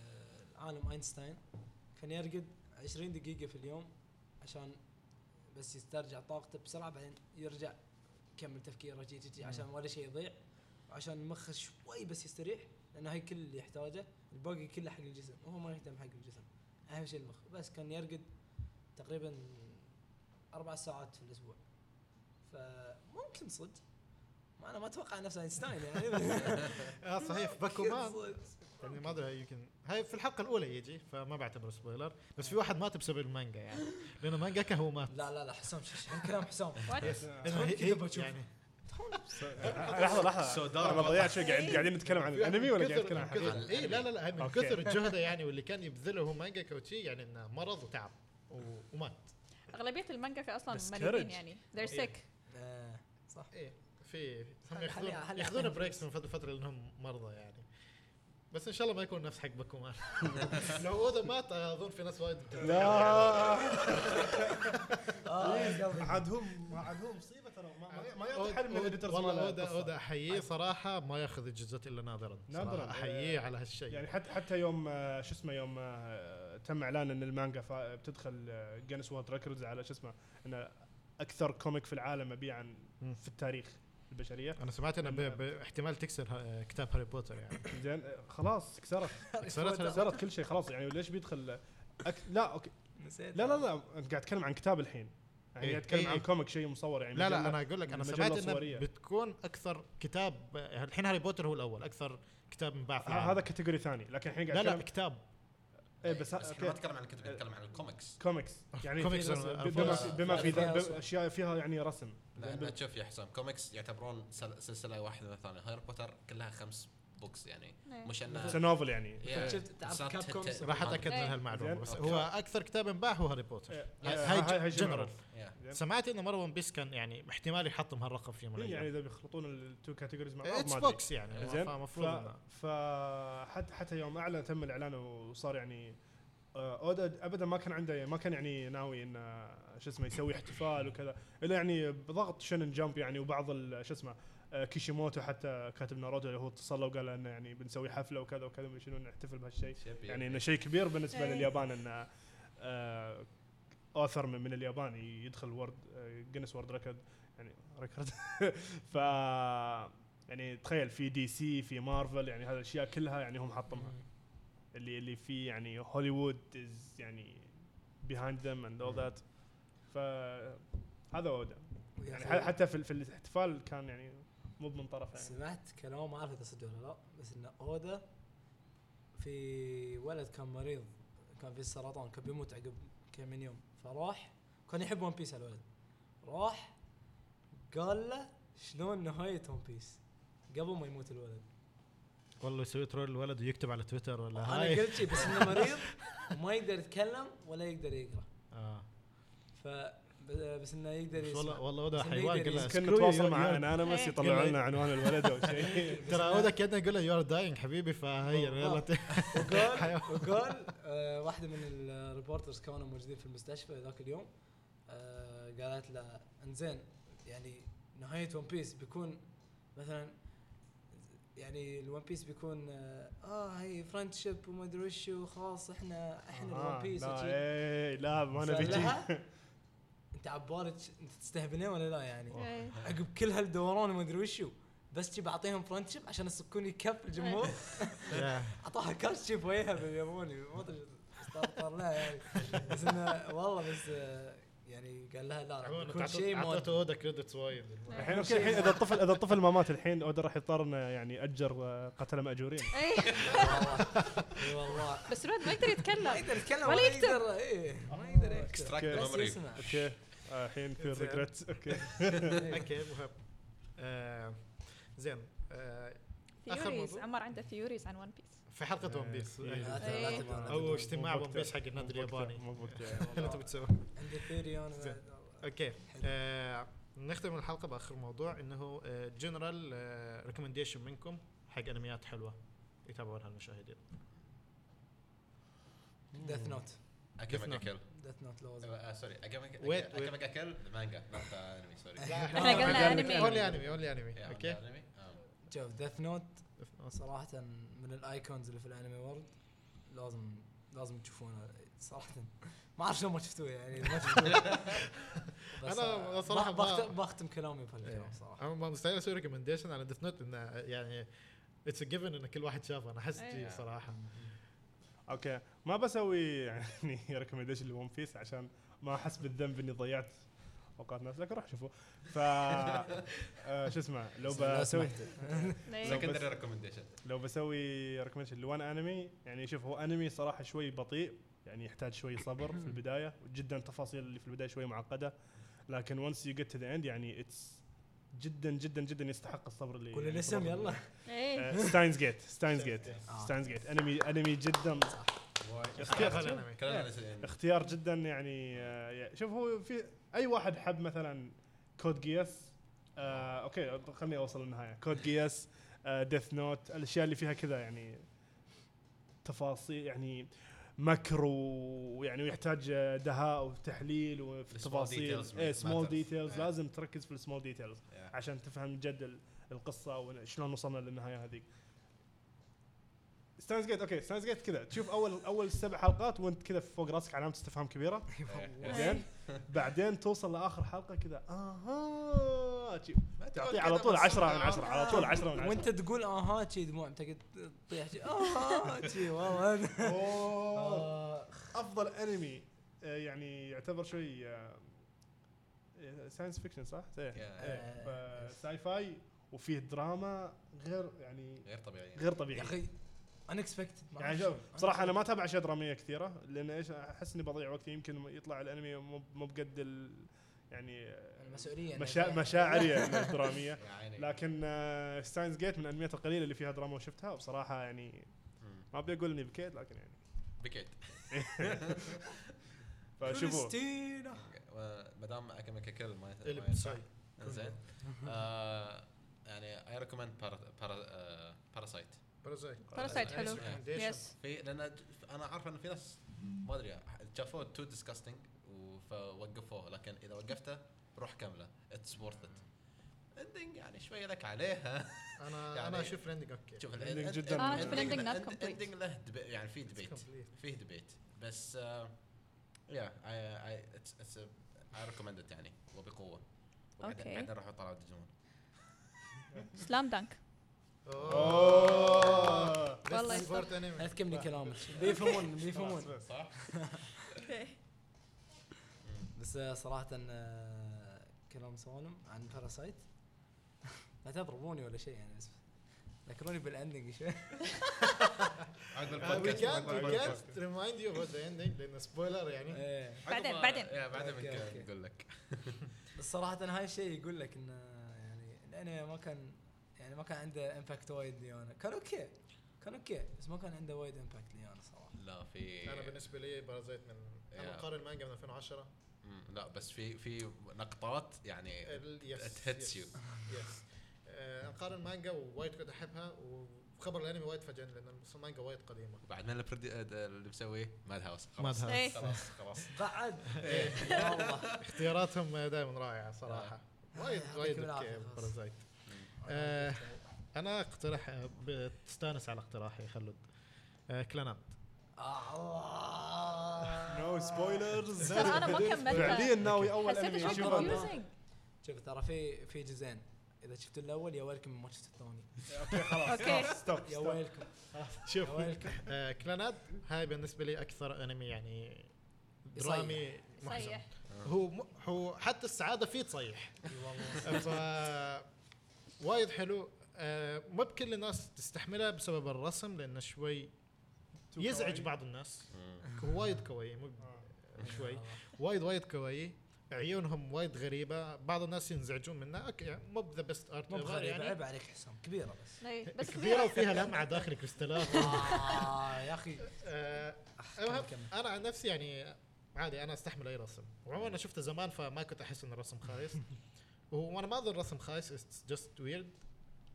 Speaker 2: العالم اينشتاين كان يرقد 20 دقيقة في اليوم عشان بس يسترجع طاقته بسرعة بعدين يرجع يكمل تفكيره جي جي جي عشان ولا شيء يضيع وعشان مخه شوي بس يستريح لأنه هاي كل اللي يحتاجه الباقي كله حق الجسم وهو ما يهتم حق الجسم أهم شيء المخ بس كان يرقد تقريبا أربع ساعات في الأسبوع فممكن صدق ما أنا ما أتوقع نفسه أينشتاين يعني
Speaker 1: اه صحيح في باكومان
Speaker 2: صدق.
Speaker 1: يعني ما ادري يمكن هاي في الحلقه الاولى يجي فما بعتبر سبويلر بس في واحد مات بسبب المانجا يعني لانه مانجا كان هو مات
Speaker 2: لا لا لا حسام شش عن كلام حسام
Speaker 5: What?
Speaker 1: إنه هي-
Speaker 2: كذا بشوف.
Speaker 1: يعني
Speaker 4: لحظه لحظه
Speaker 3: So dark.
Speaker 4: انا ضيعت شيء قاعد قاعدين نتكلم عن الانمي يعني ولا قاعد
Speaker 1: كثر-
Speaker 4: نتكلم عن
Speaker 1: من
Speaker 4: حقيقة؟
Speaker 1: كثر- اي لا لا لا من
Speaker 4: أوكي.
Speaker 1: كثر جهده يعني واللي كان يبذله هو مانجا كوتشي يعني انه مرض وتعب و- ومات
Speaker 5: اغلبيه المانجاكا اصلا
Speaker 4: بس
Speaker 5: مريضين
Speaker 4: courage.
Speaker 5: يعني they're
Speaker 1: إيه.
Speaker 5: sick
Speaker 2: آه، صح
Speaker 1: ايه في هم
Speaker 2: هل-
Speaker 1: ياخذون
Speaker 2: هل- هل
Speaker 1: ياخذون
Speaker 2: يعطيهم
Speaker 1: بريكس من فتره فتره لانهم مرضى يعني بس ان شاء الله ما يكون نفس حق باكومان لو اودا مات اظن في ناس وايد
Speaker 4: لا إيه.
Speaker 2: آه،
Speaker 4: عاد هم ما عاد هم مصيبه ترى ما- ما ما يعطي حل من
Speaker 1: أود-
Speaker 4: الاديترز
Speaker 1: والله
Speaker 4: مال
Speaker 1: اودا
Speaker 4: القصة.
Speaker 1: اودا احييه صراحه ما ياخذ الجزءات الا نادرا صراحة
Speaker 4: نادراً.
Speaker 1: احييه
Speaker 4: آه،
Speaker 1: على هالشيء
Speaker 4: يعني حتى حتى يوم آه، شو اسمه يوم آه، تم اعلان ان المانجا فا- بتدخل آه، جينيس وورد ريكوردز على شو اسمه ان اكثر كوميك في العالم مبيعا
Speaker 1: مم.
Speaker 4: في التاريخ البشريه
Speaker 1: انا سمعت انه
Speaker 4: يعني
Speaker 1: ب- ب- احتمال تكسر ها- كتاب هاري بوتر يعني
Speaker 4: زين آه، خلاص كسرت
Speaker 1: كسرت هاري
Speaker 4: كسرت كل شيء خلاص يعني ليش بيدخل آه، أك... لا اوكي
Speaker 2: نسيت
Speaker 4: لا لا لا انت قاعد تتكلم عن كتاب الحين يعني
Speaker 1: إيه،
Speaker 4: قاعد تتكلم
Speaker 1: إيه،
Speaker 4: عن
Speaker 1: إيه.
Speaker 4: كوميك شيء مصور يعني
Speaker 1: لا لا
Speaker 4: مجلة.
Speaker 1: انا اقول لك انا
Speaker 4: مجلة
Speaker 1: سمعت انه
Speaker 4: صورية.
Speaker 1: بتكون اكثر كتاب الحين هاري بوتر هو الاول اكثر كتاب انباع في
Speaker 4: ه-
Speaker 1: العالم.
Speaker 4: آه، هذا كاتيجوري ثاني لكن الحين
Speaker 1: لا
Speaker 4: قاعد
Speaker 1: لا
Speaker 4: اتكلم
Speaker 1: كتاب
Speaker 4: إيه،
Speaker 3: بس
Speaker 4: بس
Speaker 3: احنا ما
Speaker 4: اوكي
Speaker 3: نتكلم عن الكتب نتكلم عن الكوميكس
Speaker 4: كوميكس يعني في
Speaker 1: كوميكس
Speaker 4: رسم.
Speaker 1: أنا-
Speaker 4: ب- بما في- بما في
Speaker 2: فيها
Speaker 4: ذا-
Speaker 2: رسم.
Speaker 4: ب- اشياء فيها يعني رسم
Speaker 3: لان تشوف يا حسام كوميكس يعتبرون سل- سلسله واحده من الثانيه هاري بوتر كلها خمس بوكس يعني
Speaker 5: إيه.
Speaker 3: مش انه
Speaker 4: اتس نوفل يعني
Speaker 3: Yeah.
Speaker 2: شفت تعرف
Speaker 3: It's not
Speaker 2: كاب كوم
Speaker 3: hit-
Speaker 2: صار.
Speaker 1: راح اتاكد من
Speaker 5: إيه.
Speaker 1: هالمعلومه
Speaker 4: زين.
Speaker 1: بس
Speaker 3: أوكى.
Speaker 1: هو اكثر كتاب انباع هو هاي بوتر
Speaker 4: إيه.
Speaker 1: هاي
Speaker 4: هاي- هاي
Speaker 1: ج- جنرال
Speaker 3: yeah.
Speaker 4: زين.
Speaker 1: سمعت انه مره ون بيس كان يعني احتمال يحطم هالرقم في يوم من
Speaker 4: إيه، يعني
Speaker 1: الايام
Speaker 4: اذا بيخلطون التو كاتيجوريز مع بعض ما
Speaker 1: اتس
Speaker 4: أدري.
Speaker 1: بوكس يعني
Speaker 4: زين
Speaker 1: فمفروض إنه-
Speaker 4: فحتى حتى يوم اعلن تم الاعلان وصار يعني آه، اودا ابدا ما كان عنده ما كان يعني ناوي انه شو اسمه يسوي احتفال وكذا الا يعني بضغط شنن جمب يعني وبعض ال- شو اسمه آه، كيشيموتو حتى كاتب ناروتو اللي هو اتصل له وقال انه يعني بنسوي حفله وكذا وكذا مدري شنو نحتفل بهالشيء
Speaker 3: شبيه.
Speaker 4: يعني انه شيء كبير بالنسبه
Speaker 5: إيه.
Speaker 4: لليابان انه آه، اوثر من من اليابان يدخل آه، وورد جينيس وورد ريكورد يعني ريكورد ف يعني تخيل في دي سي في مارفل يعني هذه الاشياء كلها يعني هم حطمها اللي اللي في يعني هوليوود از يعني behind them and all that ف هذا اودا
Speaker 2: ويا
Speaker 4: يعني
Speaker 2: أخوي،
Speaker 4: ح- حتى في, في الاحتفال كان يعني مو من طرفه يعني
Speaker 2: سمعت كلام ما اعرف اذا صدق ولا لا بس ان اودا في ولد كان مريض كان في سرطان كان بيموت عقب كم من يوم فراح كان يحب ون بيس الولد راح قال له شلون نهايه ون بيس قبل ما يموت الولد
Speaker 1: والله يسوي ترول الولد ويكتب على تويتر ولا
Speaker 2: انا
Speaker 1: هاي
Speaker 2: قلت شي، بس انه مريض وما يقدر يتكلم ولا يقدر يقرا
Speaker 1: آه.
Speaker 2: ف ب- بس انه يقدر
Speaker 1: بس
Speaker 2: يسمع
Speaker 1: والله والله وده
Speaker 2: بس إنه
Speaker 1: حيوان
Speaker 2: يقدر
Speaker 1: قال له
Speaker 2: يسكن.
Speaker 4: كنا
Speaker 1: "Screw you,
Speaker 4: نتواصل
Speaker 1: you're-
Speaker 4: مع انانيمس
Speaker 5: إيه.
Speaker 4: يطلعوا لنا عنوان الولد او شيء
Speaker 2: بس
Speaker 1: ترى
Speaker 2: إنه-
Speaker 1: وده كأنه يقول له يو ار داينج حبيبي فهي
Speaker 2: والله.
Speaker 1: relative.
Speaker 2: وقال
Speaker 1: حيوان.
Speaker 2: وقال آه، واحده من الريبورترز كانوا موجودين في المستشفى ذاك اليوم آه، قالت له انزين يعني نهايه ون بيس بيكون مثلا يعني الون بيس بيكون اه آه، هي فرندشيب وما ادري وش وخلاص احنا احنا الون
Speaker 4: آه،
Speaker 2: بيس
Speaker 4: لا
Speaker 2: وشي.
Speaker 4: إيه، لا ما
Speaker 2: سأل
Speaker 4: نبي شي.
Speaker 2: لها، انت عبالك انت تستهبلين ولا لا يعني؟
Speaker 5: إيه.
Speaker 1: Oh.
Speaker 2: عقب كل هالدوران وما ادري وشو بس جي بعطيهم فرندشيب عشان يسكون كف الجمهور
Speaker 1: Yeah.
Speaker 2: اعطاها كرش في وجهها بالياباني ما ادري بس طار- طار لها يعني بس انه والله بس آه، يعني قال لها لا راح
Speaker 1: عموماً
Speaker 2: بيكون
Speaker 1: تعطو-
Speaker 2: شيء
Speaker 1: اعطيته
Speaker 2: مادي
Speaker 1: اودا كريدتس وايد
Speaker 4: الحين الحين اذا الطفل اذا الطفل ما مات الحين اودا راح يضطر إنه يعني اجر آه، قتله ماجورين
Speaker 5: إيه،
Speaker 2: اي والله
Speaker 5: بس الولد ما يقدر
Speaker 2: ما
Speaker 5: يتكلم
Speaker 2: يقدر يتكلم
Speaker 5: ولا
Speaker 2: ولا
Speaker 5: يكتب.
Speaker 2: يقدر اي ما يقدر يكتب
Speaker 3: Extract the
Speaker 4: Okay.
Speaker 2: بس
Speaker 3: memory.
Speaker 2: يسمع
Speaker 4: اوكي آه، الحين في
Speaker 2: زين.
Speaker 4: ريجريتس اوكي
Speaker 1: اوكي مهم آه، زين آه، آخر
Speaker 5: ثيوريز
Speaker 1: موضوع.
Speaker 5: عمر عنده ثيوريز عن ون بيس
Speaker 1: في حلقه ون بيس
Speaker 4: إيه.
Speaker 2: لا
Speaker 1: آه،
Speaker 2: تبغى- لا
Speaker 5: إيه.
Speaker 2: تبغى- لا
Speaker 1: او
Speaker 2: تبغى.
Speaker 1: اجتماع ون بيس حق النادي الياباني
Speaker 4: مو بوقته.
Speaker 1: اللي تبي تسوي
Speaker 2: عندي ثيري انا
Speaker 1: زين.
Speaker 2: بعد.
Speaker 1: اوكي آه، نختم الحلقه باخر موضوع آه، انه جنرال ريكومنديشن آه، منكم حق انميات حلوه يتابعونها المشاهدين
Speaker 2: ديث نوت
Speaker 3: اكيمك اكل
Speaker 2: ديث نوت لوز
Speaker 3: آه، سوري اكيمك
Speaker 1: Wait, wait.
Speaker 3: اكيمك اكل مانجا نوت انمي سوري
Speaker 5: إحنا قلنا أنمي.
Speaker 1: اونلي انمي اونلي انمي
Speaker 3: Yeah,
Speaker 1: اوكي
Speaker 3: anime. آه.
Speaker 2: شوف ديث نوت صراحة من الايكونز اللي في الانمي وورد لازم لازم تشوفونه صراحة ما اعرف شلون ما شفتوه يعني ما شفتوه بس
Speaker 1: أنا
Speaker 2: آه،
Speaker 1: صراحة
Speaker 2: بخ-
Speaker 1: ما-
Speaker 2: بختم- بختم كلامي بهالكلام صراحه
Speaker 1: انا ما مستحيل اسوي ريكومنديشن على ديث نوت انه يعني اتس جيفن ان كل واحد شافه انا حسيت
Speaker 5: إيه.
Speaker 1: جي صراحه
Speaker 4: اوكي ما بسوي يعني ريكومنديشن لون بيس عشان ما احس بالذنب اني ضيعت اوقات ناس لكن روح شوفوه ف آه، شو اسمه لو
Speaker 2: بس لو
Speaker 4: بسوي
Speaker 2: سمحت.
Speaker 5: إيه.
Speaker 4: بس-
Speaker 3: secondary recommendation
Speaker 4: لو بسوي ريكومنديشن لوان انمي يعني شوف هو انمي صراحه شوي بطيء يعني يحتاج شوي صبر في البدايه وجدا التفاصيل اللي في البدايه شوي معقده لكن once يو جيت تو ذا اند يعني اتس جدا جدا جدا يستحق الصبر اللي آه،
Speaker 2: قول
Speaker 4: يعني
Speaker 2: الاسم
Speaker 4: فرض-
Speaker 2: يلا
Speaker 5: إيه.
Speaker 4: ستاينز جيت ستاينز جيت
Speaker 2: آه.
Speaker 4: ستاينز جيت انمي انمي جدا
Speaker 1: كيف
Speaker 4: اختيار
Speaker 1: الانمي
Speaker 3: كلنا
Speaker 4: Yeah.
Speaker 3: نسيان.
Speaker 4: اختيار جدا يعني آه، شوف هو في اي واحد حب مثلا كود جياس آه اوكي خليني اوصل للنهايه كود جياس آه ديث نوت الاشياء اللي فيها كذا يعني تفاصيل يعني مكر ويعني ويحتاج آه، دهاء وتحليل وفي
Speaker 3: The small
Speaker 4: التفاصيل
Speaker 3: details
Speaker 4: ايه
Speaker 3: matters. إيه.
Speaker 4: سمول ديتيلز
Speaker 3: Yeah.
Speaker 4: لازم تركز في السمول ديتيلز
Speaker 3: Yeah.
Speaker 4: عشان تفهم جد ال- القصه وشلون وصلنا للنهايه هذيك ستانز جيت اوكي ستانز جيت كذا تشوف اول اول سبع حلقات وانت كذا فوق راسك علامه استفهام كبيره زين بعدين توصل لاخر حلقه كذا اها شي. تعطيه على طول 10 من 10 على طول 10 من 10
Speaker 2: وانت تقول اها شي دموع تقعد تطيح شي اها شي والله
Speaker 4: أوه.
Speaker 2: آه،
Speaker 4: افضل انمي آه، يعني يعتبر شوي آه، ساينس فيكشن صح؟ إيه.
Speaker 2: آه.
Speaker 4: ساي فاي وفيه دراما غير يعني
Speaker 3: غير طبيعي
Speaker 4: غير
Speaker 2: يا
Speaker 4: طبيعي
Speaker 2: اخي انكسبكتد
Speaker 4: يعني شوف صراحه انا ما اتابع اشياء دراميه كثيره لان ايش احس اني بضيع وقتي يمكن يطلع الانمي مو مو بقد ال- يعني آه،
Speaker 2: مسؤوليه
Speaker 4: مشا... مشاعريه الدراميه
Speaker 3: يا
Speaker 5: إيه.
Speaker 3: عيني.
Speaker 4: لكن ستاينز جيت من الانميات القليله اللي فيها دراما وشفتها وبصراحه يعني
Speaker 3: مم.
Speaker 4: ما ابي اقول اني بكيت لكن يعني
Speaker 3: بكيت
Speaker 4: فشوفوا
Speaker 3: ما دام اكمل ككل ما ما
Speaker 1: البساي
Speaker 3: زين آه، يعني اي ريكومند uh, باراسايت
Speaker 1: بارازايت
Speaker 5: باراسايت حلو يس
Speaker 3: في لان انا عارف ان في ناس ما ادري شافوه تو ديسكاستنج فوقفوه لكن اذا وقفته روح كامله اتس ورث ات اندنج يعني شويه لك عليها
Speaker 1: انا
Speaker 3: يعني-
Speaker 1: انا اشوف الاندنج اوكي
Speaker 3: شوف
Speaker 4: Ending جداً.
Speaker 5: آه، شوف الending not complete.
Speaker 3: الاندنج له دب- يعني في ديبيت
Speaker 1: complete.
Speaker 3: فيه ديبيت بس uh, يا اي اتس اي ريكومند ات يعني وبقوه وبعدين-
Speaker 5: أوكي.
Speaker 3: بعدين راحوا طلعوا ديجيمون
Speaker 5: سلام دانك
Speaker 1: Oh.
Speaker 3: Oh.
Speaker 4: اوه
Speaker 5: والله
Speaker 1: سبورت
Speaker 2: لا
Speaker 1: انمي
Speaker 2: تكملي كلامك بيفهمون بيفهمون
Speaker 4: خلاص، بس.
Speaker 3: صح؟ Mm.
Speaker 2: بس آه، صراحه آه، كلام سوالم عن باراسايت لا تضربوني ولا شيء يعني اسف ذكروني بالاندنج شوي
Speaker 3: عقب
Speaker 1: وي
Speaker 3: البودكاست
Speaker 1: كانت
Speaker 3: عقب
Speaker 1: وي
Speaker 3: البودكاست.
Speaker 1: كانت ريمايند يو اباوت ذا اندنج لان سبويلر يعني
Speaker 2: إيه.
Speaker 5: بعدين-
Speaker 3: عقب-
Speaker 5: بعدين.
Speaker 3: يا، بعدين
Speaker 2: أوكي،
Speaker 3: بنك-
Speaker 2: أوكي.
Speaker 3: بنقول لك
Speaker 2: بس صراحة هاي الشيء يقول لك انه يعني الانمي ما كان يعني ما كان عنده امباكت وايد لي انا كان اوكي كان اوكي بس ما كان عنده وايد امباكت لي انا صراحة
Speaker 3: لا في
Speaker 1: انا بالنسبه لي بارازايت من انا
Speaker 3: Yeah.
Speaker 1: قارن المانجا من 2010
Speaker 3: مم، لا بس في في نقطات يعني
Speaker 1: يس
Speaker 3: تهتس يو
Speaker 1: يس آه، انا قارن المانجا ووايد كنت احبها وخبر الانمي وايد فاجئني لان المانجا وايد قديمه
Speaker 3: وبعد من البرودي- اللي مسويه ماد هاوس
Speaker 1: Mad
Speaker 3: خلاص
Speaker 1: House.
Speaker 5: إيه.
Speaker 3: خلاص خلاص
Speaker 2: بعد يا الله
Speaker 1: اختياراتهم دائما رائعه صراحه وايد
Speaker 5: آه،
Speaker 2: يعطيكم
Speaker 1: وايد
Speaker 2: العافية
Speaker 1: اوكي
Speaker 2: خلاص.
Speaker 1: بارازايت آه، انا اقترح بتستانس على اقتراحي خلود آه، كلانات
Speaker 2: آه، الله
Speaker 4: نو سبويلرز
Speaker 5: ترى آه. أنا ما كملتها.
Speaker 4: فعليا ناوي اول انمي
Speaker 5: حسيته شوي
Speaker 2: أشوفه.
Speaker 4: اشوفه
Speaker 5: confusing.
Speaker 2: شوف ترى في في جزئين اذا شفت الاول يا ويلكم ما شفت الثاني
Speaker 4: اوكي خلاص
Speaker 5: أوكي.
Speaker 4: خلاص، ستوب
Speaker 2: يا
Speaker 4: ستوب.
Speaker 2: ويلكم
Speaker 1: شوف
Speaker 2: يا ويلكم
Speaker 1: آه، كلانات هاي بالنسبه لي اكثر انمي يعني درامي محزن
Speaker 5: صيح
Speaker 1: هو م- هو حتى السعاده فيه تصيح
Speaker 2: اي والله
Speaker 1: ف وايد حلو آه، مو بكل الناس تستحملها بسبب الرسم لانه شوي
Speaker 4: تو
Speaker 1: يزعج
Speaker 4: كواي.
Speaker 1: بعض الناس
Speaker 3: مم.
Speaker 1: هو وايد كوي مو
Speaker 4: آه.
Speaker 1: شوي وايد وايد كوي عيونهم وايد غريبه بعض الناس ينزعجون منها اوكي يعني مو بذا بيست ارت
Speaker 2: مو يعني. بغريب
Speaker 1: يعني.
Speaker 2: عيب عليك حسام كبيرة بس
Speaker 5: إيه، بس
Speaker 1: كبيره وفيها لمعه داخل كريستالات
Speaker 2: آه، يا اخي
Speaker 1: آه،
Speaker 2: أخ،
Speaker 1: المهم،
Speaker 2: كمل، كمل.
Speaker 1: انا عن نفسي يعني عادي انا استحمل اي رسم وعموما انا شفته زمان فما كنت احس ان الرسم خايس وانا ما اظن الرسم خايس اتس جاست ويرد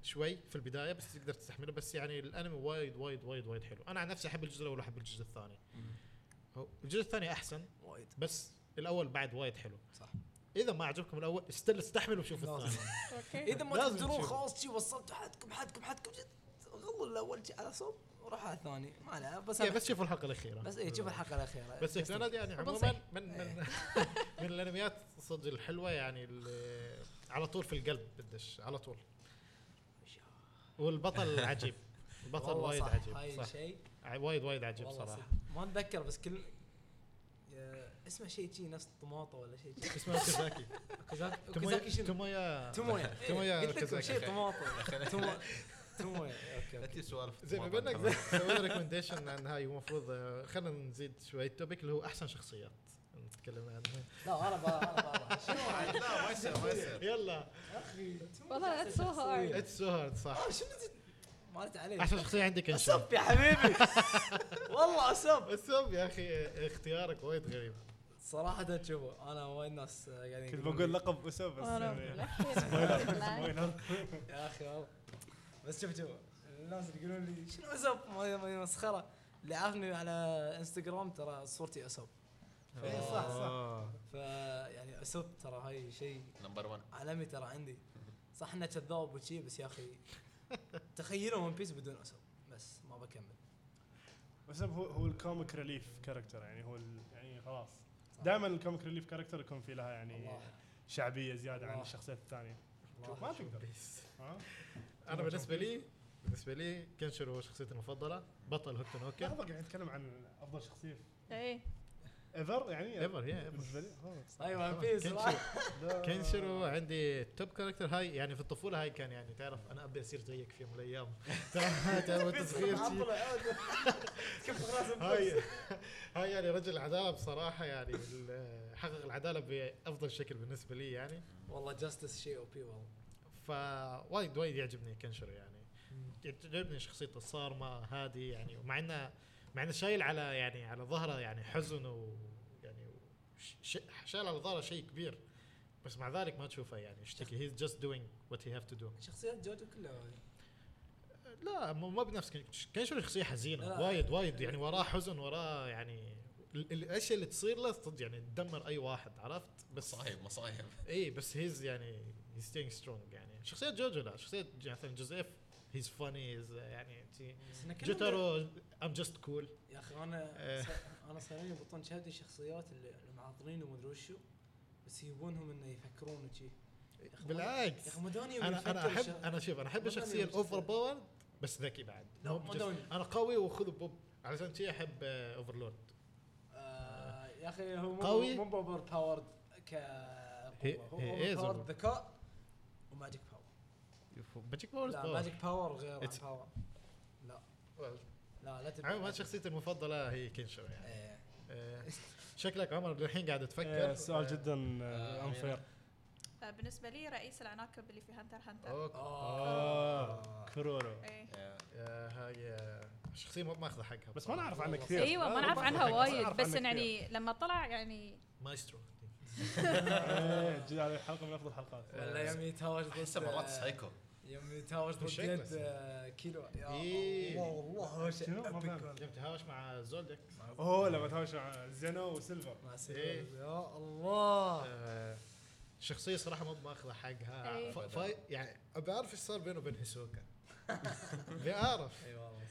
Speaker 1: شوي في البدايه بس تقدر تستحمله بس يعني الانمي وايد وايد وايد وايد حلو انا عن نفسي احب الجزء الاول واحب الجزء الثاني هو الجزء الثاني احسن
Speaker 2: وايد
Speaker 1: بس الاول بعد وايد حلو
Speaker 2: صح
Speaker 1: اذا ما عجبكم الاول استل استحمل وشوف
Speaker 2: لازم.
Speaker 1: الثاني
Speaker 5: اوكي
Speaker 2: اذا ما
Speaker 1: لازم
Speaker 2: تقدرون
Speaker 1: تشوف.
Speaker 2: خلاص شي وصلتوا حدكم حدكم حدكم جد غلوا الاول شي على صوب وروح على الثاني ما لا بس
Speaker 1: إيه،
Speaker 2: أنا-
Speaker 1: بس شوفوا الحلقه الاخيره
Speaker 2: بس إيه، اي شوف الحلقه الاخيره
Speaker 1: بس
Speaker 2: Just
Speaker 1: كلاناد يعني
Speaker 5: بنصيح.
Speaker 1: عموما من من
Speaker 2: إيه.
Speaker 1: من الانميات صدق الحلوه يعني ال- على طول في القلب بدش على طول والبطل عجيب البطل
Speaker 2: والله
Speaker 1: وايد
Speaker 2: صح،
Speaker 1: عجيب
Speaker 2: هاي
Speaker 1: صح
Speaker 2: شيء
Speaker 1: ع- وايد وايد عجيب
Speaker 2: والله
Speaker 1: صراحه
Speaker 2: صدق. ما اتذكر بس كل يا- اسمه شيء شي نفس الطماطه ولا شيء شي.
Speaker 1: اسمه كازاكي
Speaker 2: كوزاكي كوزاكي
Speaker 1: تومويا
Speaker 2: شنو؟
Speaker 1: تومويا
Speaker 2: تومويا
Speaker 1: تومويا
Speaker 2: إيه، قلت لكم
Speaker 1: كوزاكي.
Speaker 2: شيء طماطه تومويا تومويا اوكي
Speaker 3: لا
Speaker 2: اوكي
Speaker 3: تجي سوالف
Speaker 1: زين بما انك سوينا ريكومنديشن عن هاي المفروض خلينا نزيد شوي التوبيك اللي هو احسن شخصيات نتكلم عنها
Speaker 2: لا انا بقى انا بقى شنو هاي؟
Speaker 3: لا ما يصير ما يصير
Speaker 1: يلا
Speaker 2: يا اخي تومويا
Speaker 5: والله
Speaker 2: أحسن
Speaker 5: that's so
Speaker 2: شخصية.
Speaker 1: اتس سو هارد صح
Speaker 2: آه، شنو زي- مالت عليه
Speaker 1: احسن شخصيه عندك انشا
Speaker 2: اسب يا حبيبي والله اسب
Speaker 1: اسلوب يا اخي اختيارك وايد غريب
Speaker 2: صراحة شوفوا انا وايد ناس آه، قاعدين
Speaker 4: كنت
Speaker 2: يقولون
Speaker 4: بقول
Speaker 2: لي،
Speaker 4: لقب اسا بس
Speaker 5: أنا
Speaker 4: يعني-
Speaker 5: بالأخير.
Speaker 2: يا اخي والله بس شوف شوف الناس اللي يقولون لي شنو اسب ما- ما- مسخرة اللي عارفني على انستغرام ترى صورتي اسب
Speaker 4: إيه، صح، صح.
Speaker 1: آه.
Speaker 2: فيعني اسب يعني ترى هاي شيء
Speaker 3: نمبر 1
Speaker 2: عالمي ترى عندي صح انه كذاب وشي بس يا اخي تخيلوا ون بيس بدون اسب بس ما بكمل
Speaker 4: بس هو هو الكوميك ريليف كاركتر يعني هو ال- يعني خلاص
Speaker 2: آه.
Speaker 4: دائما الكوميك ريليف كاركتر يكون في لها يعني
Speaker 2: والله
Speaker 4: شعبيه زياده عن
Speaker 2: الله.
Speaker 4: الشخصيات الثانيه
Speaker 2: والله.
Speaker 4: ما تقدر آه. ها؟
Speaker 1: انا بالنسبه لي بالنسبه لي
Speaker 2: نعم.
Speaker 1: كنشر هو شخصيتي المفضله بطل هوكتون هوكن
Speaker 4: لحظه قاعد نتكلم عن افضل شخصيه
Speaker 5: إيه.
Speaker 4: ايفر يعني
Speaker 1: Ever, yeah, ever.
Speaker 4: بالنسبه لي آه،
Speaker 2: اي ون بيس
Speaker 1: كنشرو
Speaker 4: لا.
Speaker 1: كنشرو عندي توب كاركتر هاي يعني في الطفوله هاي كان يعني تعرف انا ابي اصير زيك في يوم من الايام تعرف تعرف وأنت صغير شي.
Speaker 2: كيف خلاص
Speaker 1: هاي هاي يعني رجل العداله بصراحه يعني ال- حقق العداله بافضل شكل بالنسبه لي يعني
Speaker 2: والله جاستس شيء او بي والله
Speaker 1: فوايد وايد يعجبني كنشرو يعني تعجبني شخصيته الصارمه هادي يعني ومع انه مع انه شايل على يعني على ظهره يعني حزن و يعني وش- ش- شايل على ظهره شيء كبير بس مع ذلك ما تشوفه يعني يشتكي هيز جاست دوينج وات هي هاف تو دو
Speaker 2: شخصيات جوجو كلها
Speaker 1: لا مو مو بنفس كنشرو شخصيه
Speaker 2: لا.
Speaker 1: حزينه وايد وايد يعني وراه حزن وراه يعني ال- الاشياء اللي تصير له صدق يعني تدمر اي واحد عرفت بس
Speaker 3: مصايب مصايب
Speaker 1: اي بس هيز يعني هيز staying سترونج يعني شخصيه جوجو لا شخصيه ج- مثلا جوزيف هيز فاني هيز يعني تي-
Speaker 2: بس إن كل-
Speaker 1: جوتارو ام جاست كول
Speaker 2: يا اخي انا
Speaker 1: إيه.
Speaker 2: ص- انا صار لي بطون شهدي شخصيات اللي اللي معاطلين ومدري وشو بس يبونهم انه يفكرون وشي يا أخي ما-
Speaker 1: بالعكس.
Speaker 2: يا اخي مدوني
Speaker 1: انا انا احب انا شوف انا احب
Speaker 2: مدني
Speaker 1: الشخصيه
Speaker 2: وجوزيف.
Speaker 1: الاوفر باورد بس ذكي بعد
Speaker 2: لا،
Speaker 1: مو
Speaker 2: مو
Speaker 1: just-
Speaker 2: دوني.
Speaker 1: انا قوي وخذ بوب علشان كذي احب اوفرلورد
Speaker 2: آه يا اخي هو مو
Speaker 1: قوي.
Speaker 2: مو باور باورد ك
Speaker 1: He-
Speaker 2: هو
Speaker 1: he is
Speaker 2: باورد
Speaker 1: overpowered.
Speaker 2: ذكاء وماجيك باور
Speaker 1: ماجيك باورز
Speaker 2: لا ماجيك باور غير عن
Speaker 1: It's-
Speaker 2: باور لا لا لا
Speaker 1: عموما هذه شخصيتي المفضله هي كينشر يعني
Speaker 2: إيه.
Speaker 1: آه، شكلك عمر للحين قاعد
Speaker 4: آه،
Speaker 1: تفكر
Speaker 4: سؤال جدا
Speaker 3: آه،
Speaker 4: انفير
Speaker 2: يعني
Speaker 5: آه، بالنسبه لي رئيس العناكب اللي في هانتر هانتر
Speaker 1: اوكي
Speaker 5: آه.
Speaker 2: آه.
Speaker 4: اه كرورو
Speaker 5: إيه.
Speaker 3: يا.
Speaker 1: آه، هاي آه، شخصيه ما ماخذه حقها
Speaker 4: بس ما نعرف عنه
Speaker 2: والله.
Speaker 4: كثير
Speaker 5: ايوه ما نعرف
Speaker 4: أعرف
Speaker 5: عنها
Speaker 4: عنك
Speaker 5: وايد
Speaker 4: كثير.
Speaker 5: بس إن يعني لما طلع يعني
Speaker 1: مايسترو
Speaker 4: إيه، جد هذه الحلقه من افضل الحلقات
Speaker 2: ولا يوم يتهاوش ضد
Speaker 3: احسه مرات سايكو
Speaker 2: يوم يتهاوش ضد
Speaker 1: شكله
Speaker 2: يد آه، كيلو يا
Speaker 1: إيه.
Speaker 2: الله والله هو شيء
Speaker 4: شنو؟ ما
Speaker 2: epic
Speaker 4: فهمت.
Speaker 2: والله.
Speaker 1: يوم تهاوش مع زولدك
Speaker 4: اوه لما تهاوش مع زينو وسيلفر
Speaker 2: مع
Speaker 1: إيه.
Speaker 2: سيلفر يا الله
Speaker 1: آه، شخصية صراحة ما ماخذة حقها
Speaker 5: أي.
Speaker 1: ف... ف... يعني ابي اعرف ايش صار بينه وبين هيسوكا ابي اعرف
Speaker 2: اي والله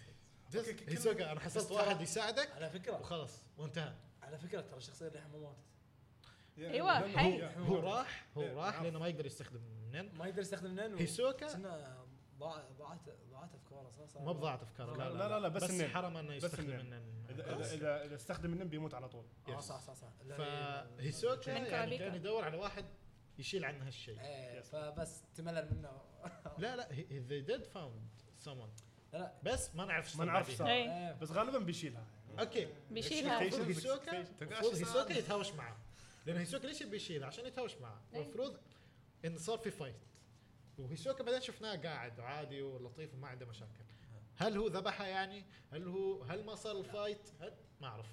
Speaker 1: Just
Speaker 2: أوكي، كل-
Speaker 1: هيسوكا انا
Speaker 2: بس
Speaker 1: حصلت
Speaker 2: ترى-
Speaker 1: واحد يساعدك
Speaker 2: على فكره
Speaker 1: وخلاص وانتهى
Speaker 2: على فكره ترى الشخصيه اللي ما ماتت
Speaker 5: أيوة، حي.
Speaker 1: هو راح هو
Speaker 4: إيه،
Speaker 1: راح
Speaker 4: عارف.
Speaker 1: لانه ما يقدر يستخدم نن
Speaker 2: ما يقدر يستخدم نانو
Speaker 1: هيسوكا
Speaker 2: كنا ضاع- ضاعت ضاعت افكاره صح صار
Speaker 1: ما بضاعت افكاره
Speaker 4: لا، لا، لا، بس
Speaker 1: بس
Speaker 4: النن.
Speaker 1: حرام انه
Speaker 4: بس
Speaker 1: يستخدم
Speaker 4: النن. اذا إذا-
Speaker 1: النن
Speaker 4: اذا اذا استخدم النم بيموت على طول
Speaker 2: اه
Speaker 1: Yes.
Speaker 2: صح صح صح لا، لا،
Speaker 1: فهيسوكا
Speaker 5: من
Speaker 1: يعني
Speaker 5: كرابيكا.
Speaker 1: كان يدور على واحد يشيل عنه هالشيء
Speaker 2: ايه
Speaker 4: Yes.
Speaker 2: فبس تملل منه
Speaker 1: لا لا he- he- they did found someone
Speaker 2: لا لا
Speaker 1: بس ما نعرف إيش
Speaker 4: ما
Speaker 1: صار
Speaker 4: نعرف
Speaker 1: بعدين.
Speaker 4: صار.
Speaker 5: إيه.
Speaker 2: إيه.
Speaker 4: بس غالبا بيشيلها
Speaker 1: اوكي
Speaker 5: بيشيلها.
Speaker 1: المفروض هيسوكا
Speaker 4: expectation.
Speaker 1: المفروض هيسوكا يتهاوش معاه لان هيسوكا ليش يبي يشيله عشان يتهاوش معاه
Speaker 5: أي.
Speaker 1: المفروض ان صار في فايت وهيسوكا بعدين شفناه قاعد عادي ولطيف وما عنده مشاكل هل هو ذبحها يعني؟ هل هو هل ما صار الفايت؟ هل ما اعرف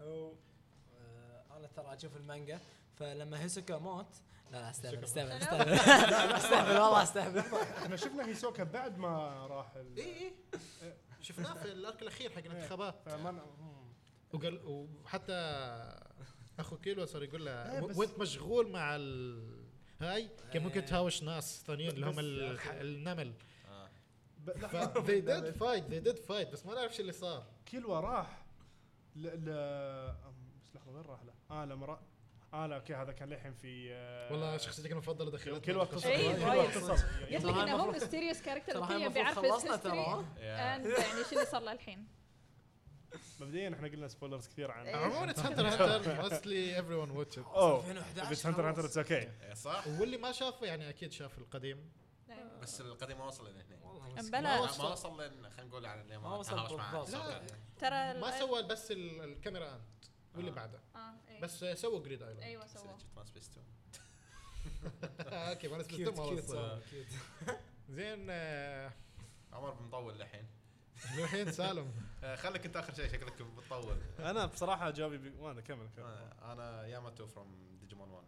Speaker 2: هو آه، انا ترى اشوف المانجا فلما هيسوكا مات لا لا استهبل استهبل استهبل استهبل والله استهبل
Speaker 4: احنا شفنا هيسوكا بعد ما راح ال-
Speaker 1: اي اي شفناه في الارك الاخير حق الانتخابات
Speaker 4: فما ن- مم.
Speaker 1: وقال وحتى اخو كيلو صار يقول له
Speaker 4: إيه، بس-
Speaker 1: وانت مشغول مع ال هاي كان ممكن
Speaker 2: إيه.
Speaker 1: تهاوش ناس ثانيين اللي هم
Speaker 4: بس يا
Speaker 1: الح- النمل
Speaker 3: آه.
Speaker 4: ب- لحظة.
Speaker 1: they did fight they did fight بس ما نعرف ايش اللي صار
Speaker 4: كيلوا راح ل ل أم، بس لحظه وين راح له؟ اه لما راح اه لا اوكي هذا كان للحين في آه،
Speaker 1: والله شخصيتك المفضله دخلت
Speaker 4: كيلوا اقتصر
Speaker 5: إيه،
Speaker 4: كيلوا
Speaker 5: وايد.
Speaker 4: اقتصر
Speaker 5: قلت لك انه هو ميستيريوس كاركتر
Speaker 2: ترى هاي
Speaker 5: وكذا
Speaker 2: المفروض
Speaker 5: بيعرف
Speaker 2: خلصنا ترى ها؟
Speaker 3: يا.
Speaker 5: انت يعني ايش اللي صار له الحين؟
Speaker 4: مبدئيا احنا قلنا سبويلرز كثير عن
Speaker 5: إيه.
Speaker 1: عموما اتس هانتر هانتر mostly everyone watch it
Speaker 4: اوه
Speaker 2: 2011
Speaker 4: بس هانتر هانتر
Speaker 2: خلاص.
Speaker 4: اتس اوكي
Speaker 3: يا صح
Speaker 1: واللي ما شافه يعني اكيد شاف القديم
Speaker 5: نعم.
Speaker 3: بس القديم ما وصل لنا هنا
Speaker 2: والله مسكين.
Speaker 5: أمبلا.
Speaker 3: ما
Speaker 5: لا.
Speaker 3: ما وصل لنا خلينا نقول على إنه
Speaker 2: ما
Speaker 3: ما
Speaker 2: وصل
Speaker 3: تهاوش معاه
Speaker 2: بالضبط.
Speaker 1: لا
Speaker 5: ترى
Speaker 1: ما
Speaker 5: ال-
Speaker 1: سوى بس ال- الكاميرا انت واللي
Speaker 3: آه.
Speaker 1: بعده
Speaker 5: آه، إيه.
Speaker 1: بس سووا جريد ايلاند
Speaker 5: ايوه سوى
Speaker 3: شفت ما سبيس تو
Speaker 1: اوكي ما نسبت
Speaker 2: كيوت
Speaker 1: ما
Speaker 2: كيوت
Speaker 1: وصل.
Speaker 2: صار، كيوت
Speaker 1: زين آه،
Speaker 3: عمر بنطول للحين
Speaker 1: الحين سالم
Speaker 3: آه، خليك انت اخر شيء شكلك بتطول
Speaker 4: انا بصراحه جوابي بي- وانا كمل كمل
Speaker 3: آه، انا ياماتو فروم ديجيمون 1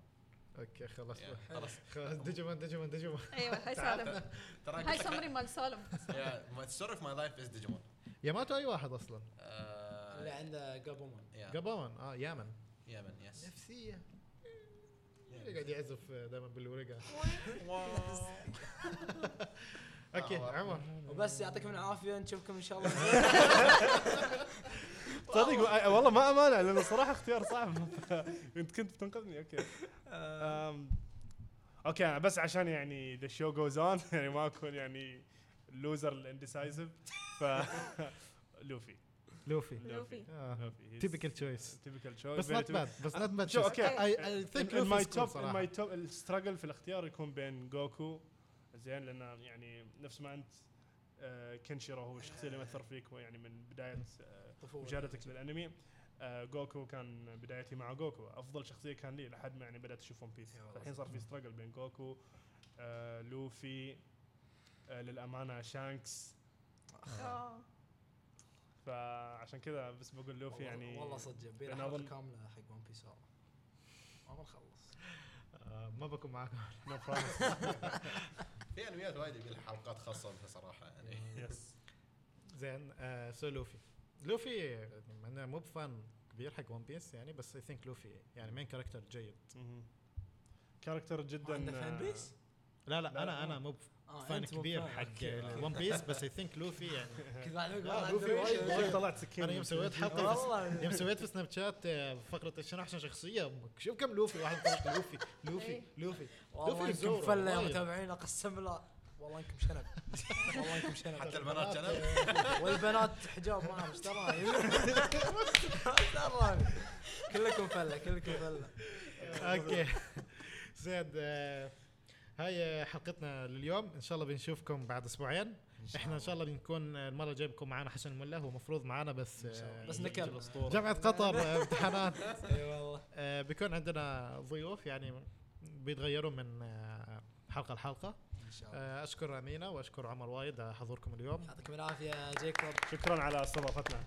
Speaker 1: اوكي خلاص
Speaker 3: يا، خلاص
Speaker 1: خلاص ديجيمون ديجيمون ديجيمون
Speaker 5: ايوه هاي سالم
Speaker 3: ترى
Speaker 5: هاي سمري مال سالم
Speaker 3: يا ستوري اوف ماي لايف از ديجيمون
Speaker 1: ياماتو اي واحد اصلا
Speaker 3: Uh,
Speaker 2: اللي عنده جابومون
Speaker 1: جابون اه يامن
Speaker 3: يمن يس
Speaker 1: نفسيه اللي قاعد يعزف دائما بالورقه اوكي
Speaker 3: آه،
Speaker 1: عمر
Speaker 2: وبس يعطيكم العافيه نشوفكم ان شاء الله
Speaker 4: تصدق و- والله ما امانه لان صراحه اختيار صعب انت كنت بتنقذني اوكي أم، اوكي انا بس عشان يعني ذا شو جوز اون يعني ما اكون يعني لوزر الانديسايسيف ف لوفي
Speaker 1: لوفي
Speaker 5: لوفي
Speaker 1: آه.
Speaker 3: آه.
Speaker 1: تيبكال تشويس
Speaker 4: تيبيكال تشويس
Speaker 1: بس نوت باد بس نوت باد
Speaker 4: شو، أوكي.
Speaker 1: اي ثينك
Speaker 4: ان ماي
Speaker 1: لوفي
Speaker 4: توب ان ماي
Speaker 1: صراحه
Speaker 4: توب الستراجل في الاختيار يكون بين جوكو زين لانه يعني نفس ما انت آه، كنشيرو هو الشخصيه اللي مثر فيك يعني من بدايه آه،
Speaker 2: طفوله
Speaker 4: مشاهدتك للانمي آه، جوكو كان بدايتي مع جوكو افضل شخصيه كان لي لحد ما يعني بدات اشوف ون بيس
Speaker 2: والله.
Speaker 4: الحين صار في ستراجل بين جوكو آه، لوفي آه، للامانه شانكس
Speaker 5: آه.
Speaker 4: فعشان كذا بس بقول لوفي
Speaker 2: والله-
Speaker 4: يعني
Speaker 2: والله صدق يبينا
Speaker 4: لأن
Speaker 2: حلقه
Speaker 4: أظن-
Speaker 2: كامله حق ون بيس والله ما بنخلص
Speaker 1: آه، ما بكون معاكم
Speaker 4: no promise.
Speaker 3: في انميات وايد يبي لها حلقات خاصه بها صراحه يعني
Speaker 4: يس
Speaker 1: زين آه، سو لوفي لوفي يعني مع انه مو بفان كبير حق ون بيس يعني بس اي ثينك لوفي يعني مين كاركتر جيد
Speaker 4: مهم. كاركتر جدا
Speaker 2: عنده فان
Speaker 4: آه،
Speaker 2: بيس؟
Speaker 1: لا
Speaker 4: لا،
Speaker 1: لا انا
Speaker 4: لا.
Speaker 1: انا مو
Speaker 2: آه،
Speaker 1: فان
Speaker 2: أنت مو
Speaker 1: كبير
Speaker 2: فان.
Speaker 1: حق
Speaker 2: أوكي. آه.
Speaker 1: ون بيس بس اي ثينك لوفي يعني
Speaker 4: آه،
Speaker 2: كذا على
Speaker 1: لا،
Speaker 2: بالك
Speaker 1: لوفي
Speaker 2: والله
Speaker 1: وايد
Speaker 2: أندريشن.
Speaker 4: والله طلعت سكين
Speaker 1: انا يوم سويت حلقه في- يوم
Speaker 2: والله
Speaker 1: سويت في سناب شات آه، فقره شنو احسن شخصيه أمك، شوف كم لوفي واحد طلع لوفي لوفي
Speaker 5: إيه.
Speaker 1: لوفي
Speaker 2: والله انكم
Speaker 1: زورو،
Speaker 2: فله يا
Speaker 1: وايد.
Speaker 2: متابعين اقسم بالله والله انكم شنب والله انكم شنب
Speaker 3: حتى البنات كانت
Speaker 2: والبنات حجاب معهم ايش تراني؟ ايش تراني؟ كلكم فله كلكم فله
Speaker 1: اوكي زين آه، هاي آه، حلقتنا لليوم ان شاء الله بنشوفكم بعد اسبوعين احنا ان شاء الله بنكون آه، المره الجايه بيكون معنا حسن الملا هو مفروض معنا بس
Speaker 2: إن شاء الله.
Speaker 1: آه،
Speaker 2: بس
Speaker 1: جم-
Speaker 2: نكمل.
Speaker 1: جم- جامعه قطر آه، امتحانات
Speaker 2: اي والله
Speaker 1: آه، بيكون عندنا ضيوف يعني بيتغيروا من آه، حلقه لحلقه
Speaker 2: ان شاء الله
Speaker 1: آه، اشكر امينه واشكر عمر وايد على حضوركم اليوم
Speaker 2: يعطيكم العافيه جيكوب
Speaker 4: شكرا على استضافتنا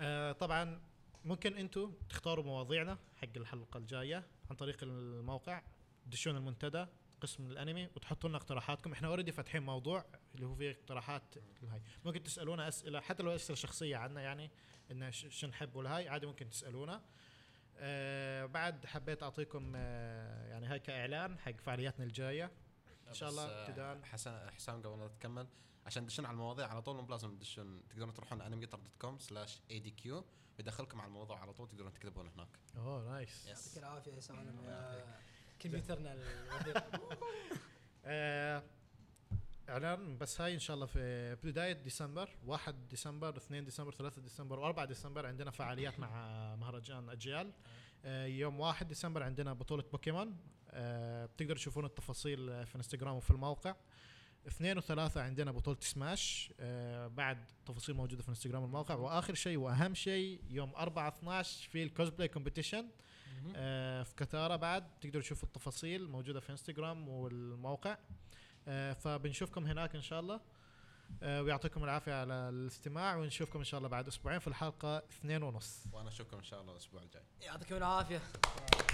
Speaker 1: آه، طبعا ممكن انتم تختاروا مواضيعنا حق الحلقه الجايه عن طريق الموقع تدشون المنتدى قسم الانمي وتحطوا لنا اقتراحاتكم احنا اوريدي فاتحين موضوع اللي هو فيه اقتراحات الهاي ممكن تسالونا اسئله حتى لو اسئله شخصيه عنا يعني ان ش- شو نحب والهاي عادي ممكن تسالونا آه بعد حبيت اعطيكم آه يعني هاي كاعلان حق فعالياتنا الجايه ان شاء الله
Speaker 3: بس، آه،
Speaker 1: ابتداء
Speaker 3: حسن حسام قبل لا تكمل عشان تدشون على المواضيع على طول مو بلازم تدشون تقدرون تروحون انميتر دوت كوم سلاش اي دي كيو بيدخلكم على الموضوع على طول تقدرون تكتبون هناك
Speaker 1: اوه نايس
Speaker 2: يعطيك العافيه يا سالم يا كمبيوترنا الوثيق.
Speaker 1: آه، اعلان بس هاي ان شاء الله في بدايه ديسمبر 1 ديسمبر 2 ديسمبر 3 ديسمبر و4 ديسمبر عندنا فعاليات مع مهرجان اجيال آه، يوم 1 ديسمبر عندنا بطوله بوكيمون آه، بتقدروا تشوفون التفاصيل في انستغرام وفي الموقع اثنين وثلاثة عندنا بطولة سماش آه بعد تفاصيل موجودة في انستغرام والموقع واخر شيء واهم شيء يوم 4 12 في الكوزبلاي كومبيتيشن آه، في كتارة بعد تقدروا تشوفوا التفاصيل موجودة في انستغرام والموقع آه، فبنشوفكم هناك ان شاء الله آه، ويعطيكم العافية على الاستماع ونشوفكم ان شاء الله بعد اسبوعين في الحلقة اثنين ونص
Speaker 3: وانا اشوفكم ان شاء الله الاسبوع الجاي
Speaker 2: يعطيكم العافيه